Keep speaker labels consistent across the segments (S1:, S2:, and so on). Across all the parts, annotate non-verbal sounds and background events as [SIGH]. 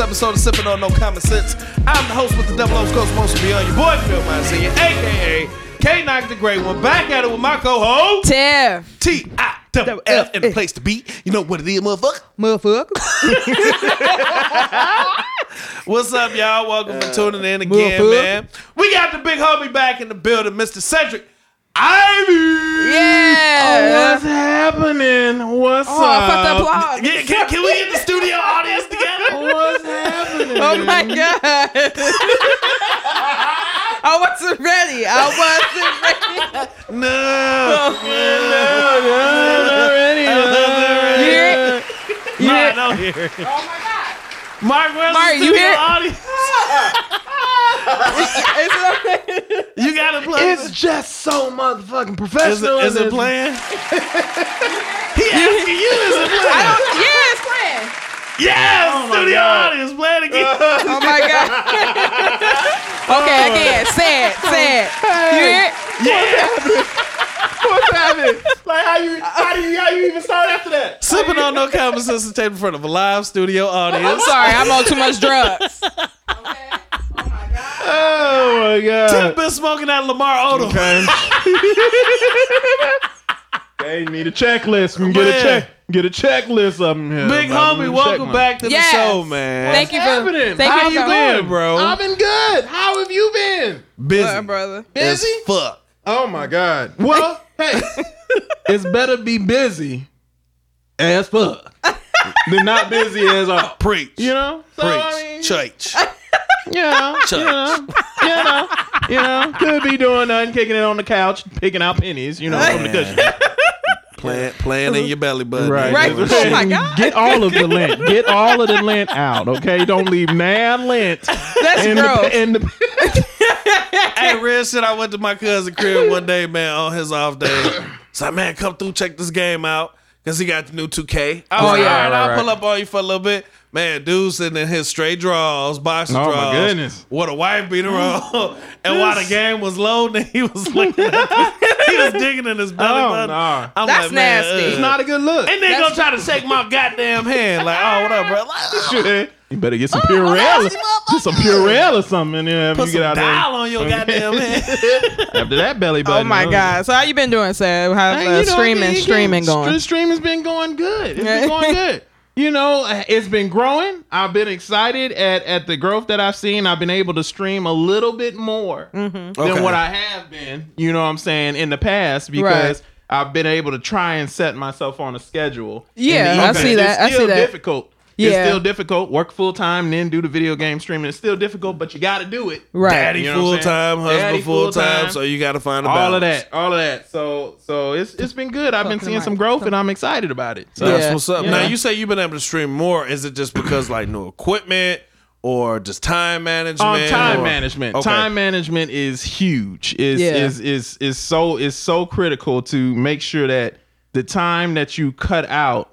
S1: episode of Sipping on No Common Sense. I'm the host with the Double O's Coast Most Beyond, your boy Phil Monsignor, aka K Knock the Great One. Back at it with my co-host
S2: Tiff.
S1: T I F F in the place to be. You know what it is, motherfucker.
S2: Motherfucker.
S1: What's up, y'all? Welcome
S3: Uh,
S1: for tuning in again,
S2: motherfucker.
S1: man. We got the big homie back in the building, Mr. Cedric Ivy.
S2: Yeah.
S3: Oh, What's happening? What's
S2: Oh, I felt the
S3: up?
S2: applause.
S1: Yeah, can, can we get the studio audience
S2: [LAUGHS]
S1: together?
S3: What's happening?
S2: [LAUGHS] Oh my god. I wasn't ready. I wasn't ready.
S1: No.
S3: Already,
S1: Already.
S2: You hear it? You
S1: Mark,
S2: hear it?
S1: don't hear. Oh my God. Mark, where's
S2: Mark,
S1: the
S2: you
S1: studio
S2: hear-
S1: audience?
S2: It's okay.
S1: You gotta play.
S3: It's just so motherfucking
S1: is it,
S3: professional.
S1: is it
S3: and-
S1: playing? he asking you, is it playing?
S3: Oh,
S2: Yeah, it's playing.
S1: Yes,
S3: my
S1: studio
S3: God.
S1: audience, play it
S3: [LAUGHS]
S1: again.
S2: Oh my god. okay, again. Say it. Say it. You hear it?
S1: yeah.
S3: What's happening? Like how you how do you how you even start
S1: [LAUGHS]
S3: after that?
S1: Sipping on no common sense and tape in front of a live studio
S2: I'm
S1: audience.
S2: [LAUGHS] sorry. I'm on too much drugs.
S3: Oh my
S1: I've
S3: god.
S1: been smoking out Lamar Odom.
S3: Okay. they need a checklist. We can Get
S1: Man.
S3: a check. Get a checklist up in here.
S1: Big
S3: I'm
S1: homie,
S3: gonna
S1: welcome
S3: check
S1: back to
S2: Yes.
S1: the show, man.
S2: Thank you for
S3: happening?
S2: thank
S1: How
S2: you
S1: you
S2: for
S3: mine.
S1: been, bro?
S3: I've been good. How have you been?
S1: busy,
S2: Uh, brother.
S1: as
S3: Busy?
S1: fuck.
S3: Oh my god. Well,
S1: [LAUGHS]
S3: hey, it's better be busy as fuck than not busy as [LAUGHS] all.
S1: Preach,
S3: You know? So, I mean,
S1: preach, church.
S3: you know, you know, you know, you know, could be doing nothing, kicking it on the couch, picking out pennies, you know, from the cushion.
S1: [LAUGHS] Playing, playing in your belly button.
S2: Right.
S1: You know,
S2: Oh my God.
S3: Get all of the lint. Get all of the lint out, okay? Don't leave now lint
S2: That's
S3: in
S2: gross.
S3: the, in the [LAUGHS]
S1: hey, real shit. I went to my cousin's crib one day, man, on his off
S2: [COUGHS]
S1: day. It's like, man, come through, check this game out. Cause he got the new 2K. I was
S2: Oh,
S1: like,
S2: yeah.
S1: all right,
S3: Right,
S1: I'll
S3: right,
S1: pull up on you for a little bit. Man, dude sitting in his straight draws, boxer
S3: Oh, my
S1: draws.
S3: goodness.
S1: What a wife beater
S2: [LAUGHS]
S1: roll. and while the game was loading, he was looking at the- he was digging in his belly
S3: Oh,
S1: button.
S3: nah.
S1: I'm
S2: That's
S1: like, man,
S2: nasty.
S1: uh,
S3: It's not a good look.
S1: and then gonna try to shake my goddamn hand. Like, oh, what up, bro? Like,
S2: [LAUGHS]
S1: oh,
S3: You better get some
S2: Oh,
S3: Purell, just some Purell or something in there. If
S1: put
S3: you
S1: some
S3: get out there
S1: dial on your goddamn hand.
S3: after that belly
S2: Oh
S3: button.
S2: my
S3: huh?
S2: god. So how you been doing, Seb? How's
S3: Hey,
S2: uh,
S3: you know,
S2: streaming
S3: it been-
S2: streaming going?
S3: stre- Streaming's been going good. It's
S2: Yeah. [LAUGHS]
S3: been going good. You know, it's been growing. I've been excited at at the growth that I've seen. I've been able to stream a little bit more
S1: Okay.
S2: Mm-hmm.
S3: than what I have been. You know what I'm saying in the past because. I've been able to try and set myself on a schedule. in the
S2: Yeah, I
S3: evening.
S2: see that. I
S3: It's
S2: see
S3: still
S2: that.
S3: difficult.
S2: Yeah.
S3: It's still difficult. Work full time, then do the video game streaming. It's still difficult, but you got to do it.
S2: Right.
S1: Daddy
S3: You know what
S1: full
S3: I'm saying?
S1: time, husband
S3: Daddy
S1: full time.
S3: full-time.
S1: So you got to find a
S3: all of
S1: balance.
S3: that, all of that. So, so it's it's been good. I've been
S2: Fucking
S3: seeing some
S2: right.
S3: growth, and I'm excited about it. So,
S2: Yeah.
S1: That's what's up.
S3: Yeah.
S1: Now you say you've been able to stream more. Is it just because like new equipment or just time management?
S3: um, time
S1: or-
S3: management,
S1: Okay.
S3: time management is huge. Is
S2: Yeah.
S3: is is is so is so critical to make sure that the time that you cut out,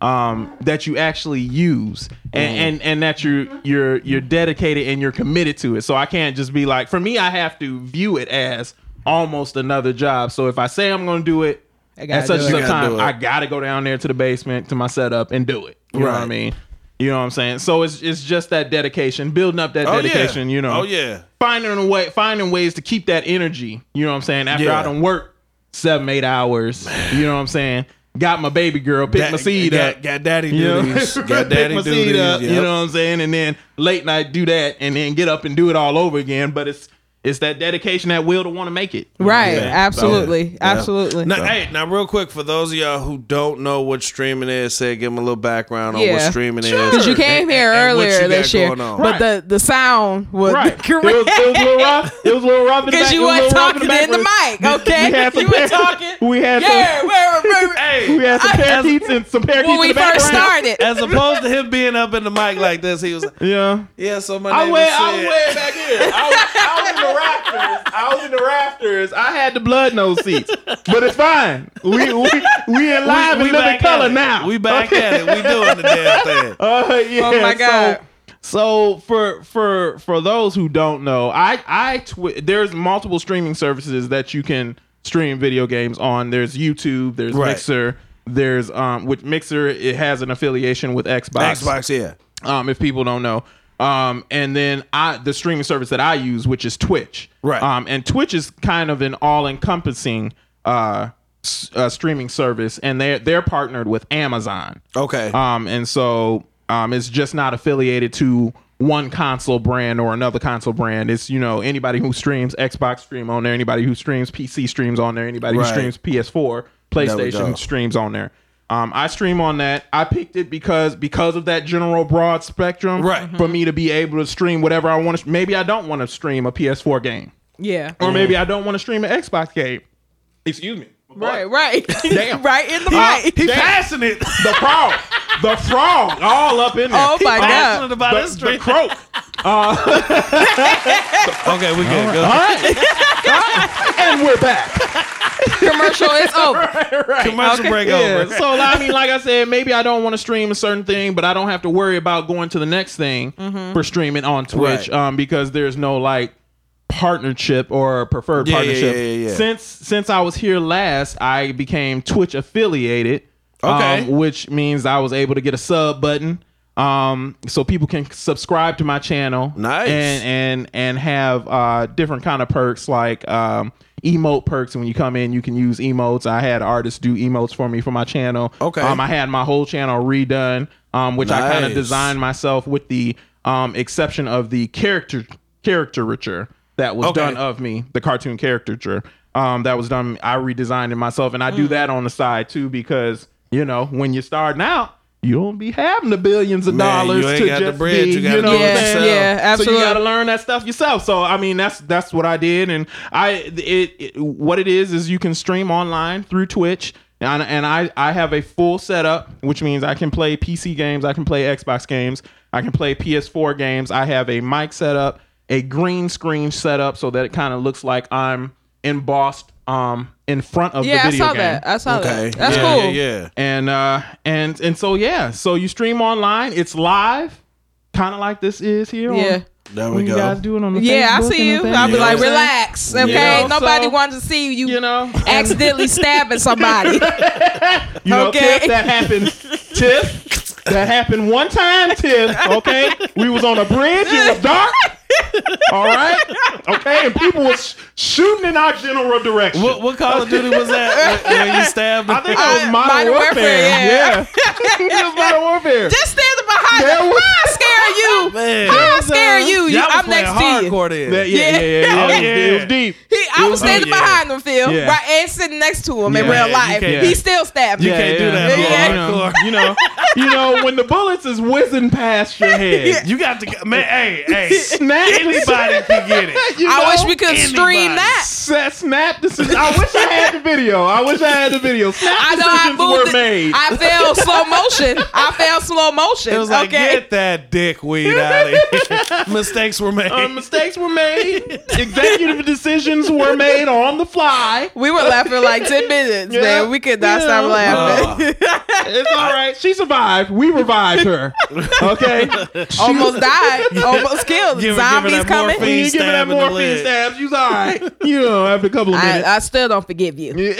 S3: um, that you actually use,
S1: Mm.
S3: and and, and that you you're you're dedicated and you're committed to it. So I can't just be like, for me, I have to view it as almost another job. So if I say I'm going to do it,
S2: I
S3: at such and
S1: do it. You
S3: such
S1: gotta do
S3: time,
S1: it.
S3: I gotta go down there to the basement to my setup and do it. You know what I
S1: Right.
S3: mean? You know what I'm saying? So it's it's just that dedication, building up that
S1: Oh,
S3: dedication.
S1: yeah.
S3: You know,
S1: Oh yeah.
S3: finding a way, finding ways to keep that energy. You know what I'm saying? After
S1: Yeah.
S3: I done work seven, eight hours. You know what I'm saying? Got my baby girl, picked my
S1: Dad-
S3: seed
S1: got,
S3: up.
S1: Got daddy
S3: you know, [LAUGHS]
S1: duties. Got
S3: Pick
S1: daddy
S3: my
S1: duties.
S3: seed up, You
S1: yep.
S3: know what I'm saying? And then late night do that, and then get up and do it all over again. But it's it's that dedication, that will to want to make it.
S2: Right.
S1: Yeah.
S2: Absolutely.
S1: Yeah.
S2: Absolutely.
S1: Now, hey, now real quick for those of y'all who don't know what streaming is, say give them a little background on what
S2: Yeah.
S1: streaming is.
S2: Because you came
S1: and-
S2: here
S1: and what you
S2: earlier
S1: got
S2: this year,
S1: going on.
S2: but the, the sound was
S3: Right.
S2: [LAUGHS]
S3: It was,
S2: correct
S3: it was a little rough. It was a little rough. in the
S2: because
S3: back.
S2: you
S3: It was a
S2: weren't
S3: little rough
S2: talking in the mic. Okay,
S3: We had some
S2: you were
S3: [LAUGHS] parents-
S2: talking.
S3: we had some-
S2: yeah, where, where, where-
S1: Hey,
S3: [LAUGHS] We had some
S2: I-
S3: parakeets and some parakeets
S2: when we
S3: in the
S2: first
S3: background.
S2: started.
S1: as opposed to him being up in the mic like this, he was like,
S3: Yeah.
S1: "Yeah, so my
S3: I
S1: name
S3: went,
S1: is
S3: I
S1: Sid."
S3: was way back here. I was, I was in the rafters. I was in the rafters. I had the blood nose seats, but it's fine. We we we in live
S1: We- we
S3: another
S1: back
S3: color
S1: at it.
S3: now.
S1: We back at it. We doing the damn thing.
S3: [LAUGHS] Uh, yeah,
S2: Oh my
S3: so-
S2: God.
S3: So, for for for those who don't know, I I twi- there's multiple streaming services that you can stream video games on. There's YouTube. There's
S1: Right.
S3: Mixer. There's um with Mixer it has an affiliation with Xbox.
S1: [LAUGHS] Xbox, yeah.
S3: um, if people don't know. Um, and then I the streaming service that I use, which is Twitch.
S1: Right.
S3: Um, and Twitch is kind of an all-encompassing uh, s- uh streaming service, and they're they're partnered with Amazon.
S1: Okay.
S3: Um, and so um, it's just not affiliated to one console brand or another console brand. It's you know anybody who streams Xbox stream on there, anybody who streams PC streams on there, anybody
S1: Right.
S3: who streams PS4,
S1: we go.
S3: PlayStation streams on there. Um, I stream on that. I picked it because because of that general broad spectrum.
S1: Right. Mhm.
S3: For me to be able to stream whatever I want to. Maybe I don't want to stream a PS4 game,
S2: Yeah.
S1: Mm.
S3: or maybe I don't want to stream an Xbox game. Excuse me.
S2: Right, right. [LAUGHS]
S3: Damn.
S2: right in the
S3: Uh,
S2: mic.
S1: he
S3: damn.
S1: passing it.
S3: The frog, the frog, all up in there.
S2: Oh my
S1: [LAUGHS] Passing
S2: God.
S1: it about
S3: the,
S1: his
S3: the
S1: drink.
S3: croak.
S1: Okay, we good. Go.
S3: [LAUGHS] All right. and we're back.
S2: Commercial is [LAUGHS] over.
S1: Commercial
S2: Okay.
S1: break
S3: Yeah.
S1: over.
S3: [LAUGHS] So I mean, like I said, maybe I don't want to stream a certain thing, but I don't have to worry about going to the next thing for streaming on Twitch
S1: Right.
S3: um, because there's no like partnership or preferred
S1: Yeah, yeah,
S3: partnership.
S1: yeah, yeah, yeah.
S3: Since since I was here last, I became Twitch affiliated.
S1: Okay.
S3: um, which means I was able to get a sub button. Um, so people can subscribe to my channel.
S1: Nice.
S3: And and and have uh different kind of perks like um emote perks when you come in you can use emotes i had artists do emotes for me for my channel
S1: Okay.
S3: um i had my whole channel redone um which i kind
S1: Nice.
S3: of designed myself with the um exception of the character caricature that was
S1: Okay.
S3: done of me the cartoon caricature um that was done i redesigned it myself and i do
S1: Mm.
S3: that on the side too because you know when you're starting out you don't be having the billions of
S1: Man, you
S3: dollars
S1: ain't
S3: to
S1: got the
S3: just
S1: bread,
S3: be,
S1: you
S3: you,
S1: gotta
S3: know
S1: do
S3: what
S1: it
S3: I'm
S2: yeah,
S3: saying?
S1: yourself.
S2: yeah, absolutely.
S3: So you got to learn that stuff yourself. So I mean, that's that's what I did, and I it, it what it is is you can stream online through Twitch, and, and I I have a full setup, which means I can play PC games, I can play Xbox games, I can play PS4 games. I have a mic setup, a green screen setup, so that it kind of looks like I'm embossed um in front of
S2: yeah,
S3: the
S2: I
S3: video
S2: saw
S3: game
S2: that. I saw
S1: Okay.
S2: that. That's
S1: yeah, Yeah,
S2: cool.
S1: yeah.
S3: and uh and and so yeah so you stream online it's live kind of like this is here on-
S2: Yeah.
S1: There we
S3: when you guys
S1: go.
S3: do it on the
S2: Yeah, I
S3: Facebook
S2: see
S3: and
S2: you.
S3: the
S2: I'll be
S3: thing.
S2: like,
S3: You know what I'm
S2: relax, okay?
S1: Yeah.
S2: Nobody
S3: So,
S2: wants to see you,
S3: saying? you know and,
S2: accidentally stabbing
S3: [LAUGHS]
S2: somebody.
S3: you know
S2: okay.
S3: Tiff, that
S2: [LAUGHS]
S3: happened Tiff that happened one time Tiff okay we was on a bridge it was dark all right okay and people was shooting in our general direction
S1: What, what Call of Duty was
S3: [LAUGHS]
S1: that when, when you stabbed
S3: I think that
S2: Uh,
S3: was modern,
S2: Modern
S3: warfare,
S2: Warfare, yeah.
S3: yeah, it was modern warfare
S2: Just standing behind
S3: There
S2: you.
S3: was-
S2: [LAUGHS] I'll scare you.
S1: [LAUGHS] Man.
S2: I'll scare you. you
S1: Y'all was
S2: I'm
S1: playing
S2: next to you.
S1: hardcore then.
S3: That- yeah, yeah, yeah,
S1: Yeah.
S3: yeah, It was- it was deep
S2: He, I was standing
S1: Oh, yeah.
S2: behind him, Phil,
S3: Yeah.
S2: right, and sitting next to him in
S3: Yeah,
S2: real
S1: you
S2: life.
S1: can't-
S2: He still stabbed
S1: You
S2: me.
S1: can't do that
S2: Yeah.
S1: hardcore.
S3: You know, you know when the bullets is whizzing past your
S2: [LAUGHS]
S1: [LAUGHS]
S3: head.
S1: You got to man. Hey, hey.
S3: Snap
S1: Anybody can get it.
S3: You know?
S2: I wish we could
S1: Anybody.
S2: stream that.
S1: [LAUGHS]
S3: Sa- Snap decisions. I wish I had the video. I wish I had the video. Snap
S2: I know I
S3: decisions
S2: moved.
S3: were
S2: it.
S3: made.
S2: I fell slow motion. I fell slow motion.
S1: It was like
S2: okay.
S1: get that dick weed out
S2: [LAUGHS]
S1: of here. Mistakes were made.
S3: Uh, mistakes were made. Executive decisions were made on the fly.
S2: We were laughing like
S1: [LAUGHS]
S2: ten minutes,
S3: Yeah.
S2: man. We could not stop
S3: Yeah.
S2: laughing.
S1: Uh,
S3: It's all right. She survived. We revived her. Okay.
S2: [LAUGHS]
S1: [LAUGHS]
S2: almost died. Almost killed.
S1: Give her- give her
S2: Zombies
S1: that
S2: coming.
S1: morphine.
S3: You give her
S1: stab
S3: that
S1: in the
S3: morphine
S1: leg.
S3: stab. She's all right. You know, after a couple of
S2: I,
S3: minutes.
S2: I still don't forgive you.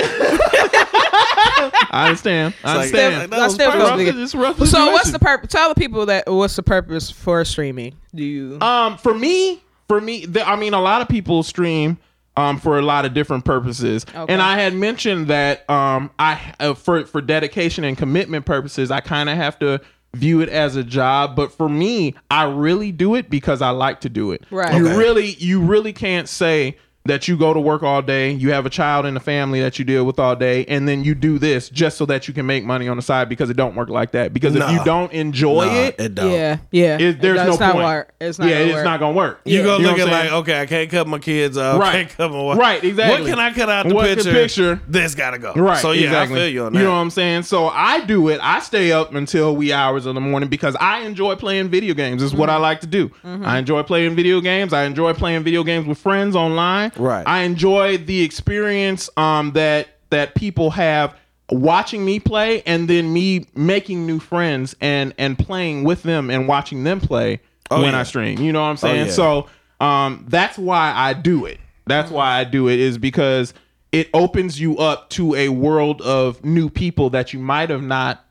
S3: I understand. I
S1: like,
S3: understand.
S1: that- that
S2: I
S1: was
S2: still
S1: perfect.
S2: don't forgive.
S3: It's a rough
S2: So what's
S3: situation.
S2: the purpose? Tell the people that what's the purpose for streaming? Do you?
S3: Um, for me, for me, th- I mean, a lot of people stream um for a lot of different purposes,
S2: Okay.
S3: and I had mentioned that um I uh, for for dedication and commitment purposes, I kind of have to view it as a job but for me i really do it because i like to do it
S2: Right.
S3: you
S1: Okay.
S3: really you really can't say that you go to work all day you have a child and a family that you deal with all day and then you do this just so that you can make money on the side because it don't work like that because
S1: Nah.
S3: if you don't enjoy
S1: nah,
S3: it,
S1: it don't.
S2: Yeah, yeah. [LAUGHS]
S3: it- there's
S2: it's
S3: no
S2: not
S3: point
S2: Work. It's not.
S3: yeah
S2: gonna
S3: it's
S2: work.
S3: not gonna work
S1: You go
S3: know
S1: look
S3: what
S1: at
S3: I'm
S1: like, oh,
S3: saying?
S1: okay, I can't cut my kids off.
S3: Right.
S1: Can't cut my wife.
S3: Right, exactly.
S1: What can I cut out the
S3: What can
S1: picture?
S3: picture-
S1: This gotta go.
S3: Right.
S1: So yeah,
S3: exactly.
S1: I feel you on that.
S3: know what I'm saying? So I do it. I stay up until wee hours in the morning because I enjoy playing video games. It's
S2: Mm-hmm.
S3: what I like to do. I enjoy playing video games. I enjoy playing video games with friends online.
S1: Right.
S3: I enjoy the experience um that that people have watching me play and then me making new friends and and playing with them and watching them play
S1: Oh,
S3: when
S1: yeah.
S3: I stream. You know what I'm saying?
S1: Oh, yeah.
S3: So um that's why I do it. That's why I do it is because it opens you up to a world of new people that you might have not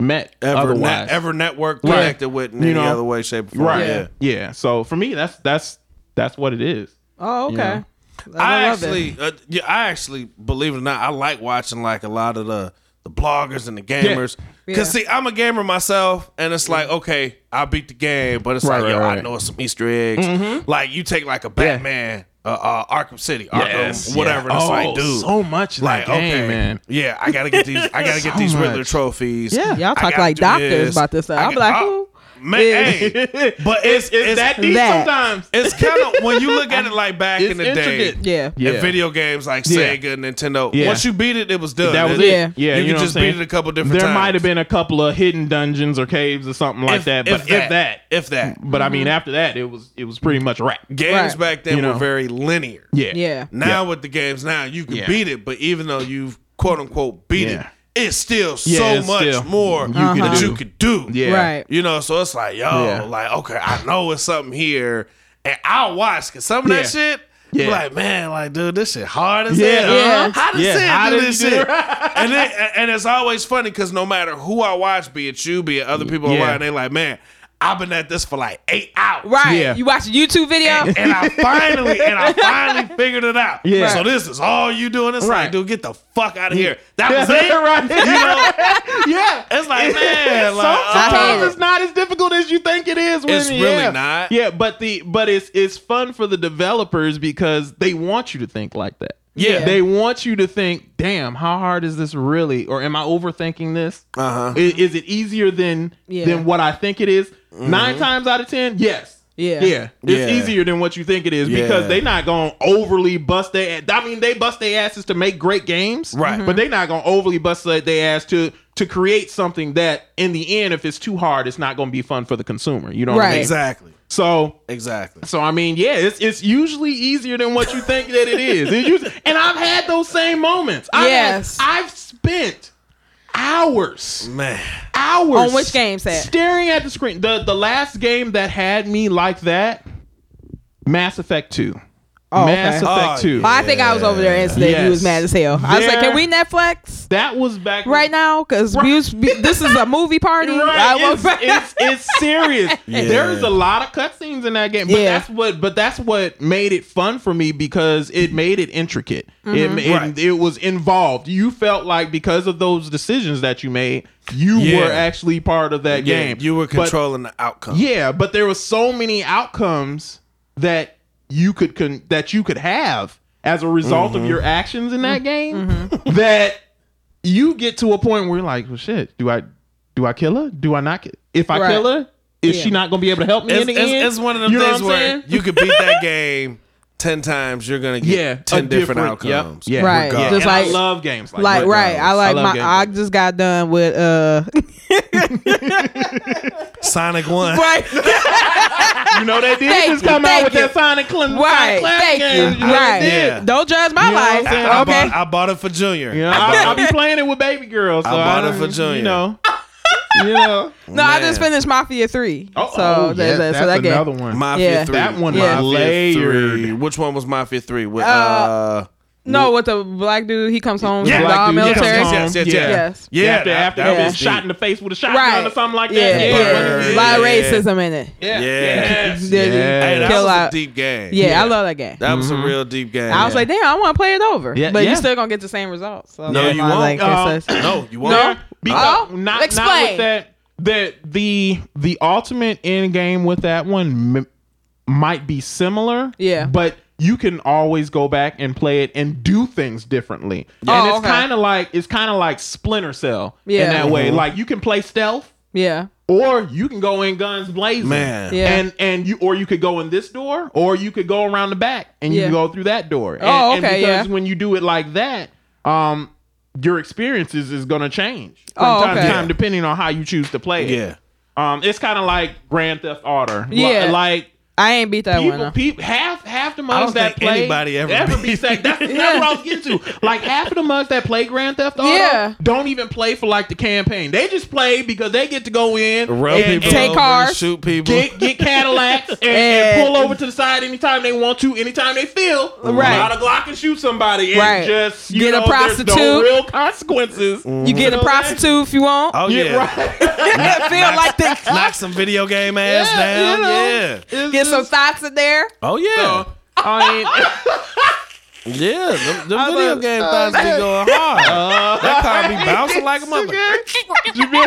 S3: met
S1: ever
S3: otherwise.
S1: net ever network connected with in
S3: You
S1: any
S3: know?
S1: other way, shape, or form.
S3: right?
S1: Yeah.
S3: Yeah. So for me, that's that's that's what it is.
S2: Oh, okay.
S3: Yeah.
S1: I,
S2: love it.
S1: actually, uh, yeah, I actually believe it or not, I like watching like a lot of the the bloggers and the gamers.
S2: Yeah.
S1: Cause see, I'm a gamer myself, and it's like, okay, I beat the game, but it's
S3: Right,
S1: like,
S3: right,
S1: yo, I
S3: right. Mm-hmm.
S1: know it's some Easter eggs. Like you take like a Batman, uh, uh, Arkham City, Arkham, whatever. And it's
S3: Oh,
S1: like, dude,
S3: so much
S1: like,
S3: like that game,
S1: okay, [LAUGHS]
S3: man.
S1: yeah, I gotta get these, I
S3: [LAUGHS]
S1: gotta get
S3: So
S1: these Riddler
S3: much.
S1: trophies.
S3: Yeah.
S2: Y'all
S1: I
S2: talk
S1: gotta
S2: like
S1: do
S2: doctors
S1: this.
S2: about this stuff.
S1: I
S2: I'm
S1: got-
S2: like,
S1: I-
S2: who?
S1: man, hey,
S2: [LAUGHS]
S1: but it's,
S3: it's, it's that deep
S2: that.
S3: sometimes.
S1: it's kind
S3: [LAUGHS]
S1: of when you look at it like back
S3: It's
S1: in the day.
S3: intricate.
S2: Yeah.
S3: Yeah.
S1: And video games like
S3: Yeah.
S1: Sega, Nintendo.
S3: Yeah.
S1: Once you beat it, it was done.
S3: That was
S1: It-
S3: it.
S2: Yeah.
S3: Yeah,
S1: You,
S3: know
S1: could
S3: what
S1: just
S3: I'm
S1: beat
S3: saying?
S1: it a couple different
S3: There
S1: times.
S3: might have been a couple of hidden dungeons or caves or something like
S1: If-
S3: that, but
S1: if
S3: if that,
S1: that. If that.
S3: but I mean after that, it was it was pretty much a wrap.
S1: Games
S2: Right.
S1: back then
S3: You know.
S1: were very linear.
S3: Yeah,
S2: Yeah.
S1: Now with the games now, you can
S3: Yeah.
S1: beat it, but even though you've quote unquote beat
S3: Yeah.
S1: it, it's still
S3: Yeah,
S1: so
S3: it's
S1: much
S3: still-
S1: more
S3: you
S1: that
S3: can do.
S1: you could do.
S3: yeah,
S2: Right.
S1: You know, so it's like, yo,
S3: Yeah.
S1: like, okay, I know it's something here. And I'll watch because some of that
S3: Yeah.
S1: shit, you be
S3: Yeah.
S1: like, man, like, dude, this shit hard as
S3: Yeah.
S1: hell.
S2: Yeah.
S1: How does
S3: Yeah.
S1: it
S3: How
S1: do
S3: did
S1: this
S3: you do [LAUGHS]
S1: shit?
S3: it?
S1: and it, and it's always funny because no matter who I watch, be it you, be it other people
S3: Yeah.
S1: around, they like, man, I've been at this for like eight hours.
S2: Right.
S3: Yeah.
S2: You watch a YouTube video?
S1: [LAUGHS] And I finally, and I
S3: [LAUGHS]
S1: finally figured it out.
S3: Yeah.
S1: So this is all you doing. It's like,
S3: Right.
S1: dude, get the fuck out of here.
S3: [LAUGHS]
S1: That was it.
S3: right.
S1: You know,
S3: [LAUGHS] yeah. oh.
S1: it's
S3: [LAUGHS]
S1: like, man, like,
S3: Sometimes
S2: I-
S3: it's not as difficult as you think it is. When,
S1: It's really
S3: yeah.
S1: not.
S3: Yeah, but the but it's it's fun for the developers because they want you to think like that.
S1: Yeah.
S3: they want you to think. Damn, how hard is this really? Or am I overthinking this?
S1: Uh-huh.
S3: I- Is, it easier than
S2: Yeah.
S3: than what I think it is? Nine times out of ten, yes.
S2: Yeah.
S3: yeah, it's
S1: Mm-hmm. Yeah.
S3: easier than what you think it is
S1: Yeah.
S3: because they're not gonna overly bust their. I mean, they bust their asses to make great games,
S1: Right.
S3: But they're not gonna overly bust their their ass to to create something that, in the end, if it's too hard, it's not gonna be fun for the consumer. You know what I
S2: Right.
S3: mean?
S1: exactly,
S3: So,
S1: exactly.
S3: so I mean, yeah, it's it's usually easier than what you think that it is. It usually, and I've had those same moments. I've had-
S2: Yes.
S3: I've spent hours
S1: Man,
S3: hours
S2: On which game, Sat?
S3: Staring at the screen. The the last game that had me like that, Mass Effect Two.
S2: Oh,
S3: Mass
S2: okay.
S3: Effect
S1: Oh,
S3: Two.
S2: I think I was over there instantly. He was
S3: Yes.
S2: mad as hell. I was like,
S3: There-
S2: can we Netflix
S3: That was back
S2: right now? Because
S3: Right.
S2: this is a movie party. I
S3: Right,
S2: was
S3: it's, it's,
S2: [LAUGHS]
S3: it's serious. There is a lot of cutscenes in that game, but
S2: Yeah.
S3: that's what but that's what made it fun for me because it made it intricate.
S2: Mm-hmm.
S3: It, ma-
S1: Right.
S3: it it was involved. You felt like because of those decisions that you made, you
S1: Yeah.
S3: were actually part of that
S1: yeah,
S3: game.
S1: you were
S3: But-
S1: controlling the outcome.
S3: Yeah, but there were so many outcomes that you could con- that you could have as a result
S1: Mm-hmm.
S3: of your actions in
S2: Mm-hmm.
S3: that game that you get to a point where you're like, well, shit, do I do I kill her? Do I not? Ki- if I
S2: Right.
S3: kill her, is
S2: Yeah.
S3: she not going to be able to help me
S1: it's,
S3: in the
S1: it's-
S3: end?
S1: it's one of them
S3: You know
S1: things
S3: what I'm
S1: where
S3: saying?
S1: you could beat
S3: [LAUGHS]
S1: that game ten times, you're gonna get
S3: yeah,
S1: ten
S3: a
S1: different,
S3: yep,
S1: outcomes.
S3: yeah,
S2: Right,
S1: regardless.
S2: just
S3: And I
S2: like-
S3: love games
S2: [LAUGHS]
S3: like,
S2: like
S3: that.
S2: right. I like
S3: love
S2: my.
S3: games
S2: I
S3: that.
S2: just got done with
S3: [LAUGHS]
S2: uh.
S1: Sonic One.
S2: [LAUGHS]
S3: [LAUGHS]
S2: right.
S3: you know they did
S2: Thank
S3: just
S2: you,
S3: come out
S2: thank
S3: with
S2: you.
S3: that Sonic Clan.
S2: Right. Thank
S3: game.
S2: you.
S3: know they
S2: Right.
S3: did.
S1: Yeah.
S2: Don't judge my
S3: You know what I'm
S2: life.
S3: saying?
S1: I,
S2: okay.
S1: bought, I bought it for Junior.
S3: Yeah,
S1: I
S3: I, I
S1: bought
S3: be playing it with baby girls. So I
S1: bought it for
S3: don't-
S1: Junior.
S2: [LAUGHS]
S3: You know, you know.
S2: no, I just
S1: man.
S2: finished Mafia Three.
S3: Oh,
S2: so
S3: oh,
S2: that-
S3: yeah,
S2: that-
S3: that's
S2: so that game.
S3: another one.
S1: Mafia
S2: Yeah.
S1: Three.
S3: That one
S2: Yeah.
S1: Mafia
S3: layered.
S1: Three. Which one was Mafia Three? With, uh,
S2: No, with the black dude, he comes home.
S1: Yeah.
S2: Yeah,
S1: Black
S2: all
S3: dude comes
S2: military.
S3: home.
S1: Yes, yes, yes, yes.
S3: Yeah.
S2: Yes.
S1: Yeah,
S3: after
S1: that-
S3: after
S1: that
S3: being
S1: was
S3: shot
S1: deep.
S3: in the face with a shotgun
S2: Right.
S3: or something like
S2: Yeah,
S3: that.
S2: yeah.
S1: Yeah.
S2: A lot of
S1: Yeah.
S2: racism in it.
S3: yeah.
S1: Yeah.
S2: Yeah,
S1: Hey, that
S2: Kill
S1: was
S2: out.
S1: a deep game.
S2: Yeah, I love that game.
S1: That was
S3: Mm-hmm.
S1: a real deep game.
S2: I was like, damn, I want to play it over.
S3: Yeah,
S2: but
S3: yeah.
S2: you still gonna get the same results. So
S1: No,
S2: that's
S1: you
S2: why I
S1: won't.
S2: like,
S3: Uh,
S2: it's-
S1: [CLEARS THROAT]
S2: it's-
S1: no, you won't.
S2: No.
S3: Because
S2: Oh,
S3: not, not
S2: explain.
S3: with that that the the ultimate end game with that one m- might be similar.
S2: Yeah.
S3: but you can always go back and play it and do things differently.
S2: Oh,
S3: and it's
S2: okay.
S3: kind of like it's kind of like Splinter Cell
S2: Yeah.
S3: in that way. Like you can play stealth.
S2: yeah,
S3: or you can go in guns blazing.
S1: Man.
S2: Yeah.
S3: And and you or you could go in this door or you could go around the back and you
S2: Yeah.
S3: can go through that door. And,
S2: Oh,
S3: and
S2: okay,
S3: because
S2: yeah.
S3: when you do it like that, um your experiences is gonna change from
S2: Oh,
S3: time
S2: okay.
S3: to time depending on how you choose to play it.
S1: yeah.
S3: Um it's kinda like Grand Theft Auto. Li-
S2: Yeah.
S3: like
S2: I ain't beat that one.
S3: People,
S2: Up.
S3: people, half half the mugs
S1: don't
S3: that
S1: think
S3: play
S1: anybody ever
S3: beats that. That's, that's what I was
S1: [LAUGHS]
S3: getting to. Like half of the mugs that play Grand Theft Auto
S2: Yeah.
S3: don't even play for like the campaign. They just play because they get to go in,
S1: Rub
S3: and,
S1: people
S3: and
S2: Take
S1: over,
S2: cars.
S1: shoot people.
S3: get
S1: [LAUGHS]
S3: get Cadillacs and, and
S2: And-
S3: pull over to the side anytime they want to, anytime they feel.
S2: Right.
S3: Out of Glock and shoot somebody and
S2: Right.
S3: just you
S2: Get a
S3: know, there's No
S2: prostitute.
S3: real consequences.
S2: You get a
S3: know that?
S2: prostitute if you want.
S1: Oh
S3: [LAUGHS] Yeah,
S1: Mm, yeah,
S3: right.
S2: [LAUGHS] feel like they
S1: knock some video game ass
S3: Yeah,
S1: down.
S3: you know.
S1: Yeah.
S3: It's
S2: get some
S3: just-
S2: thoughts in there.
S1: Oh
S2: Uh-huh.
S1: yeah.
S3: uh,
S2: [LAUGHS]
S3: I mean,
S1: Yeah. Them, them
S2: I
S1: video
S2: was-
S1: game
S2: uh,
S1: thoughts be going hard.
S3: [LAUGHS]
S1: that car be bouncing like a mother.
S2: [LAUGHS]
S3: You be, [LAUGHS]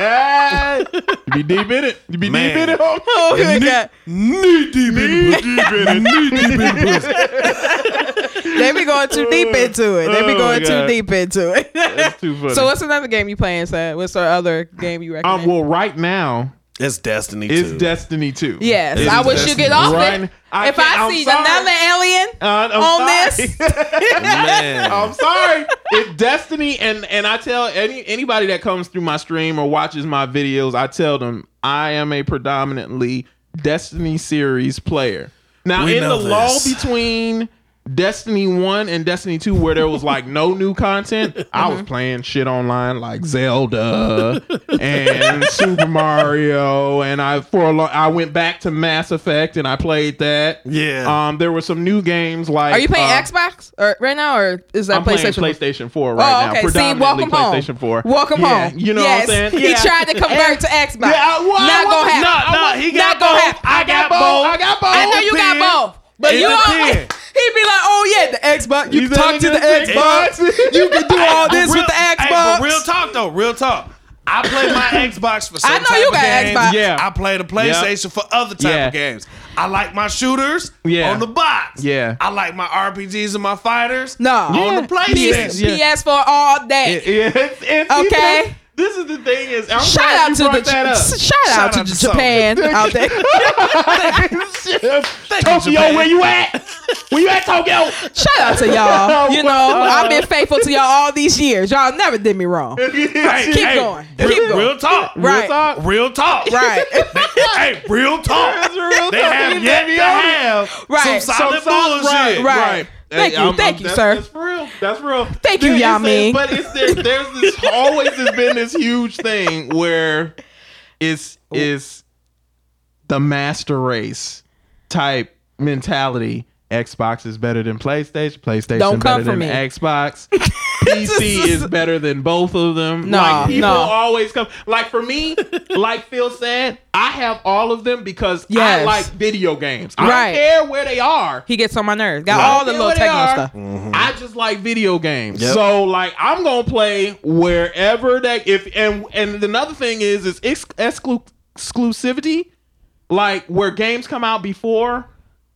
S3: You be deep in it. You be
S1: Man.
S3: deep in it. homie.
S2: [LAUGHS] Oh my God.
S1: Knee deep in pussy. Knee deep in pussy.
S2: They be going too deep into it. They
S3: Oh,
S2: be going
S3: God.
S2: too deep into it. [LAUGHS]
S3: That's too funny.
S2: so what's another game you playing, Sad? What's our other game you recommend?
S3: um, well, right now
S1: It's Destiny
S3: it's
S1: too.
S3: Destiny Two.
S2: yes,
S1: It's
S2: I wish
S1: just
S2: you get off
S3: run.
S2: it.
S3: I
S2: if I
S3: can't-
S2: see
S3: I'm sorry.
S2: another alien,
S3: Uh,
S2: On
S3: I'm sorry. [LAUGHS]
S2: [LAUGHS]
S1: Man.
S2: Oh,
S3: I'm sorry. It's Destiny, and and I tell any anybody that comes through my stream or watches my videos, I tell them I am a predominantly Destiny series player. Now,
S1: We
S3: in the
S1: know
S3: lull
S1: this.
S3: between Destiny One and Destiny Two, where there was like no new content, I
S2: Mm-hmm.
S3: was playing shit online like Zelda and [LAUGHS] Super Mario, and I for a long, I went back to Mass Effect and I played that.
S1: yeah.
S3: Um, there were some new games like
S2: are you playing
S3: uh,
S2: Xbox or right now, or is that
S3: I'm playing
S2: PlayStation? Oh,
S3: PlayStation 4 right now. Predominantly PlayStation 4.
S2: Welcome
S3: yeah,
S2: home.
S3: You know
S2: yes.
S3: what I'm saying?
S2: He tried to convert to Xbox.
S3: Yeah, I- well, I
S2: not gonna
S3: was-
S2: happen.
S1: No, no, he
S2: Not
S1: got
S2: gonna
S1: both.
S2: happen.
S1: I got both.
S3: I got both.
S2: I know you
S1: Open.
S2: got both, but
S1: It's
S2: you
S1: a
S2: always,
S1: ten.
S2: [LAUGHS] he'd be like, "Oh yeah, the Xbox. You,
S3: You
S2: can talk to the
S3: think it's
S2: Xbox.
S3: Xbox?
S2: you can do all Oh, this
S1: Real-
S2: with the
S1: hey,
S2: Xbox."
S1: but real talk though, real talk. I play my [LAUGHS] Xbox for certain
S2: I know
S1: type
S2: you
S1: of
S2: got
S1: games.
S2: Xbox.
S3: Yeah.
S1: I play the PlayStation for other type
S3: Yeah.
S1: of games. I like my shooters
S3: Yeah.
S1: on the box.
S3: Yeah.
S1: I like my RPGs and my fighters
S2: No.
S1: on
S3: Yeah.
S1: the PlayStation.
S3: Yeah.
S2: PS4 all day.
S3: It- it- [LAUGHS] it's- it's- you
S2: Okay.
S3: know, this is the thing is, I'm
S2: Shout
S3: glad
S2: out
S3: you
S2: to
S3: brought
S2: the
S3: that up.
S2: shout, out to
S1: out to
S2: Japan out
S3: [LAUGHS]
S2: there.
S3: Tokyo,
S1: Japan.
S3: where you
S1: [LAUGHS]
S3: at? Where you at, Tokyo?
S2: shout out to
S3: [LAUGHS]
S2: y'all. You know, I've been faithful to y'all all these years. Y'all never did me wrong.
S1: Hey,
S2: Keep
S1: hey,
S2: going.
S1: Real,
S2: Keep going.
S1: real talk.
S2: Right.
S3: talk.
S1: Real talk.
S2: Right.
S1: [LAUGHS] hey, real talk.
S3: real
S1: They have yet to have
S2: Right.
S1: some solid
S3: Some solid-
S1: bullshit.
S2: right. Thank you, thank you,
S3: that's,
S2: sir.
S3: That's for real. That's for real.
S2: Thank you,
S3: it's-
S2: Yami.
S3: But it's there,
S2: [LAUGHS]
S3: there's this always has been this huge thing where it's is the master race type mentality. Xbox is better than PlayStation. PlayStation
S2: Don't come
S3: better
S2: for
S3: than
S2: me. [LAUGHS]
S3: Xbox. PC is better than both of them.
S2: No,
S3: like people
S2: no.
S3: always come. Like for me, like Phil said, I have all of them because I
S2: Yes.
S3: like video games. I don't
S2: Right.
S3: care where they are.
S2: He gets on my nerves. Got
S3: I
S2: all the little
S3: feel where they
S2: techno
S3: are. Mm-hmm.
S2: stuff.
S3: I just like video games.
S1: Yep.
S3: So like I'm gonna play wherever that if and and another thing is is ex- exclu- exclusivity, like where games come out before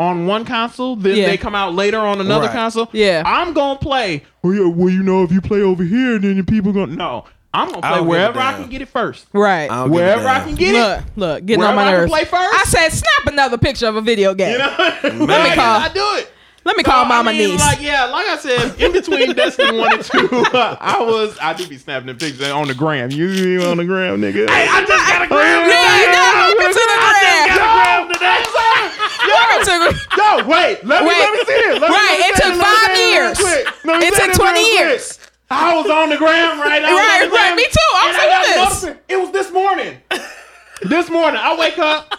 S3: on one console, then
S2: Yeah.
S3: they come out later on another
S1: Right.
S3: console.
S2: Yeah.
S3: I'm gonna play. Well, yeah, well, you know, if you play over here, then the people gonna no. I'm gonna
S1: I
S3: play
S1: don't give a
S3: wherever I
S1: damn.
S3: can get it first.
S2: Right.
S1: I don't give a
S3: Wherever I
S1: damn.
S3: can get
S2: look,
S3: it.
S2: look, getting
S3: Where
S2: on my
S3: am I gonna
S2: nerves.
S3: play first?
S2: I said, snap another picture of a video game.
S3: [LAUGHS] You know,
S1: Man.
S2: me call-
S3: [LAUGHS] I do it.
S2: Let me call
S3: No,
S2: mama
S3: I mean,
S2: niece. [LAUGHS]
S3: Like yeah, like I said, in between Destiny one and two, [LAUGHS] I was I do be snapping the pictures on the gram. You, you on the gram, nigga? Hey,
S1: I just got a gram.
S2: yeah, you got hooked into the
S1: Got
S2: grab.
S1: a gram today.
S2: Hooked into the-
S3: yo, wait, let me
S2: Wait.
S3: let me see this. Let me-
S2: Right,
S3: let me
S2: it
S3: say
S2: took
S3: this, let me
S2: five
S3: say this real
S2: years.
S3: quick. Let me
S2: It
S3: say
S2: took
S3: this real
S2: 20
S3: quick.
S2: years.
S3: I was on the gram, right? I was
S2: Right,
S3: on the
S2: right,
S3: gram.
S2: me too. I'm
S3: And
S2: saying
S3: I got
S2: this.
S3: notified- It was this morning. [LAUGHS] this morning, I wake up.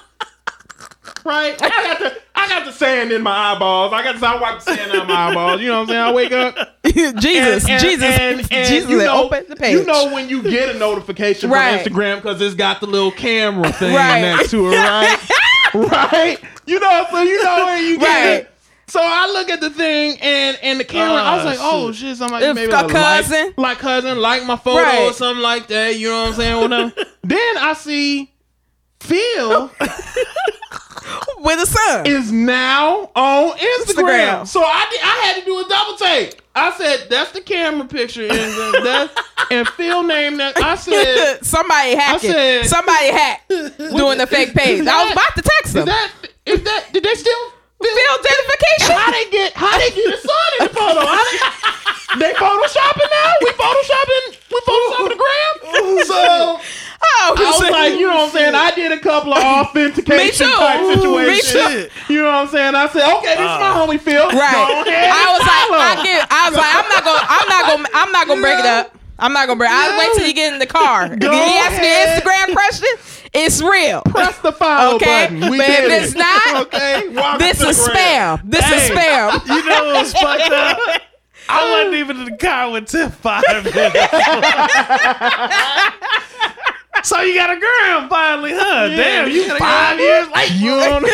S3: Right, I got the I got the sand in my eyeballs. I got the, I wipe the sand out of my eyeballs. You know what I'm saying? I wake up.
S2: [LAUGHS] Jesus,
S3: and-
S2: Jesus,
S3: and- and
S2: Jesus,
S3: you know-
S2: open the page.
S3: You know when you get a notification
S2: Right.
S3: from Instagram because it's got the little camera thing
S2: Right.
S3: next to it,
S2: [LAUGHS]
S3: right? right? You know, so you know when you get
S2: Right.
S3: it. So I look at the thing and and the camera. I was
S1: Oh,
S3: like, oh shit, somebody
S2: Ah, If
S3: maybe
S2: a
S3: like,
S2: cousin.
S3: like, like cousin, like my photo or
S2: Right.
S3: something like that. You know what I'm
S2: [LAUGHS]
S3: saying? Whatever. then I see Phil
S2: with a son. [LAUGHS]
S3: is now on Instagram.
S2: Instagram.
S3: So I did, I had to do a double take. I said that's the camera picture and then that's and Phil named
S2: [LAUGHS]
S3: that. I said
S2: Somebody hacking.
S3: said-
S2: Somebody hacked doing the fake page. I was about to text
S3: is
S2: them.
S3: that is that did they still [LAUGHS]
S2: Field
S3: how
S2: identification.
S3: they get how they get his son in the photo? How they, they photoshopping now? We photoshopping we photoshopping the gram. So
S2: Oh, [LAUGHS]
S3: I was like, you know what I'm saying? I did a couple of authentication
S2: Me too.
S3: type
S2: Ooh, me
S3: situations.
S1: too.
S3: You know what I'm saying? I said, okay, this is my homie Phil. Go
S2: Right.
S3: ahead
S2: I
S3: and
S2: was like,
S3: follow.
S2: I get. I was like, I'm not gonna. I'm not gonna. I'm not gonna break it up. I'm not gonna break. I'll wait till you get in the car. If
S3: Go
S2: you ask me an
S3: ahead.
S2: Instagram question, it's real.
S3: press the follow
S2: Okay,
S3: button. We
S2: but if
S3: did
S2: it's
S3: it.
S2: not,
S3: [LAUGHS] okay. Welcome
S2: This
S3: to
S2: is
S3: the
S2: spam. This is
S1: Hey.
S2: spam.
S1: You know what's fucked up? I wasn't even in the car with Tiff five minutes. so you got a gram finally, huh? Damn, you got a
S3: Five
S1: gram.
S3: years late. You on the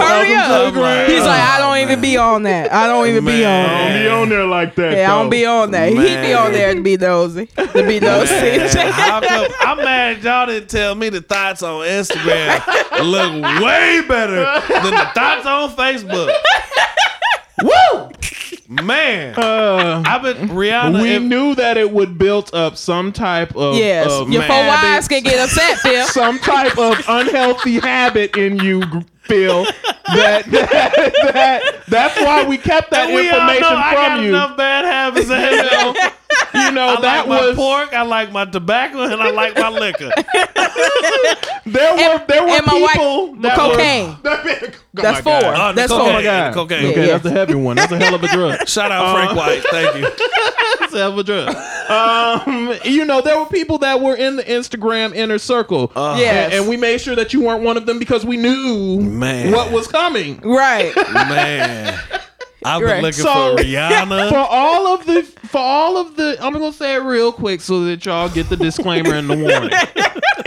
S1: [LAUGHS]
S3: Hurry
S2: up. He's like, I
S1: Oh,
S2: don't even be on that. I don't even be on
S1: Man.
S2: that.
S3: Don't be on there like that.
S2: Yeah, I don't be on that. He'd be
S1: Man.
S2: on there to be nosy. To be nosy.
S1: Man, how come- I'm mad y'all didn't tell me the thoughts on Instagram look way better than the thoughts on Facebook.
S3: Woo!
S1: Man,
S3: Uh,
S1: I've been Rihanna.
S3: we
S1: if-
S3: knew that it would build up some type
S2: [LAUGHS]
S3: of,
S2: Yes,
S3: of
S2: your four
S1: man.
S2: wives can get upset,
S3: [LAUGHS]
S2: Phil.
S3: some type of unhealthy habit in you, G- Phil. That, [LAUGHS] that, that that's why we kept that
S1: and we all know
S3: information
S1: I got
S3: from you.
S1: enough bad habits. in here.
S3: [LAUGHS] You know
S1: I like
S3: that
S1: my
S3: was
S1: pork. I like my tobacco, and I like my liquor.
S3: there were there were
S2: and my wife-
S3: people
S2: my
S3: that were- [LAUGHS]
S2: cocaine.
S3: That man- oh
S2: That's
S3: my God.
S2: four.
S1: Oh, the
S2: That's
S1: cocaine.
S2: four.
S3: [LAUGHS]
S1: Yeah, cocaine.
S3: Okay,
S2: Yeah,
S3: that's the heavy one. That's a hell of a drug.
S1: Shout out Frank White. Thank you.
S3: [LAUGHS] That's a hell of a drug. Um, you know, there were people that were in the Instagram inner circle.
S1: Uh,
S2: Yes.
S3: And, and we made sure that you weren't one of them because we knew
S1: Man.
S3: what was coming.
S2: Right.
S1: [LAUGHS] Man, I've been
S2: Right.
S1: looking
S3: So-
S1: for
S2: [LAUGHS]
S1: Rihanna.
S3: For all of the, for all of the, I'm gonna say it real quick so that y'all get the disclaimer and the warning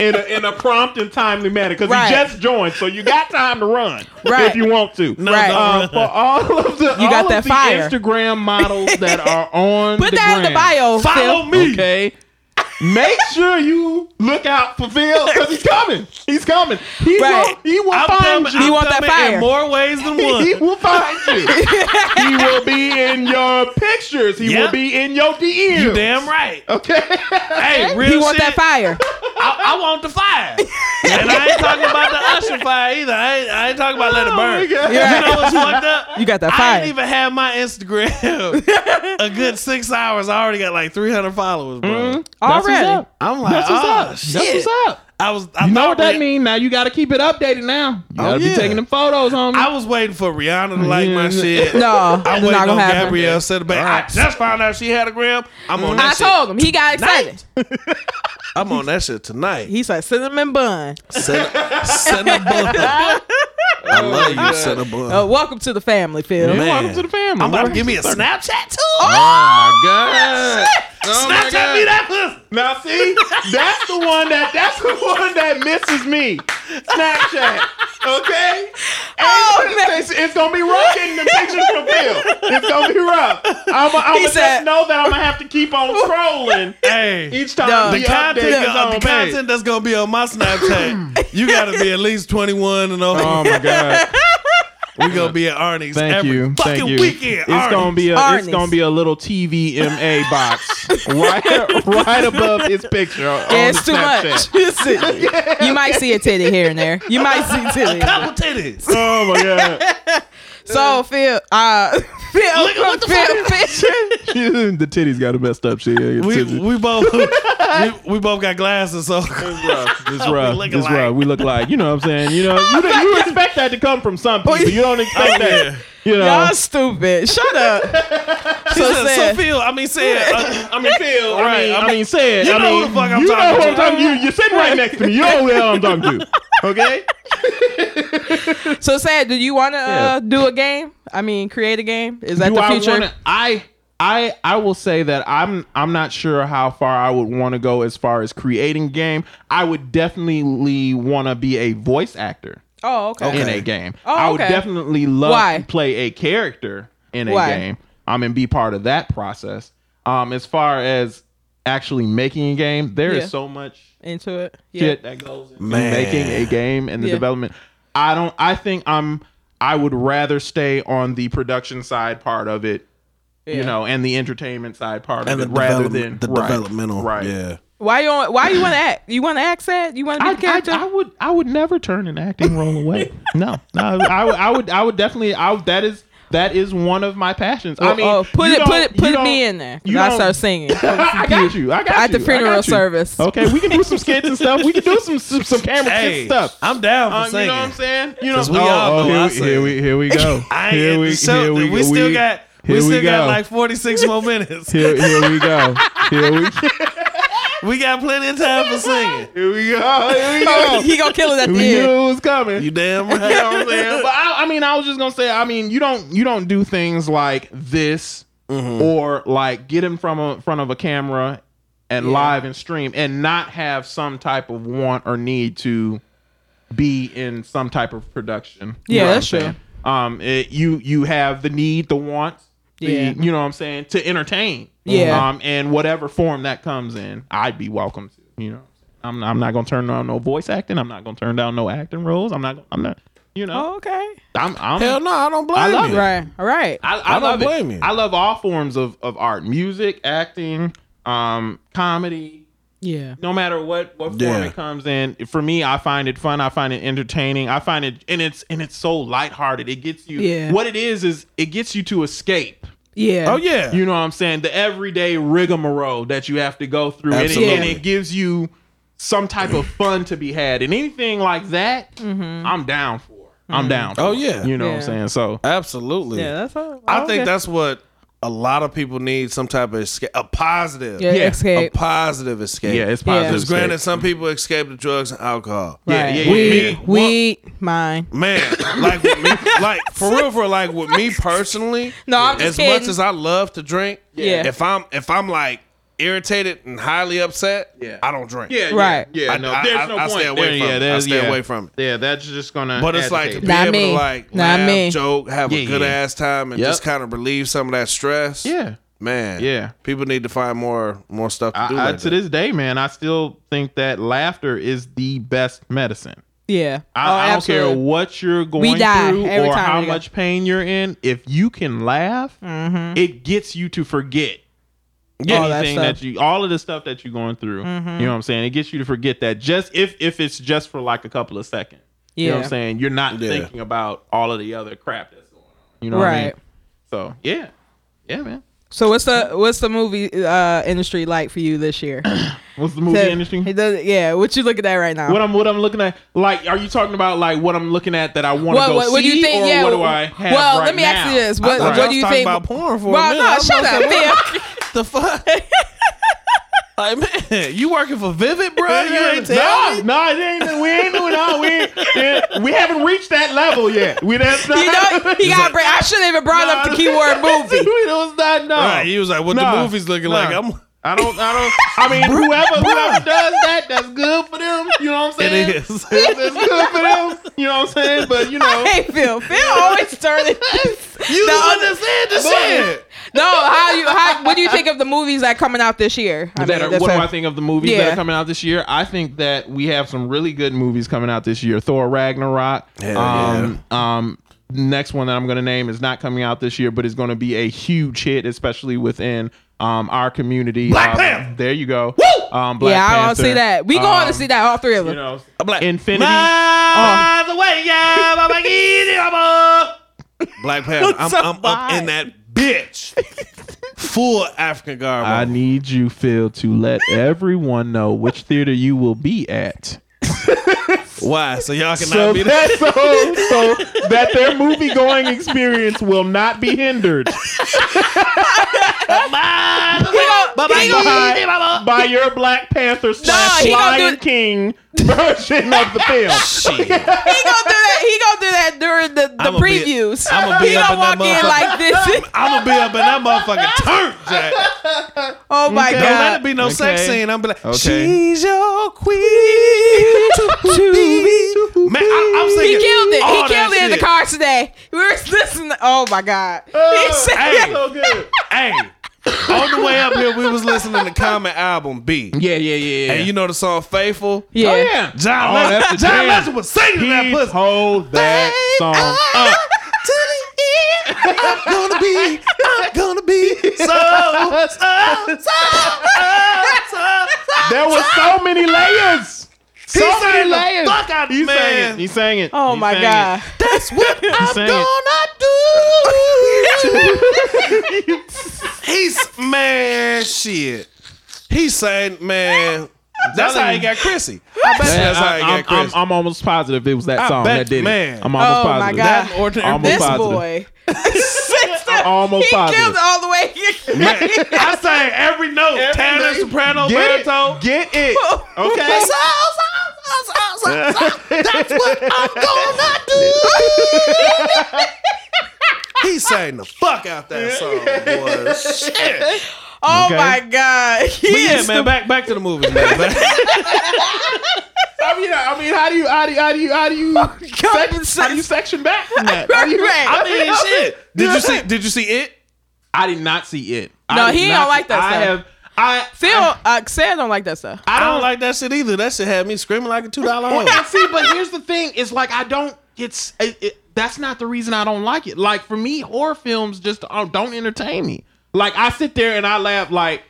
S3: [LAUGHS] in a, in a prompt and timely manner because
S2: Right.
S3: you just joined, so you got time to run
S2: Right.
S3: if you want to.
S1: No,
S2: Right.
S1: don't
S3: Uh,
S1: run.
S3: for all of the,
S2: You got
S3: all
S2: that
S3: of the
S2: fire.
S3: Instagram models that are
S2: [LAUGHS]
S3: on,
S2: Put
S3: the
S2: that in the
S3: gram,
S2: bio,
S1: Follow
S2: Phil.
S1: me.
S3: Okay. Make sure you look out for Phil because he's coming. He's coming. He
S2: Right.
S3: will. He will
S1: I'm
S3: find
S1: coming,
S3: you.
S2: He
S1: I'm
S2: want that
S1: coming
S2: fire.
S1: in more ways
S2: [LAUGHS]
S1: than one.
S3: He will find
S1: [LAUGHS]
S3: you. he will be in your pictures. He
S1: Yeah.
S3: will be in your DMs.
S1: you damn right.
S3: Okay.
S1: Hey, real
S2: He want
S1: shit. [LAUGHS]
S2: that fire.
S1: I, I want the
S2: [LAUGHS]
S1: fire. and I ain't talking about the Usher fire either. I ain't, I ain't talking about let it
S3: Oh,
S1: burn.
S3: my God.
S2: Yeah.
S1: You know what's fucked up?
S2: You got that
S1: I
S2: fire.
S1: didn't even have my Instagram
S2: [LAUGHS]
S1: a good six hours. I already got like 300 followers, bro.
S2: Mm-hmm.
S3: That's what's
S2: Already.
S3: up.
S1: Mm-hmm. I'm like,
S3: That's what's
S1: oh,
S3: up.
S1: shit.
S3: That's what's up.
S1: I was. I
S3: You know
S1: thought
S3: what that
S1: Rih-
S3: means? Now you got to keep it updated. Now you got to
S1: Oh, yeah.
S3: be taking them photos, homie.
S1: I was waiting for Rihanna to like my
S3: Yeah.
S1: shit.
S2: Mm-hmm. No,
S1: I'm
S2: it's not
S1: waiting on
S2: gonna happen.
S1: Gabrielle said back. I just found out she had a gram. I'm on
S2: I
S1: that shit.
S2: told him. He got excited.
S1: I'm on that shit
S2: [LAUGHS]
S1: tonight.
S2: He's like cinnamon bun.
S1: Cinnabon. [LAUGHS] Cinnabon. I love you, Cinnabon. [LAUGHS]
S2: Uh, welcome to the family, Phil.
S1: Man.
S3: Welcome to the family.
S1: Oh, I'm about to
S3: boy.
S1: give me a Snapchat too.
S3: Oh my
S1: [LAUGHS]
S3: god! Oh my
S1: Snapchat me
S3: God.
S1: that pussy.
S3: Now see, that's the one that that's the [LAUGHS] one that misses me. Snapchat, okay? And
S2: Oh,
S3: it's, it's gonna be rough getting the pictures from Phil. It's gonna be rough. I'm, I'm
S2: He
S3: just
S2: said-
S3: know that I'm gonna have to keep on scrolling
S1: Hey,
S3: each time
S2: No.
S3: the,
S1: the
S3: content
S1: content,
S3: is on
S1: the content that's gonna be on my Snapchat, you gotta be at least 21 and over.
S3: Oh, my god!
S1: we gonna be at Arnie's every fucking weekend. Arnie's.
S3: be a
S2: it's Arnie's. gonna be
S3: a little TVMA box right right above his picture.
S2: Yeah, it's too much. [LAUGHS] It's it. You might see a titty here and there. You might see
S1: [LAUGHS]
S2: titty.
S1: couple titties.
S3: [LAUGHS] Oh my god!
S2: So Phil, uh, [LAUGHS] Phil,
S1: Look at what the
S2: Phil, Phil,
S3: the titties got a messed up shit.
S1: We we both [LAUGHS] we, we both got glasses, so
S3: It's rough.
S1: look
S3: it's
S1: alike.
S3: rough. We look like you know what I'm saying. You know you, you expect that to come from some people. You don't expect
S1: yeah.
S3: that. You know.
S2: y'all stupid.
S1: [LAUGHS]
S2: Shut up.
S1: She
S2: So
S1: said,
S2: sad.
S1: so Phil, I mean, said, uh,
S3: I mean, Phil. I
S1: Right,
S3: mean,
S1: I
S3: I mean, said.
S1: you
S3: I
S1: know
S3: mean,
S1: who the fuck I'm
S3: you
S1: talking
S3: know who
S1: to.
S3: I'm talking to. You, you're sitting right next to me. You know who the hell I'm talking
S1: [LAUGHS]
S3: to. Okay.
S2: So sad. Do you want to
S3: Yeah.
S2: uh, do a game? I mean, create a game. Is that
S3: Do
S2: the
S3: I
S2: future?
S3: wanna- I I I will say that I'm I'm not sure how far I would want to go as far as creating game. I would definitely want to be a voice actor.
S2: oh, okay.
S3: in
S1: Okay.
S3: a game.
S2: Oh,
S3: I would
S2: okay.
S3: definitely love
S2: Why?
S3: to play a character in a
S2: Why?
S3: game. Um, and be part of that process. Um, as far as actually making a game, there is
S2: Yeah.
S3: so much
S2: Into it. Yeah.
S3: shit that goes into
S1: Man.
S3: making a game and the
S2: Yeah.
S3: development. I don't. I think I'm. I would rather stay on the production side part of it.
S2: Yeah.
S3: You know, and the entertainment side part
S1: and the
S3: of it, rather than
S1: development, the
S3: right,
S1: developmental,
S3: right?
S1: yeah.
S2: Why you on, Why you want to act? You want to act sad? You want to be
S3: I,
S2: the character?
S3: I, I would
S2: [LAUGHS]
S3: I would never turn an acting role away. No, no I, would- I would I would definitely I would, that is That is one of my passions. I
S2: Well,
S3: mean,
S2: oh, put
S3: you
S2: it,
S3: don't-
S2: put it,
S3: you
S2: put
S3: don't-
S2: me in there. 'cause
S3: you
S2: I
S3: don't- [LAUGHS]
S2: start singing.
S3: I got you. I got
S2: At
S3: you.
S2: the
S3: I
S2: funeral
S3: got you.
S2: service. [LAUGHS]
S3: Okay, we can do some skits and stuff. We can do some some, some camera
S1: Hey,
S3: kids stuff.
S1: I'm down for
S3: Um, you
S1: singing.
S3: know what I'm saying? You know,
S1: Cause we all know I sing.
S3: oh, here we go.
S1: [LAUGHS] I ain't, we, so, we, still got we,
S3: here we
S1: still got
S3: go.
S1: like 46 [LAUGHS] more minutes.
S3: here, here
S1: [LAUGHS]
S3: we go. Here we,
S1: We got plenty of time for singing.
S3: here we go. Here we go.
S2: Oh, he gonna kill it at the
S3: We knew
S2: end.
S3: it was coming.
S1: You
S3: [LAUGHS] You
S1: damn
S3: know what I'm saying?
S1: right.
S3: But I, I mean, I was just gonna say. I mean, you don't you don't do things like this or like get in from a front of a camera and live and stream and not have some type of want or need to be in some type of production. You
S2: Yeah,
S3: know what
S2: that's
S3: I'm
S2: true.
S3: saying? Um, it, you you have the need, the want, the
S2: Yeah.
S3: you know what I'm saying to entertain.
S2: Yeah.
S3: Um, and whatever form that comes in, I'd be welcome to. You know, I'm I'm not gonna turn down no voice acting. I'm not gonna turn down no acting roles. I'm not. I'm not. You know,
S2: Oh, okay.
S3: I'm. I'm
S1: Hell no, I don't blame
S3: I love
S1: you.
S2: Right. All right.
S3: I,
S1: I
S3: I,
S1: don't
S3: love it.
S1: blame you.
S3: I love all forms of, of art, music, acting, um, comedy.
S2: Yeah.
S3: No matter what what form
S1: Yeah.
S3: it comes in, for me, I find it fun. I find it entertaining. I find it, and it's and it's so lighthearted. It gets you.
S2: Yeah.
S3: What it is is it gets you to escape.
S2: Yeah.
S1: Oh yeah.
S3: You know what I'm saying? The everyday rigmarole that you have to go through, and it,
S1: Absolutely.
S3: and it gives you some type of fun to be had, and anything like that, I'm down for. I'm down. For.
S1: Mm-hmm. Oh, yeah.
S3: You know what I'm
S2: Yeah.
S3: saying? So
S1: Absolutely.
S2: Yeah. That's all.
S3: Oh,
S1: I think
S2: okay.
S1: that's what a lot of people need some type of escape, a positive.
S2: yeah.
S3: yeah.
S1: A
S2: Escape.
S1: positive escape.
S3: yeah, it's positive.
S1: Because granted,
S3: escape.
S1: some people escape the drugs and alcohol.
S3: Yeah,
S2: Right.
S3: yeah, yeah,
S1: We-
S3: yeah.
S2: Weed. Mine.
S1: Man, like with me, like for real, for like with me personally,
S2: No, I'm just
S1: as
S2: kidding.
S1: much as I love to drink,
S2: Yeah.
S1: if I'm if I'm like irritated and highly upset,
S3: Yeah.
S1: I don't drink.
S3: Yeah, yeah,
S2: Right.
S3: Yeah,
S1: I-
S3: no,
S1: I-
S3: there's
S1: I-
S3: no
S1: I
S3: point.
S1: stay away
S3: there,
S1: from
S3: yeah,
S1: it. I
S3: there's-
S1: stay
S3: yeah.
S1: away from it.
S3: Yeah, that's just gonna.
S1: But it's like to
S3: agitate.
S1: be
S2: Not
S1: able
S2: me.
S1: to like
S2: Not
S1: laugh,
S2: me.
S1: joke, have a
S3: Yeah,
S1: good
S3: yeah.
S1: ass time, and
S3: Yep.
S1: just kind of relieve some of that stress.
S3: yeah.
S1: man.
S3: Yeah.
S1: people need to find more more stuff to do.
S3: I, I,
S1: like
S3: to
S1: that.
S3: this day, man, I still think that laughter is the best medicine.
S2: Yeah.
S3: I,
S2: oh,
S3: I don't
S2: absolutely.
S3: care what you're going
S2: die
S3: through
S2: every
S3: or
S2: time
S3: how
S2: we go.
S3: much pain you're in. If you can laugh, it gets you to forget
S2: Mm-hmm. All that
S3: anything
S2: stuff. Mm-hmm.
S3: that, you, all of the stuff that you're going through. You know what I'm saying? It gets you to forget that just if if it's just for like a couple of seconds. You know what
S2: Yeah.
S3: I'm saying? You're not
S1: Yeah.
S3: thinking about all of the other crap that's going on. You know what I mean?
S2: Right.
S3: So yeah, yeah, man.
S2: So what's the what's the movie uh, industry like for you this year?
S3: What's the movie
S2: So-
S3: industry?
S2: It does, yeah. What you looking at right now?
S3: What I'm what I'm looking at? Like, are you talking about like what I'm looking at that I want to
S2: Well,
S3: go
S2: what- what do
S3: see,
S2: you think-
S3: or
S2: yeah,
S3: what do I have
S2: well,
S3: right
S2: let me ask you
S3: now?
S2: this. What-
S1: I thought
S2: what
S1: y'all
S2: do
S1: was
S2: you
S1: talking
S2: think-
S1: about porn for a
S2: Well,
S1: minute.
S2: no,
S1: I was
S2: shut
S1: like,
S2: up, Phil.
S1: the
S2: [LAUGHS]
S1: fuck? like, man, you working for Vivid, bro? You
S2: [LAUGHS]
S1: ain't telling me.
S3: no, no, it ain't, we ain't doing no, we ain't, yeah, we haven't reached that level yet. We that's not.
S2: [LAUGHS] You know, he
S3: [LAUGHS]
S2: got. bra- I shouldn't even brought up the keyword [LAUGHS]
S3: it [LAUGHS]
S2: movie.
S3: was not no.
S1: Right, he was like, "What
S3: Nah,
S1: the movies looking
S3: nah.
S1: like?" I'm.
S3: I don't, I don't. I mean, whoever whoever does that, that's good for them. You know what I'm saying?
S1: It is. [LAUGHS]
S3: That's good for them. You know what I'm saying? But you know,
S2: [LAUGHS] Hey, Phil. Phil always turning.
S1: You
S2: No,
S1: don't understand the shit.
S2: [LAUGHS] no, how you? How? What do you think of the movies that coming out this year? I
S3: that
S2: mean,
S3: are-
S2: that's
S3: what do
S2: a-
S3: I think of the movies that
S2: Yeah.
S3: are coming out this year? I think that we have some really good movies coming out this year. Thor Ragnarok.
S1: Hell
S3: um, um, next one that I'm going to name is not coming out this year, but it's going to be a huge hit, especially within um, our community.
S1: Black
S3: Um,
S1: Panther!
S3: There you go. Woo! Um, Black
S2: yeah, I don't
S3: Panther.
S2: see that. We going
S3: Um,
S2: to see that. All three of them.
S3: You know,
S1: I'm like
S3: Infinity.
S2: Um,
S3: Um,
S1: By the way, yeah, by the way, yeah, by the way." Black Panther. I'm, I'm up in that bitch. Full African garb.
S3: I
S1: on.
S3: need you, Phil, to let everyone know which theater you will be at.
S1: Why? So y'all cannot
S3: so,
S1: be there.
S3: that, so, so that their movie going experience will not be hindered
S2: He gonna- he gonna-
S3: by, by your Black Panther slash
S2: he gonna do
S3: Lion
S2: it-
S3: King version of the
S1: [LAUGHS]
S3: film.
S1: Shit.
S2: he gonna do that. He gonna do that during the, the
S1: I'ma be-
S2: previews.
S1: I'ma be
S2: he
S1: up
S2: gonna
S1: in that
S2: walk in
S1: motherfucker.
S2: like this.
S3: [LAUGHS]
S1: I'm gonna be up in that motherfucking turn, Jack.
S2: Oh my
S1: Don't let it
S2: god.
S1: be no sex
S3: Okay.
S1: scene. I'm be like,
S3: Okay.
S1: she's your queen to be. Man, I, I'm
S2: He
S1: singing.
S2: killed it.
S1: all
S2: He
S1: that
S2: killed it in the
S1: shit.
S2: car today. We were [LAUGHS] listening. Oh my god. he
S3: Oh,
S2: said,
S1: hey.
S3: so good.
S1: Hey, on the way up here, we was listening to Common Album B.
S3: Yeah, yeah, yeah. yeah.
S1: And you know the song Faithful?
S2: Yeah.
S3: oh, yeah.
S1: John,
S3: Oh,
S1: Legend-
S3: that's the
S1: John
S3: jam.
S1: Legend was singing to that
S3: He
S1: pussy.
S3: told that song
S1: Uh.
S3: up.
S1: Ah, To the end, I'm gonna be, I'm gonna be so, so, so, so, so.
S3: There were so many layers. So
S1: He sang
S3: many
S1: the
S3: layers.
S1: fuck out of
S3: he
S1: man.
S3: sang it. He sang it.
S2: [LAUGHS] Oh
S3: He
S2: my
S3: sang
S2: god.
S3: it.
S1: That's what
S3: He sang it.
S1: do. He's man, shit. He's saying, man. That's how he got Chrissy. I bet that's how he
S3: I'm,
S1: got
S3: I'm,
S1: Chrissy.
S3: I'm almost positive it was that
S1: I
S3: song
S1: bet-
S3: that did
S1: man.
S3: it. I'm almost
S2: Oh, my
S3: positive.
S2: God.
S1: that ordinary.
S3: I'm
S2: this [LAUGHS]
S3: positive. [LAUGHS]
S2: boy. Sister,
S3: almost
S2: he
S3: positive.
S2: killed all the [LAUGHS] way.
S1: Man, I sang every note.
S3: Every
S1: Tanner,
S3: note.
S1: soprano,
S3: Get
S1: baritone.
S3: it. Get it. Okay.
S2: [LAUGHS] So, so, so, so,
S3: [LAUGHS]
S2: so, so, that's what I'm gonna do.
S1: He sang the fuck out that song, boy. Shit.
S2: Oh
S3: Okay.
S2: my God. [LAUGHS] He
S1: But yeah,
S2: is
S1: man. Back back to the movies, man. Back-
S3: [LAUGHS] I mean, I mean, how do you, how do you, how do you, how do
S2: [LAUGHS]
S3: you, section, how do you section back from that? How do you-
S2: Right.
S1: I mean, [LAUGHS] shit. Did you see? Did you see it?
S3: I did not see it. I
S2: No,
S3: did
S2: he
S3: not
S2: don't
S3: see-
S2: like that
S3: I
S2: stuff.
S3: have. I
S2: Phil, uh, Xair don't like that stuff.
S1: I don't like that shit either. That shit had me screaming like a two dollar
S3: Well,
S1: hole.
S3: and see, but here's the thing: is like I don't. It's it, it, that's not the reason I don't like it. Like for me, horror films just uh, don't entertain me. Like I sit there and I laugh. Like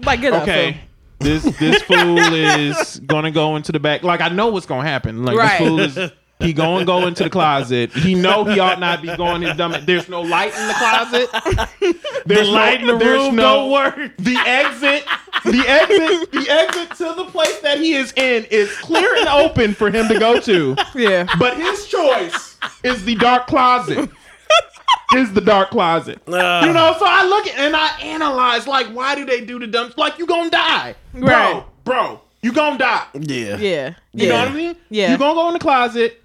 S2: Like, get up,
S3: okay, this this fool is gonna go into the back. Like I know what's gonna happen. Like
S2: Right.
S3: this fool is. He gonna go into the closet. He know he ought not be going in dumb. There's no light in the closet. There's no-
S1: light in the
S3: there's
S1: room
S3: no-
S1: don't work.
S3: the exit, the exit, the exit to the place that he is in is clear and open for him to go to.
S2: Phil. Yeah.
S3: But his choice is the dark closet. Is the dark closet.
S1: Ah.
S3: You know, so I look at and I analyze like why do they do the dumb like you gonna die.
S2: Right.
S3: Bro, bro, you gonna die. You
S1: Yeah.
S2: Yeah. Yeah.
S3: know what I mean?
S2: Yeah.
S3: You gonna go in the closet,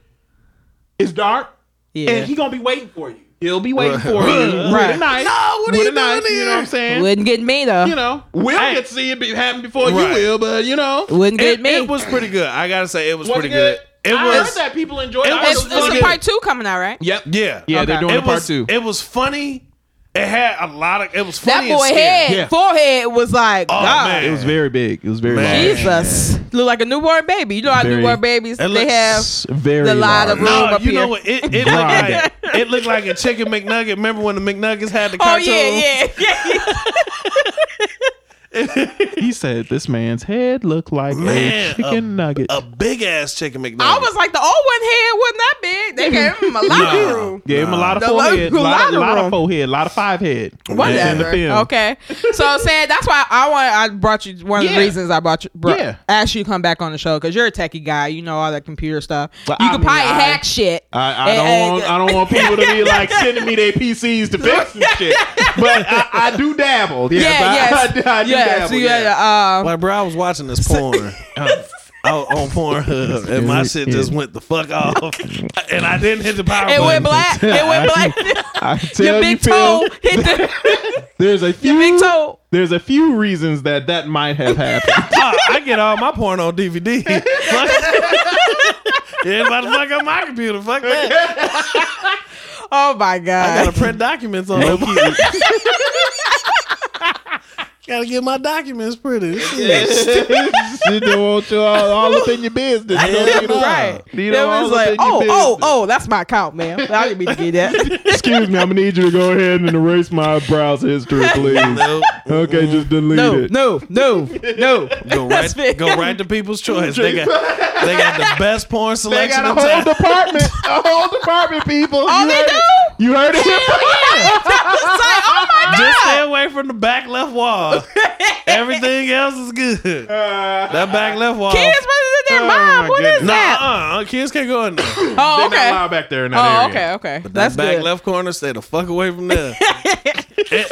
S3: it's dark,
S2: yeah.
S3: and he gonna be waiting for you. He'll be waiting for [LAUGHS] you.
S2: Right.
S3: With a knife.
S1: No, what are
S3: with
S1: you
S3: a knife,
S1: doing
S3: You know what I'm
S1: here?
S3: saying?
S2: Wouldn't get me though.
S3: you know, we'll
S1: Hey.
S3: get to see it be happen before
S1: Right.
S3: you will, but you know,
S2: Wouldn't get
S1: It,
S2: me.
S1: it was pretty good. I gotta say, it was
S3: Wasn't
S1: pretty good. It
S3: I
S1: was.
S3: heard that people enjoyed it.
S1: it
S3: I
S1: was
S2: it's,
S3: heard it
S2: it's a
S1: fucking-
S2: part two coming out, right?
S3: Yep.
S1: Yeah.
S3: Yeah,
S2: they're
S3: they're
S2: doing
S3: doing
S1: It
S3: a part
S1: was.
S3: two.
S1: It was funny. It had a lot of. It was
S2: That
S1: funny. and
S2: boy
S1: scary.
S2: head,
S3: Yeah.
S2: forehead was like,
S1: Oh
S2: God.
S1: man,
S3: very big. It was very
S1: Man. large.
S2: Jesus. Look like a newborn baby. You know how
S3: Very-
S2: newborn babies,
S1: It
S2: they
S1: looks
S2: have.
S3: very
S2: The lot of large. room
S1: No,
S2: up
S1: you
S2: here.
S1: know what? It, it looked
S3: Right.
S1: like it looked like a chicken McNugget. Remember when the McNuggets had the
S2: Oh,
S1: cartoon?
S2: yeah, yeah, yeah.
S3: He said this man's head looked like
S1: Man,
S3: chicken nugget.
S1: A big ass chicken McNugget.
S2: I was like, the old one head wasn't that big. They gave him
S3: [LAUGHS]
S2: a lot
S1: Nah.
S2: of room.
S3: Gave him a lot of
S2: The
S3: forehead,
S2: lo-
S3: lot, lot,
S2: lot
S3: lot
S2: of
S3: of forehead, lot of five head. That's in the
S2: Whatever.
S3: film.
S2: Okay. So I'm saying that's why I want I brought you one of the
S3: Yeah.
S2: reasons I brought you brought,
S3: Yeah.
S2: asked you to come back on the show because you're a techie guy. You know all that computer stuff.
S3: Well,
S2: you
S3: I
S2: could
S3: mean,
S2: probably
S3: I-
S2: hack shit.
S3: I, I
S2: And-
S3: don't
S2: and-
S3: want I don't want people to
S2: [LAUGHS]
S3: be like sending me their PCs to fix and shit. But I, I do dabble. Yeah,
S2: yeah, yes.
S3: I, [LAUGHS] I, I do
S2: yeah,
S3: dabble.
S2: so yeah,
S3: yeah.
S2: yeah, um,
S1: Like, bro, I was watching this [LAUGHS] porn. I was on Pornhub and my shit just went the fuck off, [LAUGHS] and I didn't hit the power
S2: it
S1: button.
S2: went
S3: [LAUGHS]
S2: black. It went black.
S3: I
S2: Your
S3: tell you,
S2: big
S3: Phil,
S2: toe hit the [LAUGHS]
S3: there's a few
S2: your big toe.
S3: There's a few reasons that that
S2: [LAUGHS]
S3: might have happened.
S1: Oh, I get all my porn on DVD. Fuck. [LAUGHS] yeah, about to fuck up my computer. Fuck that.
S2: Oh my
S1: I gotta
S2: god.
S1: print documents on low key. [LAUGHS] gotta get my documents printed. Shit.
S3: she don't want [LAUGHS] you all, all up in your business. You know, you know.
S2: Right.
S3: You
S2: It
S3: know, all
S2: was
S3: up
S2: like,
S3: in your
S2: oh, oh,
S3: business.
S2: oh, that's my account, man. I didn't mean to get
S3: [LAUGHS]
S2: that.
S3: Excuse me, I'm gonna need you to go ahead and erase my browser history,
S2: [LAUGHS]
S3: please.
S1: Nope.
S3: Okay, just delete
S2: No,
S3: it. Oh.
S2: no, no, no.
S1: Go
S2: That's
S1: right,
S2: big.
S1: go right to People's Choice. They
S2: [LAUGHS]
S1: got, they got the best porn
S3: They
S1: selection
S3: got a
S1: in
S3: whole
S1: town.
S3: department, [LAUGHS] a whole department, people.
S2: Oh,
S3: you
S2: they
S3: heard
S2: do?
S3: It. You heard it.
S1: Just stay away from the back left
S2: [LAUGHS]
S1: wall. Everything else is good.
S3: [LAUGHS] Uh,
S1: That back left wall.
S2: Kids was in their
S3: Oh,
S2: mom.
S3: my
S2: What is
S3: goodness.
S1: Nah,
S2: that?
S1: uh, kids can't go in there.
S2: Oh,
S3: They're not
S2: okay.
S3: allowed back there in that
S2: Oh, okay,
S3: area.
S2: okay. That's
S1: back
S2: good.
S1: left corner. Stay the fuck away from there. it,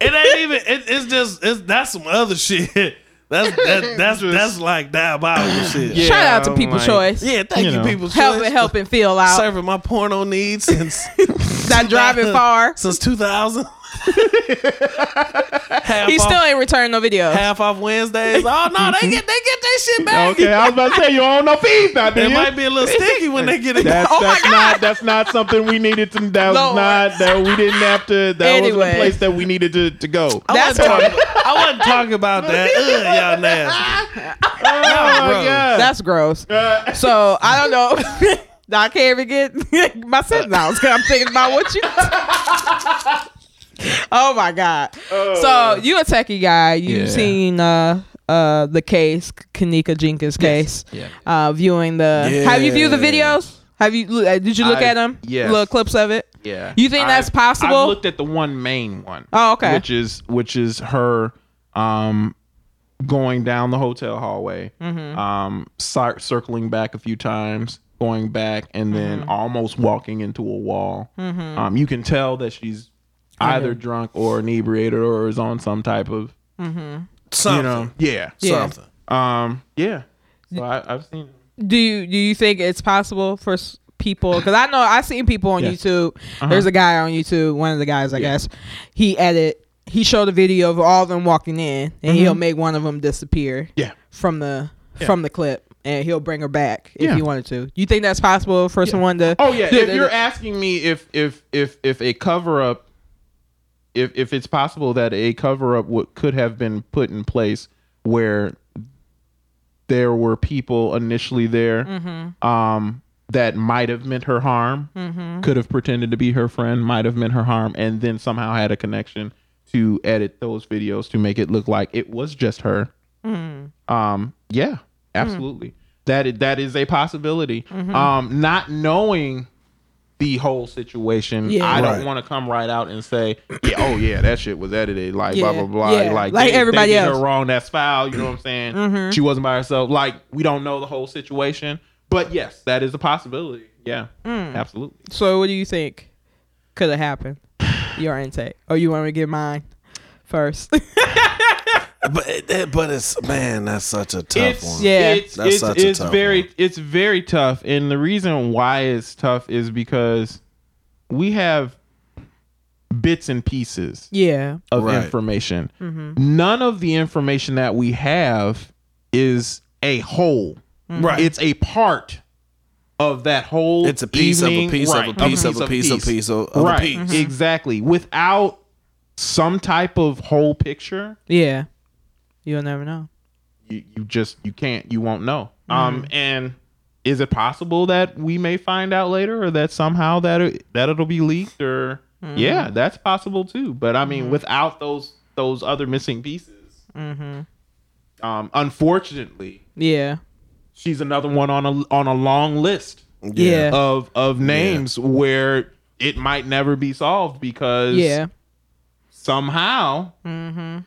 S1: it ain't even. It, it's just. It's that's some other shit. [LAUGHS] That's that, that's that's like diabolical shit. Yeah,
S2: Shout out to
S3: Yeah,
S2: People's
S3: like-
S2: Choice.
S1: thank
S3: You
S1: you,
S3: know.
S1: people.
S2: Helping, helping Phil out.
S1: Serving my porno needs [LAUGHS] since
S2: Not driving far.
S1: since 2000. [LAUGHS] half
S2: He
S1: off,
S2: still ain't returned no video.
S1: [LAUGHS] half off Wednesdays. Oh no, they [LAUGHS] get they get that shit back.
S3: Okay, I was about to say you don't know fees out there.
S1: It might be a little sticky when they get it.
S3: That's,
S2: [LAUGHS] Oh my
S3: that's
S2: God.
S3: not that's not something we needed to that was
S2: Lord.
S3: not that we didn't have to that wasn't
S2: Anyway. Oh,
S3: a place that we needed to, to go. [LAUGHS] Oh,
S1: I
S2: That's
S1: wasn't, talking about, I wasn't talking about that. Ugh, y'all nasty.
S3: Oh my [LAUGHS] god.
S2: That's gross. So I don't know. [LAUGHS] I can't even get [LAUGHS] my sentence out 'cause I'm thinking about what you. [LAUGHS] oh my god! So you a techie guy? You've
S3: Yeah.
S2: seen uh uh the case, Kanika Jenkins case.
S3: Yeah.
S2: Uh, viewing the. Have you viewed the
S1: Yes.
S2: videos? Have you? uh, Did you look
S3: I-
S2: at them?
S3: yes.
S2: Little clips of it.
S3: Yeah.
S2: You think that's
S3: I've-
S2: possible?
S3: I've looked at the one main one.
S2: Oh, okay.
S3: Which is which is her um going down the hotel hallway,
S2: Mm-hmm.
S3: um cir- circling back a few times, going back and then
S2: Mm-hmm.
S3: almost walking into a wall. Um you can tell that she's either drunk or inebriated or is on some type of,
S1: Something.
S3: you know, yeah.
S2: Yeah.
S1: Something.
S3: Um yeah. So I, I've seen
S2: Do you, do you think it's possible for s- people? Because I know I've seen people on
S3: Yeah.
S2: YouTube.
S3: Uh-huh.
S2: There's a guy on YouTube, one of the guys, I guess. He edit. He showed a video of all of them walking in, and he'll
S3: Mm-hmm.
S2: make one of them disappear
S3: Yeah.
S2: from the from the clip, and he'll bring her back if
S3: Yeah.
S2: he wanted to. You think that's possible for someone to?
S3: Oh yeah,
S2: do- [LAUGHS]
S3: if
S2: do-
S3: you're asking me if if if if a cover up, if if it's possible that a cover up would could have been put in place where there were people initially there, um, that might have meant her harm, could have pretended to be her friend, might have meant her harm, and then somehow had a connection to edit those videos to make it look like it was just her. Um, yeah, absolutely. That i- that is a possibility. Um, not knowing the whole situation,
S2: Yeah.
S3: I
S1: Right.
S3: don't want to come right out and say, yeah, oh yeah, that shit was edited, like blah
S2: Yeah,
S3: blah blah,
S2: yeah,
S3: like
S2: like
S3: they- they
S2: everybody
S3: did her
S2: else. Mm-hmm.
S3: wrong. That's foul. You know what I'm saying? She wasn't by herself. Like we don't know the whole situation, but yes, that is a possibility. Yeah,
S2: Mm.
S3: absolutely.
S2: So what do you think could have happened? Your intake, or you want me to get mine first? [LAUGHS]
S1: But, it- but it's, man, that's such a tough
S3: It's
S1: one.
S2: Yeah.
S3: yeah, it's
S1: That's
S3: it's,
S1: such a
S3: it's
S1: tough
S3: very
S1: one.
S3: it's very tough, and the reason why it's tough is because we have bits and pieces
S2: yeah.
S3: of
S1: Right.
S3: information. None of the information that we have is a whole.
S1: Right.
S3: It's a part of that whole.
S1: It's a piece of a
S3: evening-
S1: piece of a
S3: right,
S1: piece of a piece of a piece Mm-hmm. of- of a
S3: right.
S1: piece.
S3: Exactly. Without some type of whole picture,
S2: Yeah. You'll never know.
S3: you, you just you can't you won't know.
S2: Mm-hmm.
S3: Um and is it possible that we may find out later or that somehow that it, that it'll be leaked or
S2: Mm-hmm.
S3: yeah, that's possible too. But I mean without those those other missing pieces.
S2: Mm-hmm.
S3: Um unfortunately,
S2: Yeah.
S3: she's another one on a on a long list
S2: Yeah.
S3: of of names where it might never be solved because
S2: yeah. Mm-hmm.
S3: somehow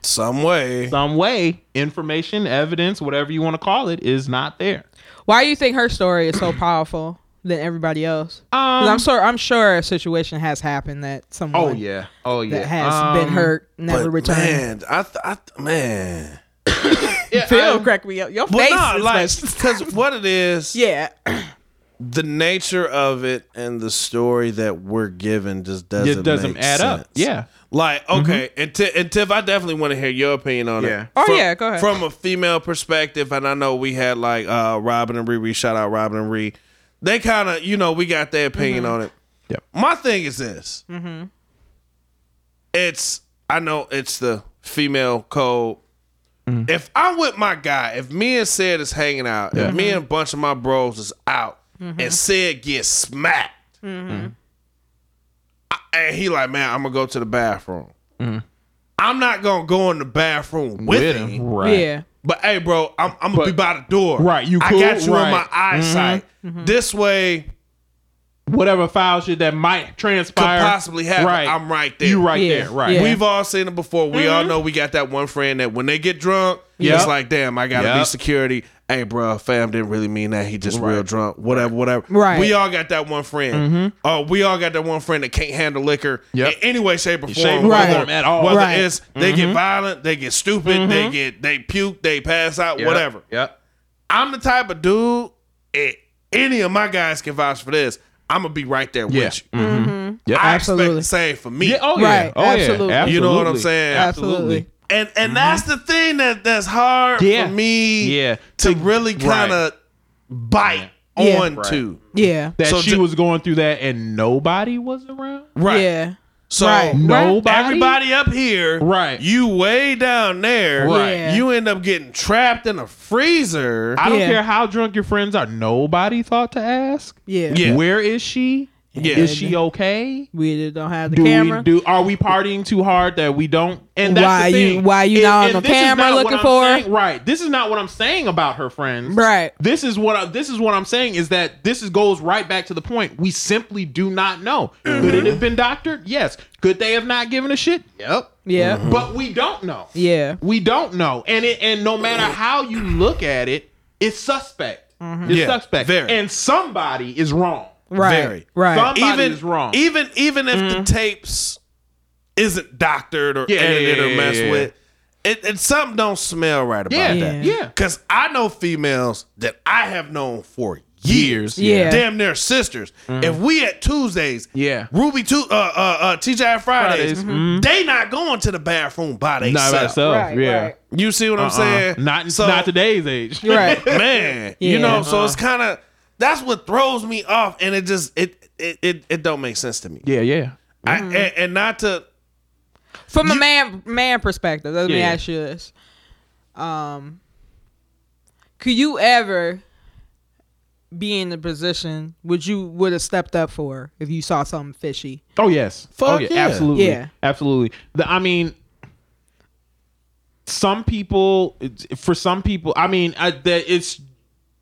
S1: Some way.
S3: some way information evidence whatever you want to call it is not there
S2: Why do you think her story is so powerful than everybody else? 'Cause
S3: um
S2: I'm sure I'm sure a situation has happened that someone
S3: Oh yeah. Oh yeah.
S2: that has been
S3: Um,
S2: hurt never
S1: But,
S2: returned.
S1: man, I, th- I th- man.
S3: yeah, um,
S2: Phil,
S3: I-
S2: crack me up. Your face
S1: Well,
S2: is
S1: nah, like,
S2: special.
S1: because what it is,
S2: Yeah.
S1: the nature of it and the story that we're given just doesn't
S3: it doesn't
S1: make
S3: add
S1: sense.
S3: up. Yeah.
S1: Like okay, and, Ti- and Tiff, I definitely want to hear your opinion on
S3: Mm-hmm. Yeah.
S1: it.
S2: Oh,
S1: From-
S2: yeah, go ahead.
S1: From a female perspective, and I know we had like uh, Robin and Riri. Shout out Robin and Ree. They kind of, you know, we got their
S2: Mm-hmm.
S1: opinion on it.
S3: Yep.
S1: My thing is this. It's I know it's the female code. If I'm with my guy, if me and Sid is hanging out, if
S3: Mm-hmm.
S1: me and a bunch of my bros is out, and Sid gets smacked,
S3: Mm-hmm.
S1: I- and he like, man, I'm gonna go to the bathroom.
S3: Mm-hmm.
S1: I'm not gonna go in the bathroom with, him.
S3: Right.
S2: Yeah.
S1: But hey, bro, I'm, I'm gonna be
S3: But-
S1: by the door.
S3: Right, you
S1: I
S3: cool?
S1: got you in my
S3: Right. Mm-hmm.
S1: eyesight. This way,
S3: Whatever foul shit that might transpire
S1: Could possibly happen.
S3: Right.
S1: I'm right there.
S3: You right
S2: Yeah.
S3: there. Right.
S2: Yeah.
S1: We've all seen it before. We all know we got that one friend that when they get drunk,
S3: Mm-hmm. Yep.
S1: it's like, damn, I gotta be
S3: Yep.
S1: security. Hey, bro, fam didn't really mean that. He just real drunk. Whatever, whatever.
S2: Right.
S1: We all got that one friend. Oh, we all got that one friend that can't handle liquor
S3: Mm-hmm. Yep.
S1: in any way, shape, or form.
S3: Shape or
S1: whether,
S3: form at all. Mm-hmm.
S1: Whether
S2: Right.
S1: it's they get violent, they get stupid, they get they puke, they pass out,
S3: Yep.
S1: whatever.
S3: Yep.
S1: I'm the type of dude. If any of my guys can vouch for this, I'm gonna be right there
S3: Yeah.
S1: with you.
S3: Mm-hmm. Yeah.
S1: I expect
S2: Absolutely.
S1: the same for me.
S3: Yeah. Oh yeah.
S2: Right.
S3: Oh
S2: Absolutely.
S3: yeah. Absolutely.
S1: You know what I'm saying?
S2: Absolutely.
S1: and and that's the thing that that's hard
S3: Mm-hmm. Yeah.
S1: for me
S3: Yeah.
S1: to
S3: To-
S1: really kind of bite
S2: Yeah.
S1: on to
S2: Yeah.
S3: That
S1: So
S3: she
S1: ju-
S3: was going through that and nobody was around.
S1: right
S2: Yeah.
S1: so
S2: Right.
S3: Nobody.
S1: everybody up here
S3: Right.
S1: you way down there
S3: Right.
S2: Yeah.
S1: you end up getting trapped in a freezer
S3: I don't
S2: Yeah.
S3: care how drunk your friends are. Nobody thought to ask.
S2: Yeah.
S1: Yeah.
S3: Where is she?
S1: Yeah.
S3: Is she okay?
S2: We don't have the
S3: Do
S2: camera.
S3: we do? Are we partying too hard that we don't? And that's
S2: Why
S3: the
S2: you-
S3: thing.
S2: why you
S3: And-
S2: not on
S3: and
S2: the
S3: this is
S2: camera
S3: not what
S2: looking
S3: I'm
S2: for her?
S3: saying- Right. This is not what I'm saying about her friends.
S2: Right.
S3: This is what I, this is what I'm saying is that this is goes right back to the point. We simply do not know. Could it have been doctored? Yes. Could they have not given a shit? Yep.
S2: Yeah. Mhm.
S3: But we don't know.
S2: Yeah.
S3: We don't know. And it and no matter how you look at it, it's suspect.
S2: Mm-hmm.
S3: It's
S1: Yeah,
S3: suspect.
S1: very.
S3: And somebody is wrong.
S2: right.
S1: Very.
S2: Right.
S3: Some- somebody
S1: even
S3: is wrong. Mm-hmm.
S1: Even even if the tapes isn't doctored or
S3: Yeah, yeah,
S1: edited
S3: yeah,
S1: or messed
S3: yeah, yeah.
S1: with, it, it something don't smell right about
S3: Yeah.
S1: that.
S3: Yeah.
S1: Cause I know females that I have known for years.
S2: Yeah.
S1: Damn near sisters. If we at Tuesdays,
S3: Yeah.
S1: Ruby Tu uh uh, uh TGI Fridays, mm-hmm.
S3: Fridays,
S1: they not going to the bathroom by themselves.
S2: Right, yeah.
S3: [LAUGHS]
S2: right.
S1: You see what I'm saying?
S3: Uh-uh. Uh-huh. Not
S1: So-
S3: not today's age.
S2: You're
S1: [LAUGHS]
S2: right.
S1: man you
S2: Yeah.
S1: know so it's kind of that's what throws me off and it just it it it, it don't make sense to me
S3: Yeah, yeah.
S1: I, and, and not to
S2: From a man man perspective, let me
S3: Yeah.
S2: ask you this: um, Could you ever be in the position? Would you would have stepped up for her if you saw something fishy?
S3: Oh yes. oh
S1: Fuck yeah.
S3: Absolutely.
S2: Yeah.
S3: Absolutely. The, I mean, some people. it's- For some people, I mean, I, that it's.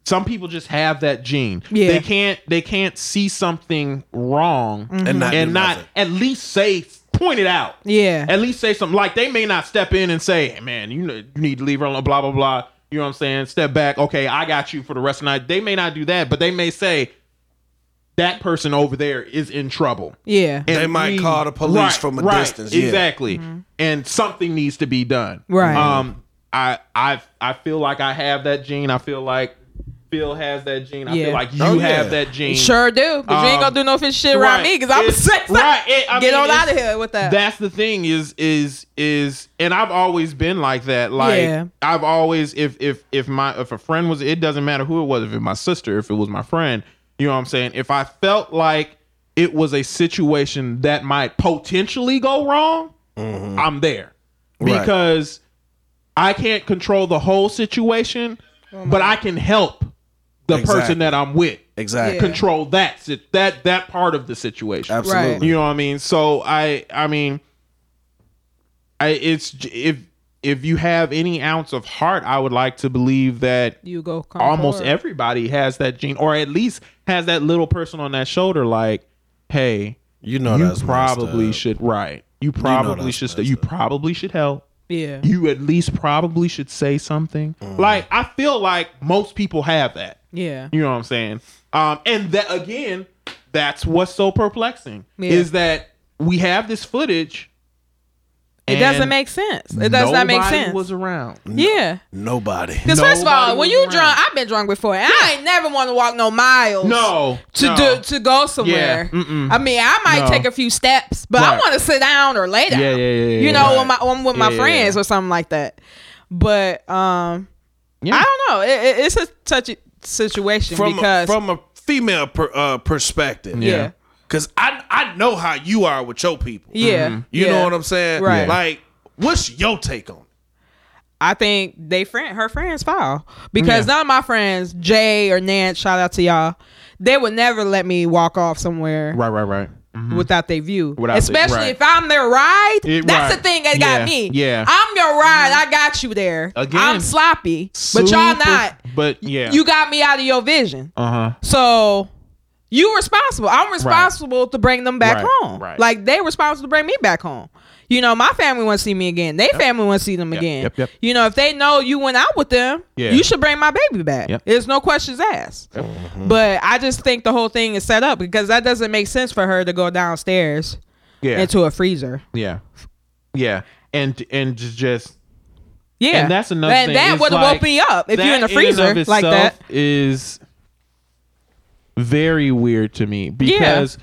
S3: Some people just have that gene.
S2: Yeah.
S3: They can't. They can't see something wrong
S2: Mm-hmm.
S1: And not do
S3: and not
S1: nothing.
S3: at least say point it out.
S2: Yeah.
S3: At least say something. Like they may not step in and say, hey, "Man, you know, you need to leave her alone." Blah blah blah. You know what I'm saying? Step back. Okay, I got you for the rest of the night. They may not do that, but they may say that person over there is in trouble.
S2: yeah.
S1: They might call the police from a distance, yeah.
S3: Exactly. And something needs to be done.
S2: Mm-hmm. Right.
S3: Um I I I feel like I have that gene. I feel like Phil has that gene. I
S2: Yeah.
S3: feel like you
S1: Oh, yeah.
S3: have that gene.
S2: Sure do, but you ain't
S3: Um,
S2: gonna do no fishy shit around
S3: right.
S2: me because I'm
S3: It's-
S2: sick.
S3: right. It-
S2: [LAUGHS]
S3: I
S2: Get
S3: mean,
S2: on
S3: it's-
S2: out of here with that.
S3: That's the thing is is is and I've always been like that. Like
S2: Yeah.
S3: I've always if if if my if a friend was it doesn't matter who it was, if it was my sister, if it was my friend, you know what I'm saying? If I felt like it was a situation that might potentially go wrong, I'm there.
S1: Mm-hmm. Right.
S3: Because I can't control the whole situation, but I can help the
S1: Exactly.
S3: person that I'm with
S1: exactly
S2: Oh Yeah.
S3: control that si- that that part of the situation.
S1: absolutely
S2: Right.
S3: You know what I mean? So I I mean I it's j- if if you have any ounce of heart, I would like to believe that
S2: you go come
S3: almost
S2: forward.
S3: everybody has that gene or at least has that little person on that shoulder like, "Hey,
S1: you know
S3: you
S1: that's
S3: probably
S1: messed up.
S3: should right. You probably
S1: that's
S3: should st-
S1: messed
S3: you probably should help.
S2: Yeah.
S3: You at least probably should say something."
S1: Mm.
S3: Like I feel like most people have that.
S2: Yeah.
S3: You know what I'm saying? Um, and that again, that's what's so perplexing
S2: Yeah.
S3: is that we have this footage.
S2: It doesn't make sense. It does not make sense.
S3: Was around.
S2: yeah.
S1: nobody
S2: Because first of
S3: Nobody
S2: all, when
S3: was
S2: you
S3: around.
S2: drunk, I've been drunk before. And I ain't never want to walk no miles.
S3: No,
S2: To
S3: no.
S2: do to go somewhere.
S3: Yeah, mm-mm.
S2: I mean, I might
S3: No.
S2: take a few steps, but I
S3: Right.
S2: want to sit down or lay down.
S3: Yeah, yeah, yeah, yeah,
S2: you know,
S3: right.
S2: when my when with my
S3: Yeah, yeah,
S2: friends
S3: yeah.
S2: or something like that. But um, I don't know. It, it, it's a touchy
S1: [LAUGHS]
S2: situation
S1: from a,
S2: because
S1: from a female per, uh, perspective
S2: yeah,
S1: because I I know how you are with your people
S2: yeah,
S3: mm-hmm.
S1: you
S2: yeah.
S1: know what I'm saying
S2: Right.
S1: like what's your take on it
S2: I think they friend her friends foul because none of my friends, Jay or Nance, shout out to y'all, they would never let me walk off somewhere
S3: Right, right, right.
S2: without their view.
S3: Mm-hmm. Without they-
S2: Especially
S3: right.
S2: if I'm their ride.
S3: It-
S2: that's
S3: right.
S2: the thing that
S3: Yeah,
S2: got me.
S3: yeah.
S2: I'm your ride. I got you there.
S3: Again,
S2: I'm sloppy, but y'all
S3: Mm-hmm. Super-
S2: not.
S3: But yeah,
S2: You got me out of your vision.
S3: Uh huh.
S2: So you responsible. I'm responsible to bring them back
S3: Right,
S2: home.
S3: right.
S2: Like they responsible to bring me back home. You know, my family wants to see me again. They family wants to see them again.
S3: yep, yep.
S2: You know, if they know you went out with them,
S3: Yeah.
S2: you should bring my baby back.
S3: Yep.
S2: There's no questions asked.
S3: Mm-hmm.
S2: But I just think the whole thing is set up because that doesn't make sense for her to go downstairs
S3: Yeah,
S2: into a freezer.
S3: yeah, yeah, and and just just
S2: Yeah,
S3: And that's another
S2: And
S3: thing.
S2: that
S3: It's
S2: would have
S3: like-
S2: woke me up if
S3: that
S2: you're in a
S3: and of
S2: freezer like that.
S3: itself is very weird to me because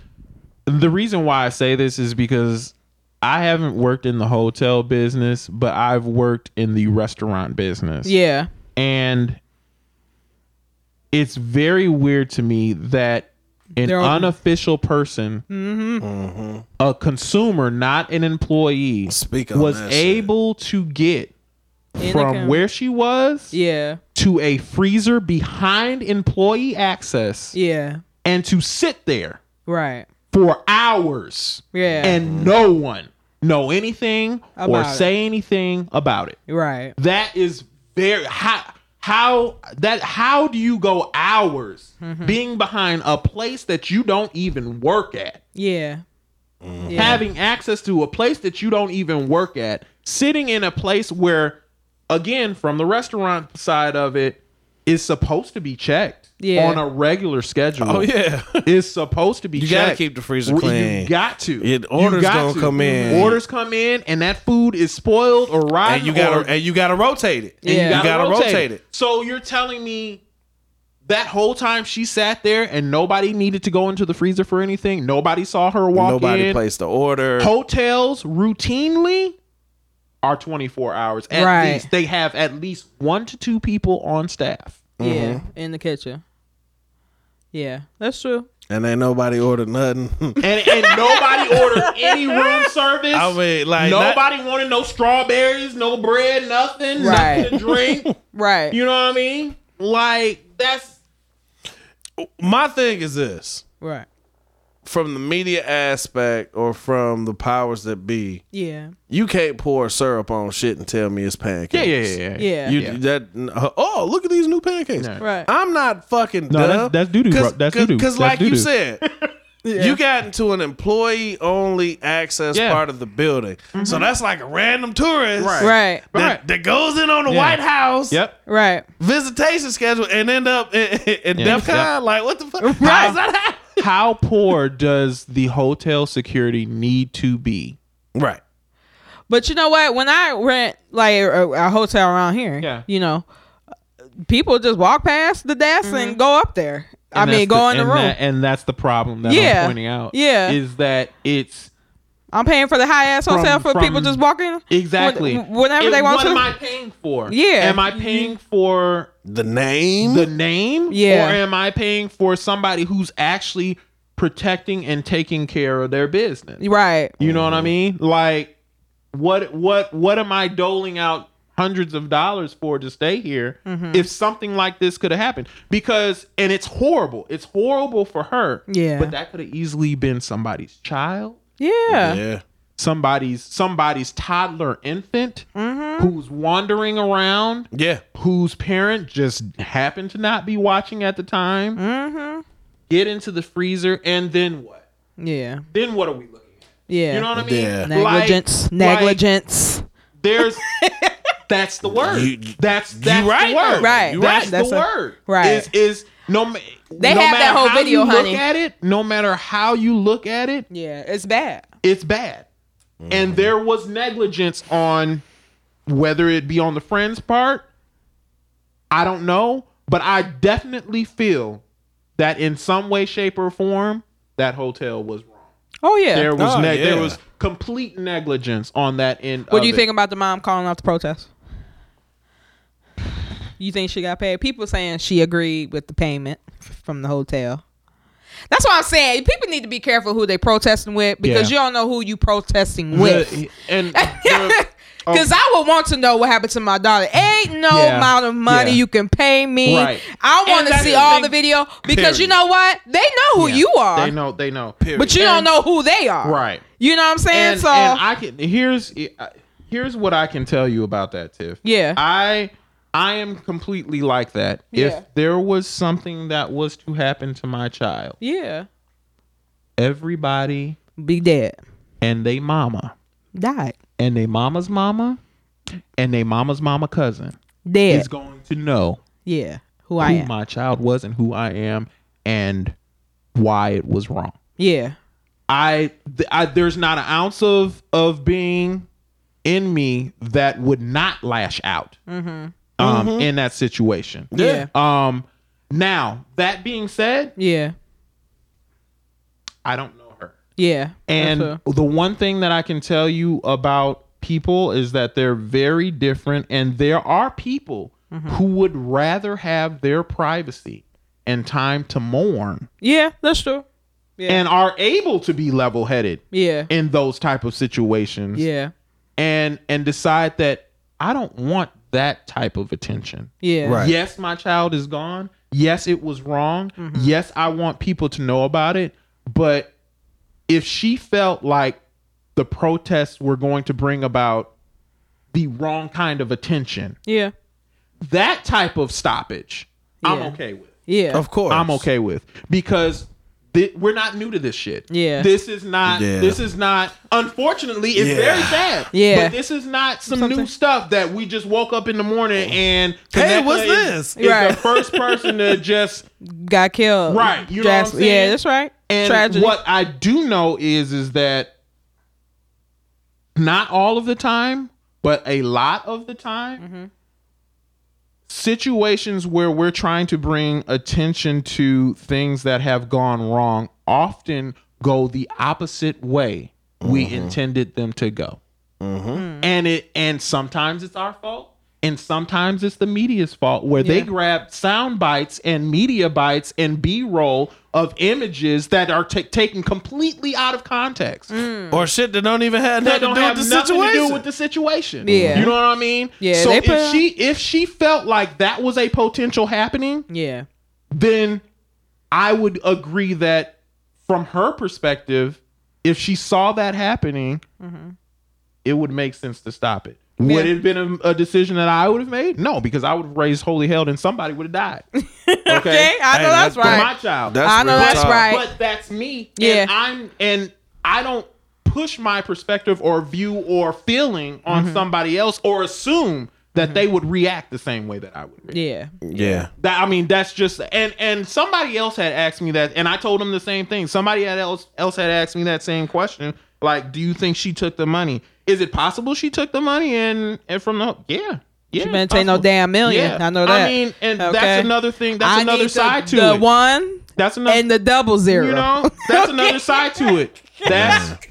S3: the reason why I say this is because I haven't worked in the hotel business, but I've worked in the restaurant business.
S2: Yeah,
S3: And it's very weird to me that an
S2: They're all- Mm-hmm.
S3: unofficial person, a consumer, not an employee,
S1: Mm-hmm. Speak on
S3: was
S1: that shit.
S3: able to get
S2: In the
S3: from
S2: com-
S3: where she was
S2: yeah,
S3: to a freezer behind employee access
S2: yeah.
S3: and to sit there
S2: Right.
S3: for hours
S2: Yeah.
S3: and no one know anything or
S2: About it.
S3: say anything about it.
S2: right.
S3: That is very how how that how do you go hours
S2: Mm-hmm.
S3: being behind a place that you don't even work at?
S2: Yeah. Yeah.
S3: having access to a place that you don't even work at, sitting in a place where, again, from the restaurant side of it, is supposed to be checked
S2: Yeah.
S3: on a regular schedule.
S1: Oh yeah.
S3: It's supposed to be.
S1: You gotta
S3: checked.
S1: keep the freezer
S3: You
S1: clean.
S3: got to.
S1: Yeah, the
S3: You
S1: orders
S3: got
S1: gonna
S3: to.
S1: come in.
S3: Orders come in, and that food is spoiled or
S1: [LAUGHS]
S3: rotten.
S1: and you gotta
S3: or-
S1: and you gotta rotate it.
S2: And you
S1: You
S2: gotta
S1: gotta rotate, it.
S3: So you're telling me that whole time she sat there and nobody needed to go into the freezer for anything. Nobody saw her walk
S1: Nobody
S3: in
S1: placed the order.
S3: hotels routinely are 24 hours at
S2: Right.
S3: least they have at least one to two people on staff
S2: Yeah.
S3: Mm-hmm.
S2: In the kitchen. Yeah. That's true.
S1: And ain't nobody ordered nothing. [LAUGHS]
S3: and, [LAUGHS] and nobody ordered any room service
S1: I mean, like not-
S3: nobody wanted no strawberries no bread nothing
S2: Right.
S3: nothing to [LAUGHS] drink
S2: Right.
S3: you know what i mean like that's
S1: my thing is this:
S2: right.
S1: from the media aspect or from the powers that be,
S2: Yeah.
S1: you can't pour syrup on shit and tell me it's pancakes.
S2: Yeah.
S1: You
S3: Yeah.
S1: that oh look at these new pancakes.
S3: No.
S2: Right.
S1: I'm not fucking
S3: No,
S1: dumb.
S3: that's- that's doo-doo, bro. That's doo-doo.
S1: Because like
S3: That's
S1: you
S3: doo-doo. [LAUGHS]
S1: said,
S2: Yeah.
S1: you got into an employee only access
S3: Yeah.
S1: part of the building. So that's like a random tourist
S3: Mm-hmm. Right.
S2: right.
S1: that,
S3: Right.
S1: that goes in on the
S3: Yeah.
S1: White House
S3: yep
S2: Right.
S1: visitation schedule and end up in, [LAUGHS] in
S3: Yeah.
S1: DEF CON.
S3: Yep.
S1: Like what the fuck?
S2: Right.
S1: How's that happen?
S3: how poor does the hotel security need to be
S1: [LAUGHS] Right.
S2: But you know what? When I rent like a, a hotel around here,
S3: Yeah.
S2: you know, people just walk past the desk and go up there. I
S3: Mm-hmm. And
S2: mean,
S3: that's
S2: go in the
S3: and
S2: room.
S3: that- and that's the problem that
S2: Yeah.
S3: I'm pointing out.
S2: Yeah.
S3: is that it's
S2: I'm paying for the high ass
S3: From-
S2: hotel for
S3: from-
S2: people just walking
S3: exactly
S2: when- whenever
S3: And
S2: they want
S3: what
S2: to.
S3: am I paying for?
S2: Yeah.
S3: am I paying for
S1: The name.
S3: the name?
S2: Yeah.
S3: or am I paying for somebody who's actually protecting and taking care of their business?
S2: right.
S3: You know what I mean? Like, what what what am I doling out hundreds of dollars for to stay here
S2: Mm-hmm.
S3: if something like this could have happened? Because and it's horrible. It's horrible for her.
S2: Yeah.
S3: But that could have easily been somebody's child,
S2: Yeah.
S1: yeah.
S3: somebody's somebody's toddler infant
S2: Mm-hmm.
S3: who's wandering around,
S1: Yeah.
S3: whose parent just happened to not be watching at the time.
S2: Mm-hmm.
S3: Get into the freezer and then what?
S2: Yeah.
S3: Then what are we looking at?
S2: Yeah.
S3: You know what I mean?
S1: Yeah.
S2: negligence.
S3: Like-
S2: negligence.
S3: like, there's that's the word.
S1: You- you-
S3: that's that's
S1: right,
S3: the word.
S2: Right. You
S3: That's,
S2: right. That's
S3: the
S2: a-
S3: word.
S2: right.
S3: Is is no. ma-
S2: They
S3: no
S2: have
S3: matter
S2: that whole
S3: how
S2: video,
S3: you
S2: honey.
S3: Look at it. No matter how you look at it,
S2: Yeah. It's bad.
S3: it's bad. And there was negligence on whether it be on the friend's part, I don't know, but I definitely feel that in some way, shape, or form, that hotel was wrong.
S2: Oh yeah.
S3: There was
S1: Oh,
S3: ne-
S1: yeah.
S3: there was complete negligence on that end.
S2: what
S3: of
S2: do you
S3: it.
S2: think about the mom calling off the protest? You think she got paid? People saying she agreed with the payment f- from the hotel. That's what I'm saying. People need to be careful who they protesting with because
S3: Yeah.
S2: you don't know who you protesting
S3: The-
S2: with. [LAUGHS]
S3: and the-
S2: Cause I would want to know what happened to my daughter. Ain't no
S3: Yeah.
S2: amount of money
S3: Yeah.
S2: you can pay me.
S3: Right.
S2: I
S3: And
S2: want to
S3: that's
S2: see
S3: the
S2: all
S3: thing-
S2: the video because you
S1: Period.
S2: know what? They know who
S3: yeah,
S2: you are,
S3: They know. They know.
S2: but you don't
S3: And-
S2: know who they are.
S3: Right.
S2: You know what I'm saying?
S3: and,
S2: so
S3: and I can here's here's what I can tell you about that, Tiff.
S2: Yeah.
S3: [LAUGHS] I I am completely like that.
S2: Yeah.
S3: If there was something that was to happen to my child,
S2: yeah,
S3: everybody
S2: be dead,
S3: and they mama
S2: died,
S3: and they mama's mama and they mama's mama cousin
S2: dead.
S3: is going to know
S2: Yeah, who I
S3: who
S2: am.
S3: my child was and who I am and why it was wrong.
S2: yeah,
S3: I, th- I there's not an ounce of of being in me that would not lash out um in that situation
S2: Mm-hmm. Yeah.
S3: um now that being said
S2: yeah,
S3: i don't know her
S2: yeah.
S3: and
S2: That's
S3: the one thing that i can tell you about people is that they're very different and there are people
S2: Mm-hmm.
S3: who would rather have their privacy and time to mourn
S2: a- yeah, that's true. Yeah.
S3: and are able to be level-headed
S2: Yeah,
S3: in those type of situations
S2: yeah,
S3: and and decide that I don't want that type of attention.
S2: yeah,
S1: Right.
S3: Yes, my child is gone. Yes, it was wrong. Yes, I want people to know about it, but if she felt like the protests were going to bring about the wrong kind of attention,
S2: Yeah.
S3: that type of stoppage, I'm
S2: Yeah.
S3: okay with.
S2: Yeah.
S1: Of course.
S3: I'm okay with because thi- we're not new to this shit.
S2: Yeah.
S3: this is not.
S1: Yeah.
S3: This is not. Unfortunately, it's
S1: Yeah.
S3: very sad.
S2: Yeah.
S3: but this is not some new
S2: Something-
S3: stuff that we just woke up in the morning and
S1: Oh. Hey,
S3: Kaneka
S1: what's
S3: is-
S1: this?
S3: Is the
S2: Right.
S3: [LAUGHS] first person to just
S2: Got killed.
S3: Right, you know what I'm
S2: Drastic- yeah,
S3: saying?
S2: that's right.
S3: and
S2: Tragedy.
S3: what I do know is is that not all of the time, but a lot of the
S2: Mm-hmm.
S3: time, situations where we're trying to bring attention to things that have gone wrong often go the opposite way we intended them to go. And it and sometimes it's our fault. And sometimes it's the media's fault where they
S2: Yeah.
S3: grab sound bites and media bites and B roll of images that are ta- taken completely out of context
S1: Or shit that don't even have nothing
S3: that don't
S1: to do
S3: have
S1: with the
S3: nothing
S1: situation.
S3: to do with the situation.
S2: Yeah.
S3: you know what I mean.
S2: Yeah,
S3: So
S2: they
S3: if
S2: put-
S3: she if she felt like that was a potential happening,
S2: yeah.
S3: then I would agree that from her perspective, if she saw that happening, it would make sense to stop it. Would
S2: Mm-hmm. Yeah.
S3: it have been a, a decision that I would have made? No, because I would have raised holy hell and somebody would have died. Okay,
S2: [LAUGHS] Okay, I
S1: Hey,
S2: know
S1: that's-
S2: that's
S3: For
S2: right.
S3: my child.
S2: I know
S1: real
S2: that's
S1: talk.
S2: right.
S3: But that's me.
S2: Yeah.
S3: And I'm and I don't push my perspective or view or feeling on
S2: Mm-hmm.
S3: somebody else or assume that they would react the same way that I would. react.
S2: Yeah.
S1: Yeah.
S3: That I mean, that's just and and somebody else had asked me that, and I told them the same thing. Somebody had else else had asked me that same question, like, "Do you think she took the money? Is it possible she took the money?" And and from the yeah, yeah,
S2: She better take no
S3: possible.
S2: damn million. I know that.
S3: I mean, and
S2: Okay.
S3: that's another thing. That's
S2: I
S3: another
S2: need
S3: side
S2: the,
S3: to
S2: the
S3: it.
S2: one
S3: that's another
S2: and the double zero.
S3: you know,
S2: [LAUGHS]
S3: that's another side to it. That's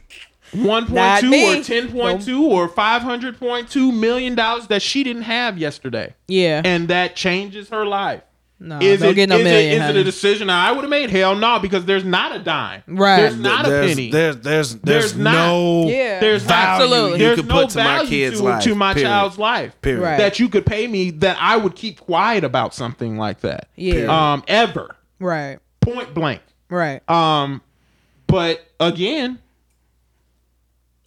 S3: one point
S2: Not
S3: two
S2: me.
S3: or ten point two or five hundred point two million dollars that she didn't have yesterday,
S2: Yeah.
S3: and that changes her life.
S2: no,
S3: Is
S2: don't
S3: it,
S2: get no
S3: is it-
S2: million.
S3: is it
S2: honey.
S3: a decision I would have made? Hell no, because there's not a dime.
S2: Right.
S3: There's not a
S1: there's,
S3: penny.
S1: There's there's there's,
S3: There's not.
S1: no
S2: Yeah.
S3: there's not-
S1: value
S2: Absolutely.
S1: you
S3: there's
S1: could
S3: no
S1: put to my
S3: value
S1: kid's
S3: to,
S1: life,
S3: to my
S1: period.
S3: child's life.
S1: Period.
S2: Right.
S3: That you could pay me that I would keep quiet about something like that.
S2: Yeah.
S3: Um. Ever.
S2: right.
S3: Point blank.
S2: Right.
S3: Um, but again,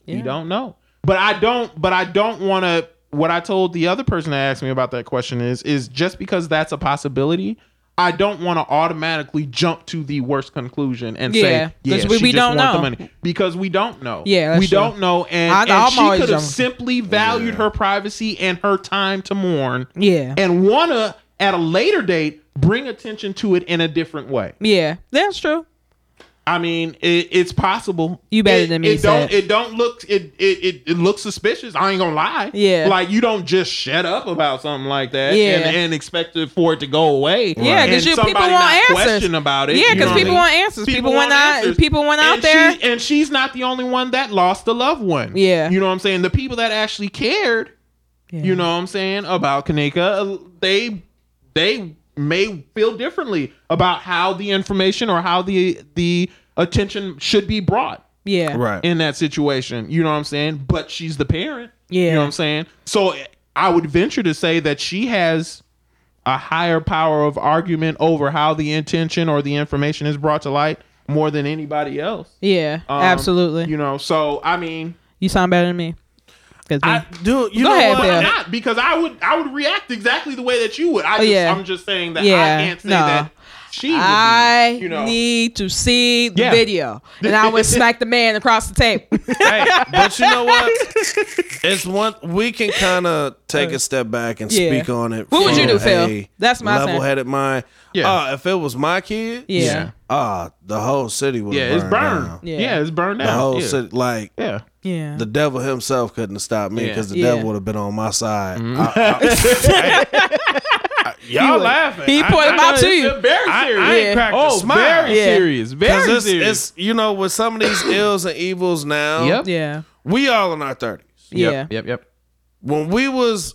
S2: Yeah.
S3: you don't know. But I don't. But I don't want to. What I told the other person that asked me about that question is is just because that's a possibility. I don't want to automatically jump to the worst conclusion and
S2: Yeah,
S3: say, "Yeah,
S2: 'cause
S3: we,
S2: we- we don't
S3: don't know the
S2: know.
S3: money," because we don't know.
S2: Yeah, that's
S3: we
S2: true.
S3: don't know, and,
S2: I-
S3: and
S2: I'm
S3: she
S2: always
S3: could have
S2: jumping.
S3: simply valued her privacy and her time to mourn,
S2: Yeah.
S3: and wanna at a later date bring attention to it in a different way.
S2: yeah. That's true.
S3: I mean, it, it's possible.
S2: You better
S3: It-
S2: than me,
S3: It don't.
S2: Seth.
S3: It don't look. It, it it it looks suspicious. I ain't gonna lie.
S2: Yeah.
S3: Like you don't just shut up about something like that.
S2: Yeah.
S3: And, and expect it for it to go away.
S2: Yeah,
S3: And
S2: because you people
S3: somebody
S2: want
S3: not
S2: answers.
S3: Question about it.
S2: Yeah,
S3: you know
S2: because
S3: what I
S2: people
S3: mean?
S2: want answers. People, went out.
S3: answers.
S2: People went out
S3: And
S2: there.
S3: she- and she's not the only one that lost a loved one.
S2: Yeah.
S3: You know what I'm saying? The people that actually cared.
S2: Yeah.
S3: You know what I'm saying about Kanika? They they may feel differently about how the information or how the the attention should be brought
S2: Yeah.
S1: Right.
S3: in that situation. You know what I'm saying? But she's the parent. You
S2: Yeah.
S3: know what I'm saying? So I would venture to say that she has a higher power of argument over how the intention or the information is brought to light more than anybody else.
S2: Yeah.
S3: Um,
S2: absolutely.
S3: You
S2: You,
S3: know, so I mean,
S2: sound better than me. 'Cause
S1: I
S2: me-
S1: do you
S2: Go
S1: know
S2: ahead,
S1: what?
S2: Bill.
S3: I'm not because I would I would react exactly the way that you would. I just,
S2: Oh, yeah.
S3: I'm just saying that
S2: Yeah,
S3: I can't say
S2: no.
S3: that she. Would be,
S2: I
S3: you know,
S2: need to see the
S3: Yeah.
S2: video, and I
S3: [LAUGHS]
S2: would smack the man across the tape.
S1: hey, [LAUGHS] but you know
S2: [LAUGHS]
S1: what? It's one we can kind of take a step back and
S2: Uh, Yeah.
S1: speak on it.
S2: What would you
S1: from
S2: do, Phil?
S1: a
S2: That's my thing.
S1: level-headed mind.
S3: Yeah.
S1: Uh, if it was my kid,
S2: Yeah.
S1: Ah, the whole city would.
S3: yeah, it's burned.
S1: down.
S2: Yeah.
S3: Yeah. it's burned
S1: The
S3: out.
S1: whole
S3: Yeah.
S1: city, like
S3: yeah.
S2: [LAUGHS] Yeah.
S1: the devil himself, couldn't have stopped me
S3: Yeah. Mm-hmm.
S1: because the
S2: Yeah.
S1: devil would have been on my side. I-
S3: Y'all laughing?
S2: he
S3: I-
S2: pointed
S3: I
S2: him out
S3: know
S2: to
S3: it's
S2: you.
S3: Very
S1: I,
S3: serious.
S1: I ain't
S2: Yeah.
S1: cracked a
S3: Oh,
S1: smile.
S3: very
S2: Yeah.
S3: serious.
S1: 'Cause
S3: Very
S1: it's,
S3: serious.
S1: it's you know with some of these [COUGHS] ills and evils now.
S3: Yep.
S2: Yeah.
S1: We all in our thirties.
S2: Yeah.
S3: Yep. Yep.
S1: when we was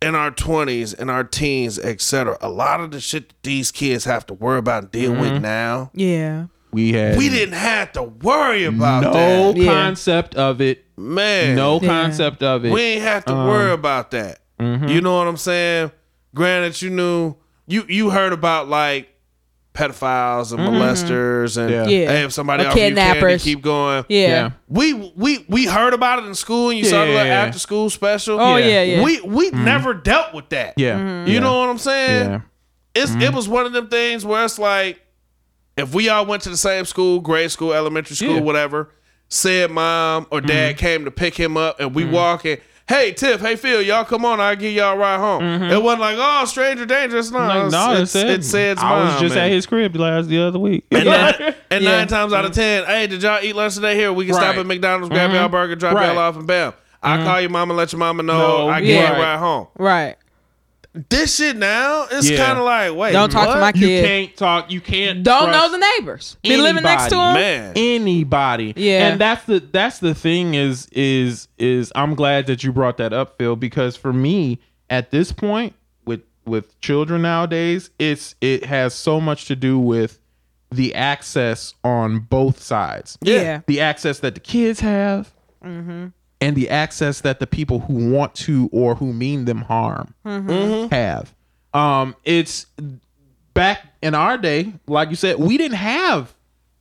S1: in our 20s in our teens etc a lot of the shit that these kids have to worry about and deal
S3: Mm-hmm.
S1: with now
S2: Yeah.
S3: We had
S1: we didn't have to worry about
S3: no
S1: that
S2: Yeah.
S3: concept of it.
S1: man
S3: No
S2: Yeah.
S3: concept of it.
S1: we ain't have to
S3: Um,
S1: worry about that
S3: mm-hmm.
S1: you know what i'm saying granted you knew you you heard about like pedophiles and molesters and
S3: Mm-hmm. Yeah.
S2: Yeah.
S1: hey, if somebody
S2: Or
S1: off you candy,
S2: kidnappers.
S1: keep going.
S2: Yeah.
S3: Yeah.
S1: We we we heard about it in school and you saw the little
S3: Yeah.
S1: after school special.
S2: Oh
S3: Yeah. Mm-hmm.
S2: yeah, yeah.
S1: We we never dealt with that.
S3: Yeah.
S2: Mm-hmm.
S1: You know what I'm saying?
S3: Yeah. Mm-hmm.
S1: It's it was one of them things where it's like if we all went to the same school, grade school, elementary school,
S3: Yeah. Mm-hmm.
S1: whatever, said mom or dad came to pick him up and we walk in, hey Tiff, hey Phil, y'all come on, I'll give y'all a ride home. It wasn't like, oh, stranger danger. It's not
S3: Mm-hmm. Like,
S1: it's,
S3: no,
S1: it's,
S3: it's, it.
S1: it said
S3: I was just
S1: man.
S3: at his crib last the other week.
S1: And,
S3: [LAUGHS]
S1: nine, and
S2: Yeah.
S1: nine times out of ten, hey, did y'all eat lunch today? Here, we can stop
S3: Right. Mm-hmm.
S1: at McDonald's, grab y'all burger, drop
S3: Right. Mm-hmm.
S1: y'all off, and bam. I call your mom and let your mama know
S3: No,
S1: I get
S2: right.
S1: you right home.
S2: right.
S1: This shit now, it's
S3: Yeah.
S1: kind of like, wait,
S2: Don't talk to
S1: what?
S2: my
S3: you
S2: kid.
S3: can't talk. You can't.
S2: Don't know
S3: trust
S2: the neighbors. Be living next to them.
S3: anybody,
S1: man.
S3: anybody.
S2: Yeah.
S3: And that's the that's the thing is is is I'm glad that you brought that up, Phil, because for me at this point with with children nowadays, it's it has so much to do with the access on both sides.
S2: Yeah. Mm-hmm.
S3: The access that the kids have and the access that the people who want to or who mean them harm
S2: Mm-hmm.
S3: have. Um, it's back in our day, like you said, we didn't have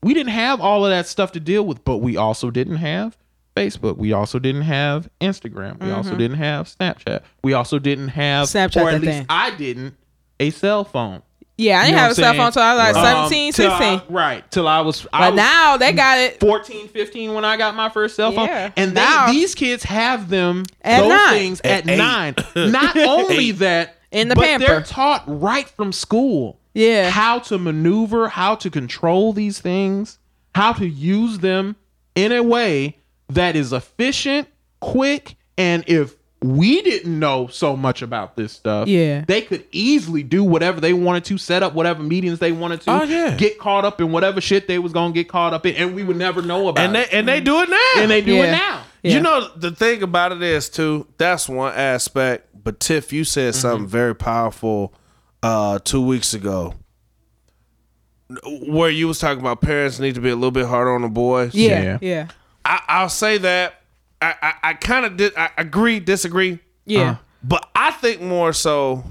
S3: we didn't have all of that stuff to deal with, but we also didn't have Facebook. We also didn't have Instagram. We also didn't have Snapchat. We also didn't have
S2: Mm-hmm. Snapchat
S3: or at
S2: that
S3: least
S2: thing.
S3: I didn't a cell phone.
S2: Yeah, I
S3: You
S2: didn't
S3: know
S2: have
S3: what
S2: a cell
S3: I'm
S2: phone
S3: saying?
S2: until I was like
S3: Um,
S2: 17,
S3: till I-
S2: 16.
S3: right. Till I was I
S2: but
S3: was
S2: now they got it
S3: 14, 15 when I got my first cell phone.
S2: Yeah.
S3: And they,
S2: Now-
S3: these kids have them
S2: At
S3: those
S2: nine.
S3: things at,
S1: eight.
S3: nine. Not only that,
S2: In the
S3: but
S2: pamper.
S3: they're taught right from school.
S2: Yeah.
S3: How to maneuver, how to control these things, how to use them in a way that is efficient, quick, and if we didn't know so much about this stuff.
S2: Yeah.
S3: They could easily do whatever they wanted to, set up whatever meetings they wanted to,
S1: Oh, yeah.
S3: get caught up in whatever shit they was gonna get caught up in, and we would never know about
S1: and they
S3: it.
S1: and they do it now.
S3: and they do it
S2: Yeah.
S3: now.
S2: Yeah.
S1: You know the thing about it is too. That's one aspect. But Tiff, you said
S2: Mm-hmm.
S1: something very powerful uh, two weeks ago, where you was talking about parents need to be a little bit harder on the boys.
S2: Yeah,
S3: Yeah.
S2: yeah,
S1: I, I'll say that. I I, I kind of did. I agree, disagree,
S2: yeah.
S3: Uh.
S1: but I think more so.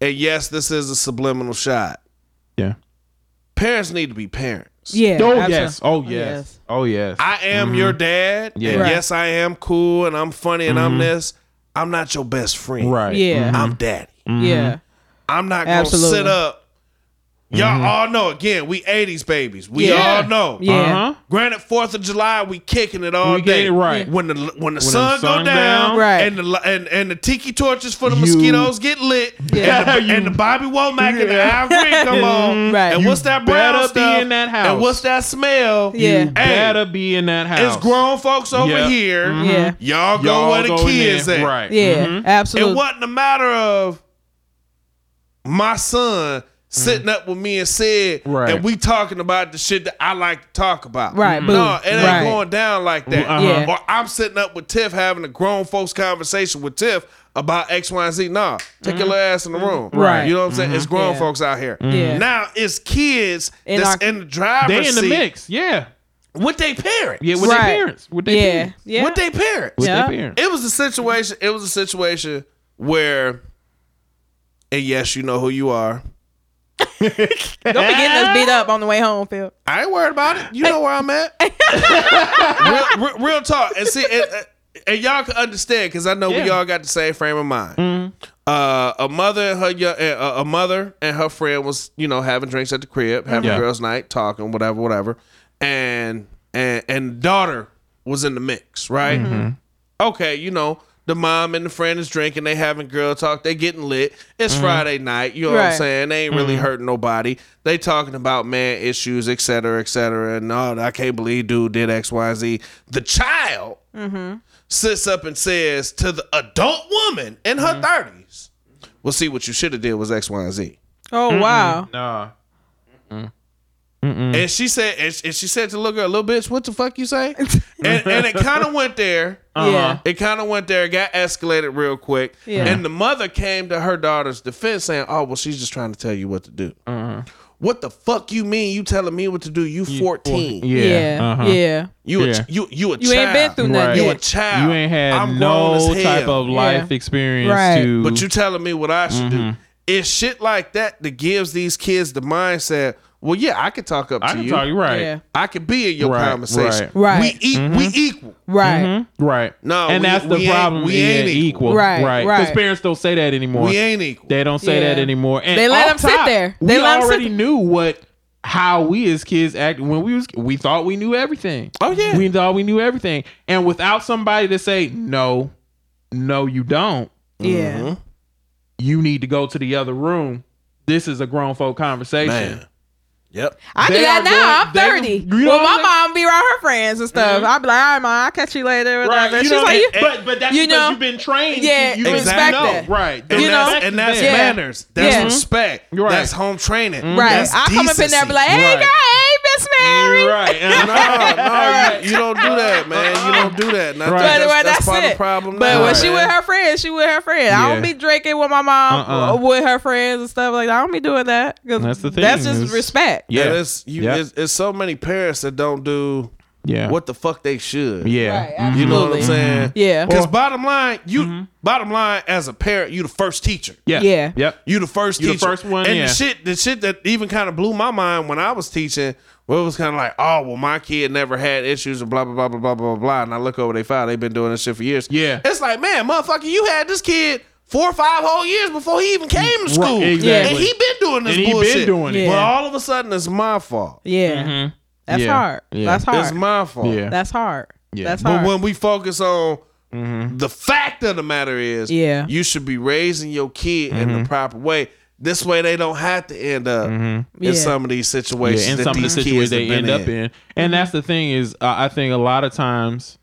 S1: And yes, this is a subliminal shot.
S3: Yeah.
S1: Parents need to be parents.
S2: Yeah,
S3: Oh
S2: absolutely.
S3: yes. Oh yes. Oh yes.
S1: I am your dad.
S3: Yeah. Mm-hmm.
S1: and
S2: Right.
S1: Yes, I am cool and I'm funny and I'm this. I'm not your best friend.
S3: right. Mm-hmm.
S2: Yeah,
S1: I'm daddy.
S2: yeah,
S1: I'm not going to
S2: Absolutely.
S1: sit up. Y'all
S3: Mm-hmm.
S1: all know again, we 80s babies. We
S2: Yeah.
S1: all know.
S2: yeah.
S3: Uh-huh.
S1: Granted, Fourth of July, we kicking it all
S3: We
S1: day.
S3: get it right.
S1: When the when the sun,
S3: sun
S1: go down,
S3: down.
S2: Right.
S1: and the li- and, and the tiki torches for the
S3: You-
S1: mosquitoes get lit,
S2: Yeah.
S3: [LAUGHS]
S1: and, the, and the Bobby Womack and the
S3: Yeah.
S1: Ivory
S3: [LAUGHS]
S1: come
S3: Mm-hmm.
S1: on,
S2: Oh, Right.
S1: and
S2: You
S1: what's that
S3: better
S1: brown
S3: be
S1: stuff?
S3: in that house.
S1: And what's that smell?
S2: Yeah.
S3: You
S2: Hey.
S3: better be in that house.
S1: It's grown folks over
S3: Yeah.
S1: here.
S2: Yeah.
S1: Y'all go
S3: Y'all
S1: where the
S3: go in
S1: kids
S3: there.
S1: at.
S3: Right.
S2: Yeah, absolutely.
S1: It wasn't a matter of my son sitting up with me and said,
S3: Mm-hmm. Right. Mm-hmm.
S1: and we talking about the shit that I like to talk about.
S2: Right, Mhm.
S1: No, it
S2: boo.
S1: ain't
S2: Right.
S1: going down like that.
S3: Uh-huh.
S2: Yeah.
S1: Or I'm sitting up with Tiff having a grown folks conversation with Tiff about X, Y, and Z. Nah, take your little ass
S3: Mm-hmm.
S1: in the room.
S2: Right.
S1: You know what I'm saying? It's grown
S2: Mm-hmm. Yeah.
S1: folks out here.
S2: Yeah.
S1: Now it's kids
S2: In
S1: that's
S2: our-
S1: in the driver's
S3: They in the
S1: seat
S3: mix. Yeah.
S1: with their parents.
S3: Yeah. With
S2: Right.
S3: their parents. With their
S2: yeah,
S3: parents.
S2: yeah.
S1: With their parents.
S3: With
S2: Yeah.
S3: their parents.
S1: It was a situation. It was a situation where, and yes, you know who you are.
S2: Don't be getting us beat up on the way home, Phil.
S1: I ain't worried about it. You know where I'm at. real, real, real talk. And see, and, and y'all can understand because I know we
S3: Yeah. Mm-hmm.
S1: all got the same frame of mind. Uh, a mother and her yo- uh, a mother and her friend was you know having drinks at the crib, having
S3: Yeah.
S1: girls' night, talking whatever, whatever, and and and daughter was in the mix, right?
S3: Mm-hmm.
S1: Okay, you know the mom and the friend is drinking, they having girl talk, they getting lit. It's Friday night, you know what I'm
S2: Right.
S1: saying? They ain't really hurting nobody. They talking about man issues, et cetera, et cetera, and oh, I can't believe dude did X, Y, Z. The child sits up and says to the adult woman in her 30s, well, see, what you should have did was X, Y, and Z.
S2: Oh wow,
S3: Nah.
S1: And she said, and she, and she said to the little girl, little bitch, what the fuck you say? and, and it kind of went there.
S3: Uh-huh.
S2: yeah,
S1: It kind of went there, got escalated real quick.
S2: Yeah.
S1: And the mother came to her daughter's defense saying, oh, well, she's just trying to tell you what to do.
S3: Mm-hmm.
S1: What the fuck you mean you telling me what to do? You 14.
S3: Yeah.
S2: yeah,
S3: Uh-huh.
S2: yeah.
S1: You, a,
S3: Yeah.
S1: you, you a
S2: You ain't been through nothing
S3: Right.
S1: You a
S2: yet.
S1: child.
S3: You ain't had
S1: I'm grown as
S3: no
S1: hell.
S3: type of life
S2: Yeah.
S3: experience
S2: Right.
S3: to Mm-hmm.
S1: But you telling me what I should do. it's shit like that that gives these kids the mindset. Well, yeah, I can talk up
S3: I
S1: to
S3: can
S1: you.
S3: talk right,
S2: Yeah.
S1: I can be in your
S3: Right, Mm-hmm.
S1: conversation.
S2: right.
S1: We
S2: Right.
S1: e- we equal.
S2: Right.
S3: right.
S1: No,
S3: and
S1: we-
S3: that's the
S1: we ain't-
S3: problem.
S1: we
S3: yeah,
S1: ain't equal.
S3: equal,
S2: Right,
S3: right? Because
S2: right.
S3: parents don't say that anymore.
S1: We ain't equal.
S3: They don't say
S2: Yeah.
S3: that anymore. And
S2: They let
S3: off
S2: 'em sit
S3: top,
S2: there.
S3: We
S2: They let 'em sit
S3: already
S2: there.
S3: knew what how we as kids act when we was we thought we knew everything.
S1: Oh, yeah.
S3: we thought we knew everything, and without somebody to say no, no, you don't.
S2: Yeah.
S3: Mm-hmm. You need to go to the other room. This is a grown folk conversation.
S1: Man. Yep.
S2: I do
S3: They
S2: that
S3: are
S2: now.
S3: going-
S2: I'm
S3: they-
S2: 30.
S3: you know
S2: well,
S3: what
S2: my
S3: I'm saying? Mm-hmm.
S2: mom be around her friends and stuff. I'll be like, all right, mom, I'll catch you later.
S3: Right,
S2: Whatever.
S3: you
S2: She's
S3: know,
S2: like, you,
S3: but but that's
S2: you
S3: because
S2: know,
S3: you've been trained.
S2: yeah,
S3: you, have
S1: respect
S3: been, no,
S2: that.
S3: right? The
S1: And
S2: You know?
S1: that's,
S3: respect
S1: and
S3: is
S1: that's
S3: there.
S2: Yeah.
S1: manners. That's
S2: Yeah.
S1: respect.
S3: You're Mm-hmm. right.
S1: That's home training.
S2: right.
S1: That's
S2: I come up in there and be like, hey,
S3: Right.
S2: girl, hey, Miss Mary.
S3: Right.
S2: [LAUGHS]
S3: And-
S1: no, no, you, you don't do that, man. You don't do that. And I think
S3: Right.
S1: that's,
S2: But well,
S1: that's,
S2: that's,
S1: part
S2: it.
S1: of the problem.
S2: But
S1: now,
S2: when
S1: man.
S2: she with her friends, she with her friends. I don't
S3: Yeah.
S2: be drinking with my mom
S3: Uh-uh.
S2: uh, with her friends and stuff like that. I don't be doing that. 'cause
S3: That's the thing,
S2: That's just
S3: is-
S2: respect.
S1: yeah,
S3: Yeah.
S1: it's you.
S3: Yeah.
S1: It's, it's so many parents that don't do
S3: yeah.
S1: what the fuck they should.
S3: Yeah.
S2: Right,
S3: Mhm.
S1: you know what I'm
S2: absolutely. Mm-hmm.
S1: saying.
S2: Yeah.
S1: Because bottom line, you
S3: Mm-hmm.
S1: bottom line as a parent, you the first teacher.
S3: Yeah.
S2: Yeah.
S3: Yep.
S1: You the first
S3: You the
S1: teacher.
S3: first one,
S1: And
S3: yeah.
S1: the shit the shit that even kind of blew my mind when I was teaching, where it was kind of like, oh well, my kid never had issues and blah blah blah blah blah blah blah. And I look over their file, they've been doing this shit for years.
S3: Yeah.
S1: It's like, man, motherfucker, you had this kid four or five whole years before he even came to
S3: Right,
S1: school.
S3: exactly.
S1: And he been doing this
S3: And he been
S1: bullshit.
S3: doing
S2: it.
S1: But
S2: Yeah.
S1: all of a sudden it's my fault.
S2: Yeah. That's
S3: Yeah.
S2: hard.
S3: Yeah.
S2: That's hard.
S1: It's my fault.
S3: Yeah.
S2: That's hard.
S3: Yeah.
S2: That's
S1: But
S2: hard.
S1: when we focus on
S3: Mm-hmm.
S1: the fact of the matter is,
S2: Yeah.
S1: you should be raising your kid
S3: Mm-hmm.
S1: in the proper way. This way, they don't have to end up in
S2: Yeah.
S1: some of these situations.
S3: Mm-hmm. Yeah, in
S1: that
S3: some of the
S1: these kids
S3: situations
S1: have
S3: they
S1: been Mm-hmm.
S3: end up in. And that's the thing is, uh, I think a lot of times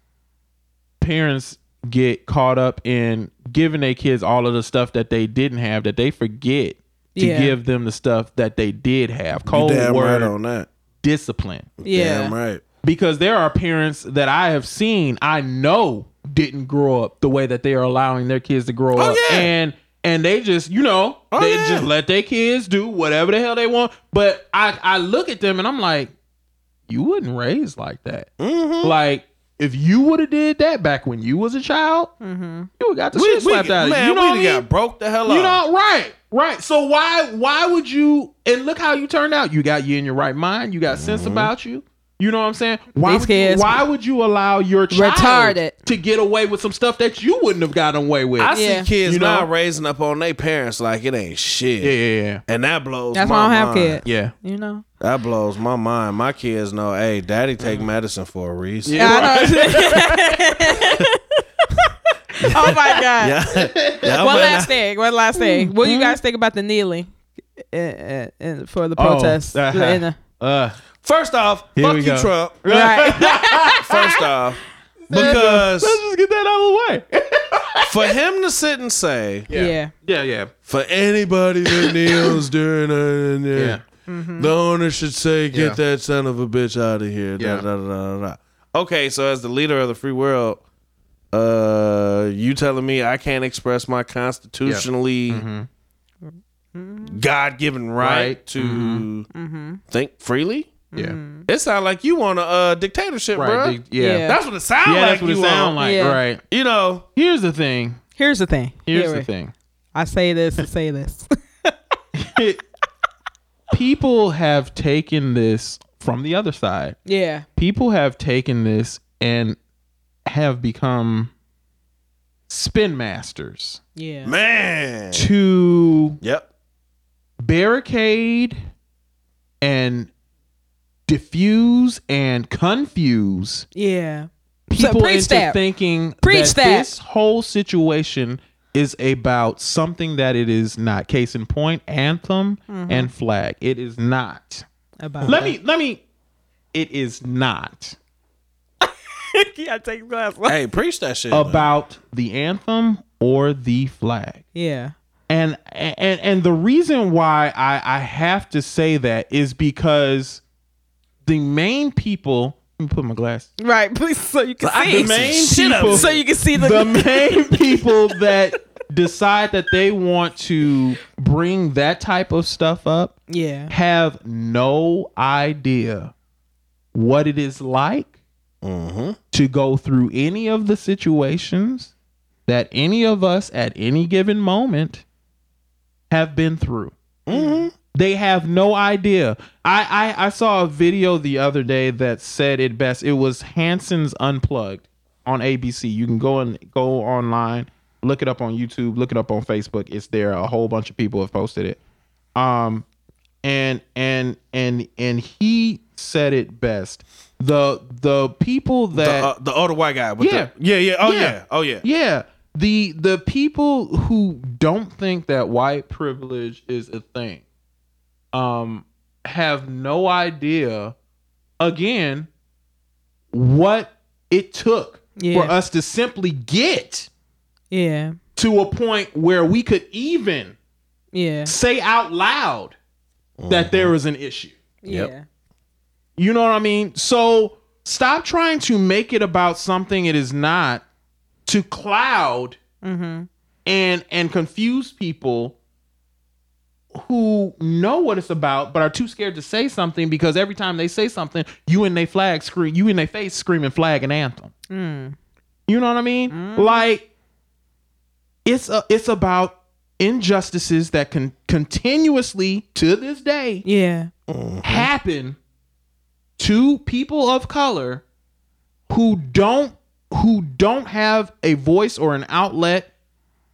S3: parents get caught up in giving their kids all of the stuff that they didn't have that they forget to
S2: Yeah.
S3: give them the stuff that they did have.
S1: You
S3: Cold
S1: damn right
S3: word,
S1: on that.
S3: discipline.
S2: yeah.
S1: Damn right.
S3: Because there are parents that I have seen I know didn't grow up the way that they are allowing their kids to grow up.
S1: Oh, yeah.
S3: And and they just, you know,
S1: Oh,
S3: they
S1: yeah.
S3: just let their kids do whatever the hell they want. But I I look at them and I'm like, you wouldn't raise like that.
S1: Mm.
S3: Like if you would have did that back when you was a child,
S2: Mm-hmm.
S3: you would got the shit slapped out of you.
S1: man,
S3: You know
S1: we
S3: what I
S1: done
S3: mean?
S1: got broke the hell up.
S3: You know, right, right. So why why would you? And look how you turned out. You got you in your right mind. You got sense about you. You know what I'm saying? Why
S2: These
S3: would you,
S2: kids-
S3: why would you allow your child
S2: Retarded.
S3: to get away with some stuff that you wouldn't have gotten away with?
S1: I
S2: Yeah.
S1: see kids
S3: You know?
S1: now raising up on their parents like it ain't shit.
S3: yeah, yeah, yeah,
S1: And that blows
S2: That's
S1: my
S2: why I don't have
S1: mind.
S2: kids.
S3: yeah.
S2: You know?
S1: That blows my mind. My kids know, hey, daddy take medicine for a reason. [LAUGHS]
S3: Yeah,
S2: I know. [LAUGHS] oh my God.
S1: Y'all
S2: One
S1: better
S2: last thing. One last thing. What do you guys think about the kneeling uh, uh, uh, for the protests?
S3: uh-huh.
S2: In the-
S3: Uh,
S1: not- First off,
S3: Here
S1: fuck
S3: we
S1: you,
S3: go.
S1: Trump.
S2: right. [LAUGHS]
S1: First off, because
S3: let's just get that out of the way.
S1: for him to sit and say
S2: Yeah.
S3: yeah, yeah,
S1: for anybody
S3: [COUGHS]
S1: that kneels during a,
S3: Yeah.
S1: the owner should say, "Get
S3: Yeah.
S1: that son of a bitch out of here." Da,
S3: Yeah.
S1: da, da, da, da. Okay, so as the leader of the free world, uh, you telling me I can't express my constitutionally God-given right,
S3: Mm-hmm. Right. Mm-hmm.
S1: to think freely?
S3: yeah.
S1: It sounds like you want a uh, dictatorship, bro.
S3: Right, yeah.
S2: Yeah.
S3: yeah.
S1: That's what it sounds like.
S3: that's what it
S1: you want.
S3: sound like,
S2: Yeah.
S3: right?
S1: You know,
S3: Here's the thing.
S2: Here's the thing.
S3: Here's
S2: Here
S3: the
S2: we-
S3: thing. [LAUGHS]
S2: I say this and say this.
S3: People have taken this from the other side.
S2: yeah.
S3: people have taken this and have become spin masters
S2: Yeah.
S1: man.
S3: to
S1: Yep.
S3: barricade and diffuse and confuse
S2: Yeah. So,
S3: people
S2: preach
S3: into
S2: that.
S3: thinking
S2: Preach
S3: that,
S2: that.
S3: this whole situation is about something that it is not. Case in point, anthem and flag. It is not.
S2: About
S3: Let me let me it is not.
S2: yeah, take glass.
S1: Hey, preach that shit. man.
S3: about the anthem or the flag.
S2: Yeah.
S3: And and and the reason why I I have to say that is because the main people. Let me put my glass.
S2: Right. [LAUGHS] Please, so you can
S1: I
S2: see.
S1: can
S3: main
S1: see shit up
S3: people-
S2: so you can see the. [LAUGHS]
S3: [LAUGHS] The main people that decide that they want to bring that type of stuff up
S2: yeah.
S3: have no idea what it is like
S1: Mm-hmm.
S3: to go through any of the situations that any of us at any given moment have been through. They have no idea. I, I I saw a video the other day that said it best. It was Hanson's Unplugged on ABC. You can go and go online, look it up on YouTube, look it up on Facebook. It's there. A whole bunch of people have posted it. Um, and and and and he said it best. The the people that
S1: The, uh, the older white guy. With
S3: Yeah.
S1: The, yeah, yeah. Oh, yeah.
S3: Yeah.
S1: Oh, yeah.
S3: yeah the the people who don't think that white privilege is a thing um have no idea again what it took
S2: Yeah.
S3: for us to simply get
S2: Yeah.
S3: to a point where we could even
S2: Yeah.
S3: say out loud
S1: Mm-hmm.
S3: that there is an issue
S1: Yep.
S2: Yeah.
S3: you know what I mean? So stop trying to make it about something it is not to cloud
S2: Mm-hmm.
S3: and and confuse people who know what it's about but are too scared to say something because every time they say something, you in they flag scream, you in their face screaming flag and anthem.
S2: Mm.
S3: You know what I mean? Like it's a, it's about injustices that can continuously to this day
S2: Yeah. Mm-hmm.
S3: happen to people of color who don't who don't have a voice or an outlet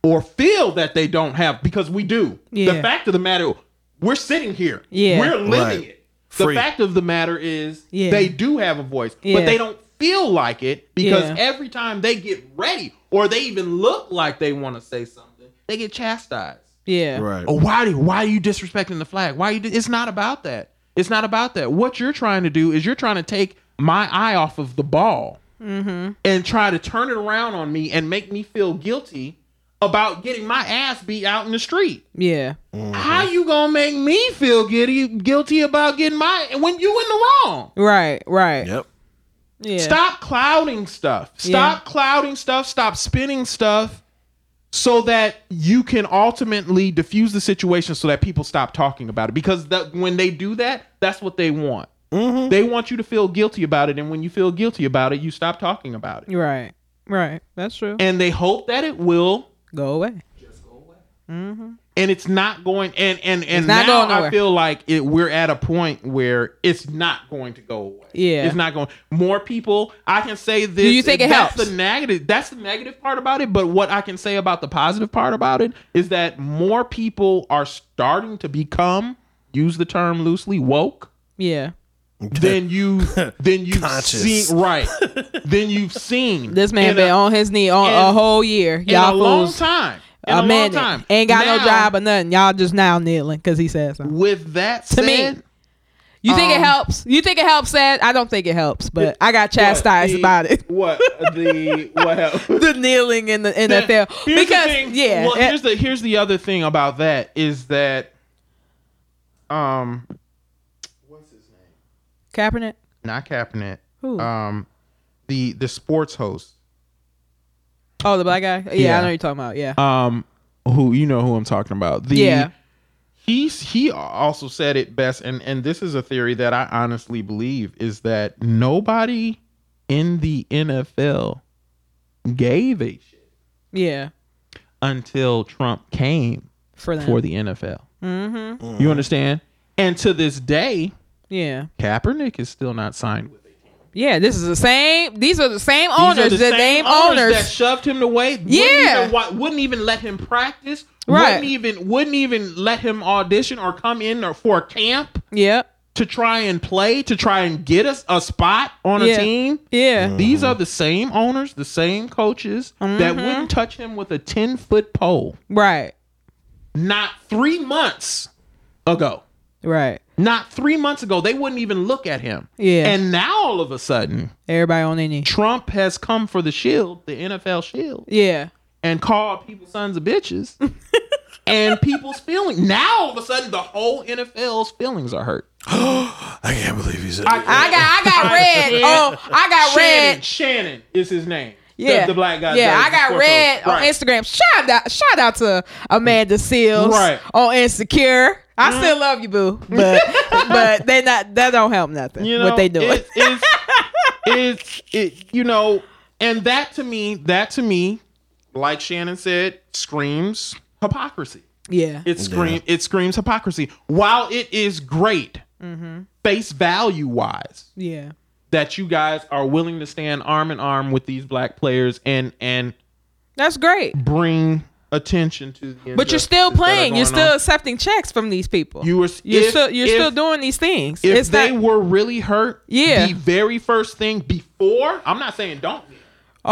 S3: or feel that they don't have because we do.
S2: Yeah.
S3: The fact of the matter, we're sitting here.
S2: Yeah.
S3: We're living
S1: Right.
S3: it. The
S1: Free.
S3: fact of the matter is
S2: Yeah.
S3: they do have a voice,
S2: Yeah.
S3: but they don't feel like it because
S2: Yeah.
S3: every time they get ready or they even look like they want to say something, they get chastised.
S2: Yeah.
S1: Right.
S3: Oh, why do why are you disrespecting the flag? Why you? Di- it's not about that. It's not about that. What you're trying to do is you're trying to take my eye off of the ball
S2: Mm-hmm.
S3: and try to turn it around on me and make me feel guilty about getting my ass beat out in the street.
S2: Yeah.
S1: Oh.
S3: How you gonna make me feel giddy, guilty about getting my when you in the wrong?
S2: Right. Right.
S1: Yep.
S2: Yeah.
S3: Stop clouding stuff. Stop clouding stuff. Stop spinning stuff so that you can ultimately diffuse the situation so that people stop talking about it. Because that, when they do that, that's what they want. They want you to feel guilty about it. And when you feel guilty about it, you stop talking about it.
S2: Right. Right. That's true.
S3: And they hope that it will.
S2: Go away.
S3: And it's not going and and and
S2: not
S3: now
S2: going nowhere.
S3: I feel like it, we're at a point where it's not going to go away.
S2: Yeah.
S3: it's not going. More people, I can say this.
S2: you think it
S3: that's
S2: helps?
S3: The negative. That's the negative part about it. But what I can say about the positive part about it is that more people are starting to become, use the term loosely, woke.
S2: Yeah.
S3: Then you, then you've
S1: Conscious.
S3: seen right. then you've seen
S2: This man
S3: in
S2: been
S3: a,
S2: on his knee all, a
S3: and-
S2: whole year.
S3: in a
S2: Y'all
S3: long
S2: fools.
S3: time. In
S2: a
S3: a long
S2: minute.
S3: time.
S2: Ain't got no
S3: Now,
S2: job or nothing. Y'all just now kneeling because he said something.
S3: With that
S2: To me,
S3: said,
S2: You think it
S3: Um,
S2: helps? You think it helps? Sad. I don't think it helps, but I got chastised
S3: the-
S2: about it.
S3: What the
S2: [LAUGHS]
S3: what? happened?
S2: the kneeling in the NFL
S3: Here's the
S2: because
S3: thing-
S2: yeah,
S3: Well,
S2: it-
S3: here's the here's the other thing about that is that um what's his name?
S2: Kaepernick.
S3: Not Kaepernick.
S2: Who?
S3: Um the the sports host.
S2: oh, the black guy. Yeah, I
S3: yeah.
S2: know you're talking about. Yeah,
S3: Um who you know who I'm talking about. The
S2: yeah,
S3: he's he also said it best and and this is a theory that I honestly believe is that nobody in the NFL gave a shit
S2: yeah.
S3: until Trump came
S2: For them.
S3: for the NFL. Mm-hmm. You understand? And to this day,
S2: yeah,
S3: Kaepernick is still not signed with. These
S2: yeah. This is the same. These are the same
S3: are
S2: owners. The, same owners.
S3: that shoved him away.
S2: Yeah.
S3: wouldn't even, wa- wouldn't even let him practice.
S2: Right.
S3: wouldn't even wouldn't even let him audition or come in or for a camp
S2: yep.
S3: to try and play to try and get us a spot on
S2: Yeah.
S3: a team.
S2: Yeah.
S3: These are the same owners, the same coaches
S2: Mm-hmm.
S3: that wouldn't touch him with a ten foot pole
S2: Right.
S3: not three months ago.
S2: Right.
S3: Not three months ago, they wouldn't even look at him.
S2: Yeah.
S3: And now all of a sudden,
S2: Everybody on their knee.
S3: Trump has come for the shield, the NFL shield,
S2: Yeah.
S3: and called people sons
S2: [LAUGHS]
S3: of bitches. and people's feelings. Now all of a sudden, the whole NFL's feelings are hurt.
S1: I can't believe he said that.
S2: I got. I got red.
S3: [LAUGHS]
S2: Oh, I got
S3: Shannon,
S2: red.
S3: Shannon is his name. The-
S2: Yeah,
S3: The, black guy.
S2: Yeah,
S3: that
S2: I
S3: is the
S2: got
S3: sports
S2: red
S3: host.
S2: on
S3: Right.
S2: Instagram. Shout out, shout out to Amanda Seals
S3: Right. Mm-hmm.
S2: on Insecure. I still love you, boo, but [LAUGHS] but they not that don't help nothing.
S3: You know,
S2: what they doing?
S3: It, it's,
S2: [LAUGHS]
S3: it's it. You know, and that to me, that to me, like Shannon said, screams hypocrisy.
S2: Yeah.
S3: It screams it screams hypocrisy. While it is great, face value wise,
S2: yeah.
S3: that you guys are willing to stand arm in arm with these black players and and
S2: That's great.
S3: bring attention to the
S2: But you're
S3: injustices
S2: still
S3: that are
S2: playing. You're
S3: going on.
S2: still accepting checks from these people.
S3: You were-
S2: you're
S3: if-
S2: still you're
S3: if-
S2: still doing these things.
S3: if
S2: it's
S3: they
S2: not
S3: were really hurt,
S2: Yeah.
S3: the very first thing before I'm not saying don't kneel.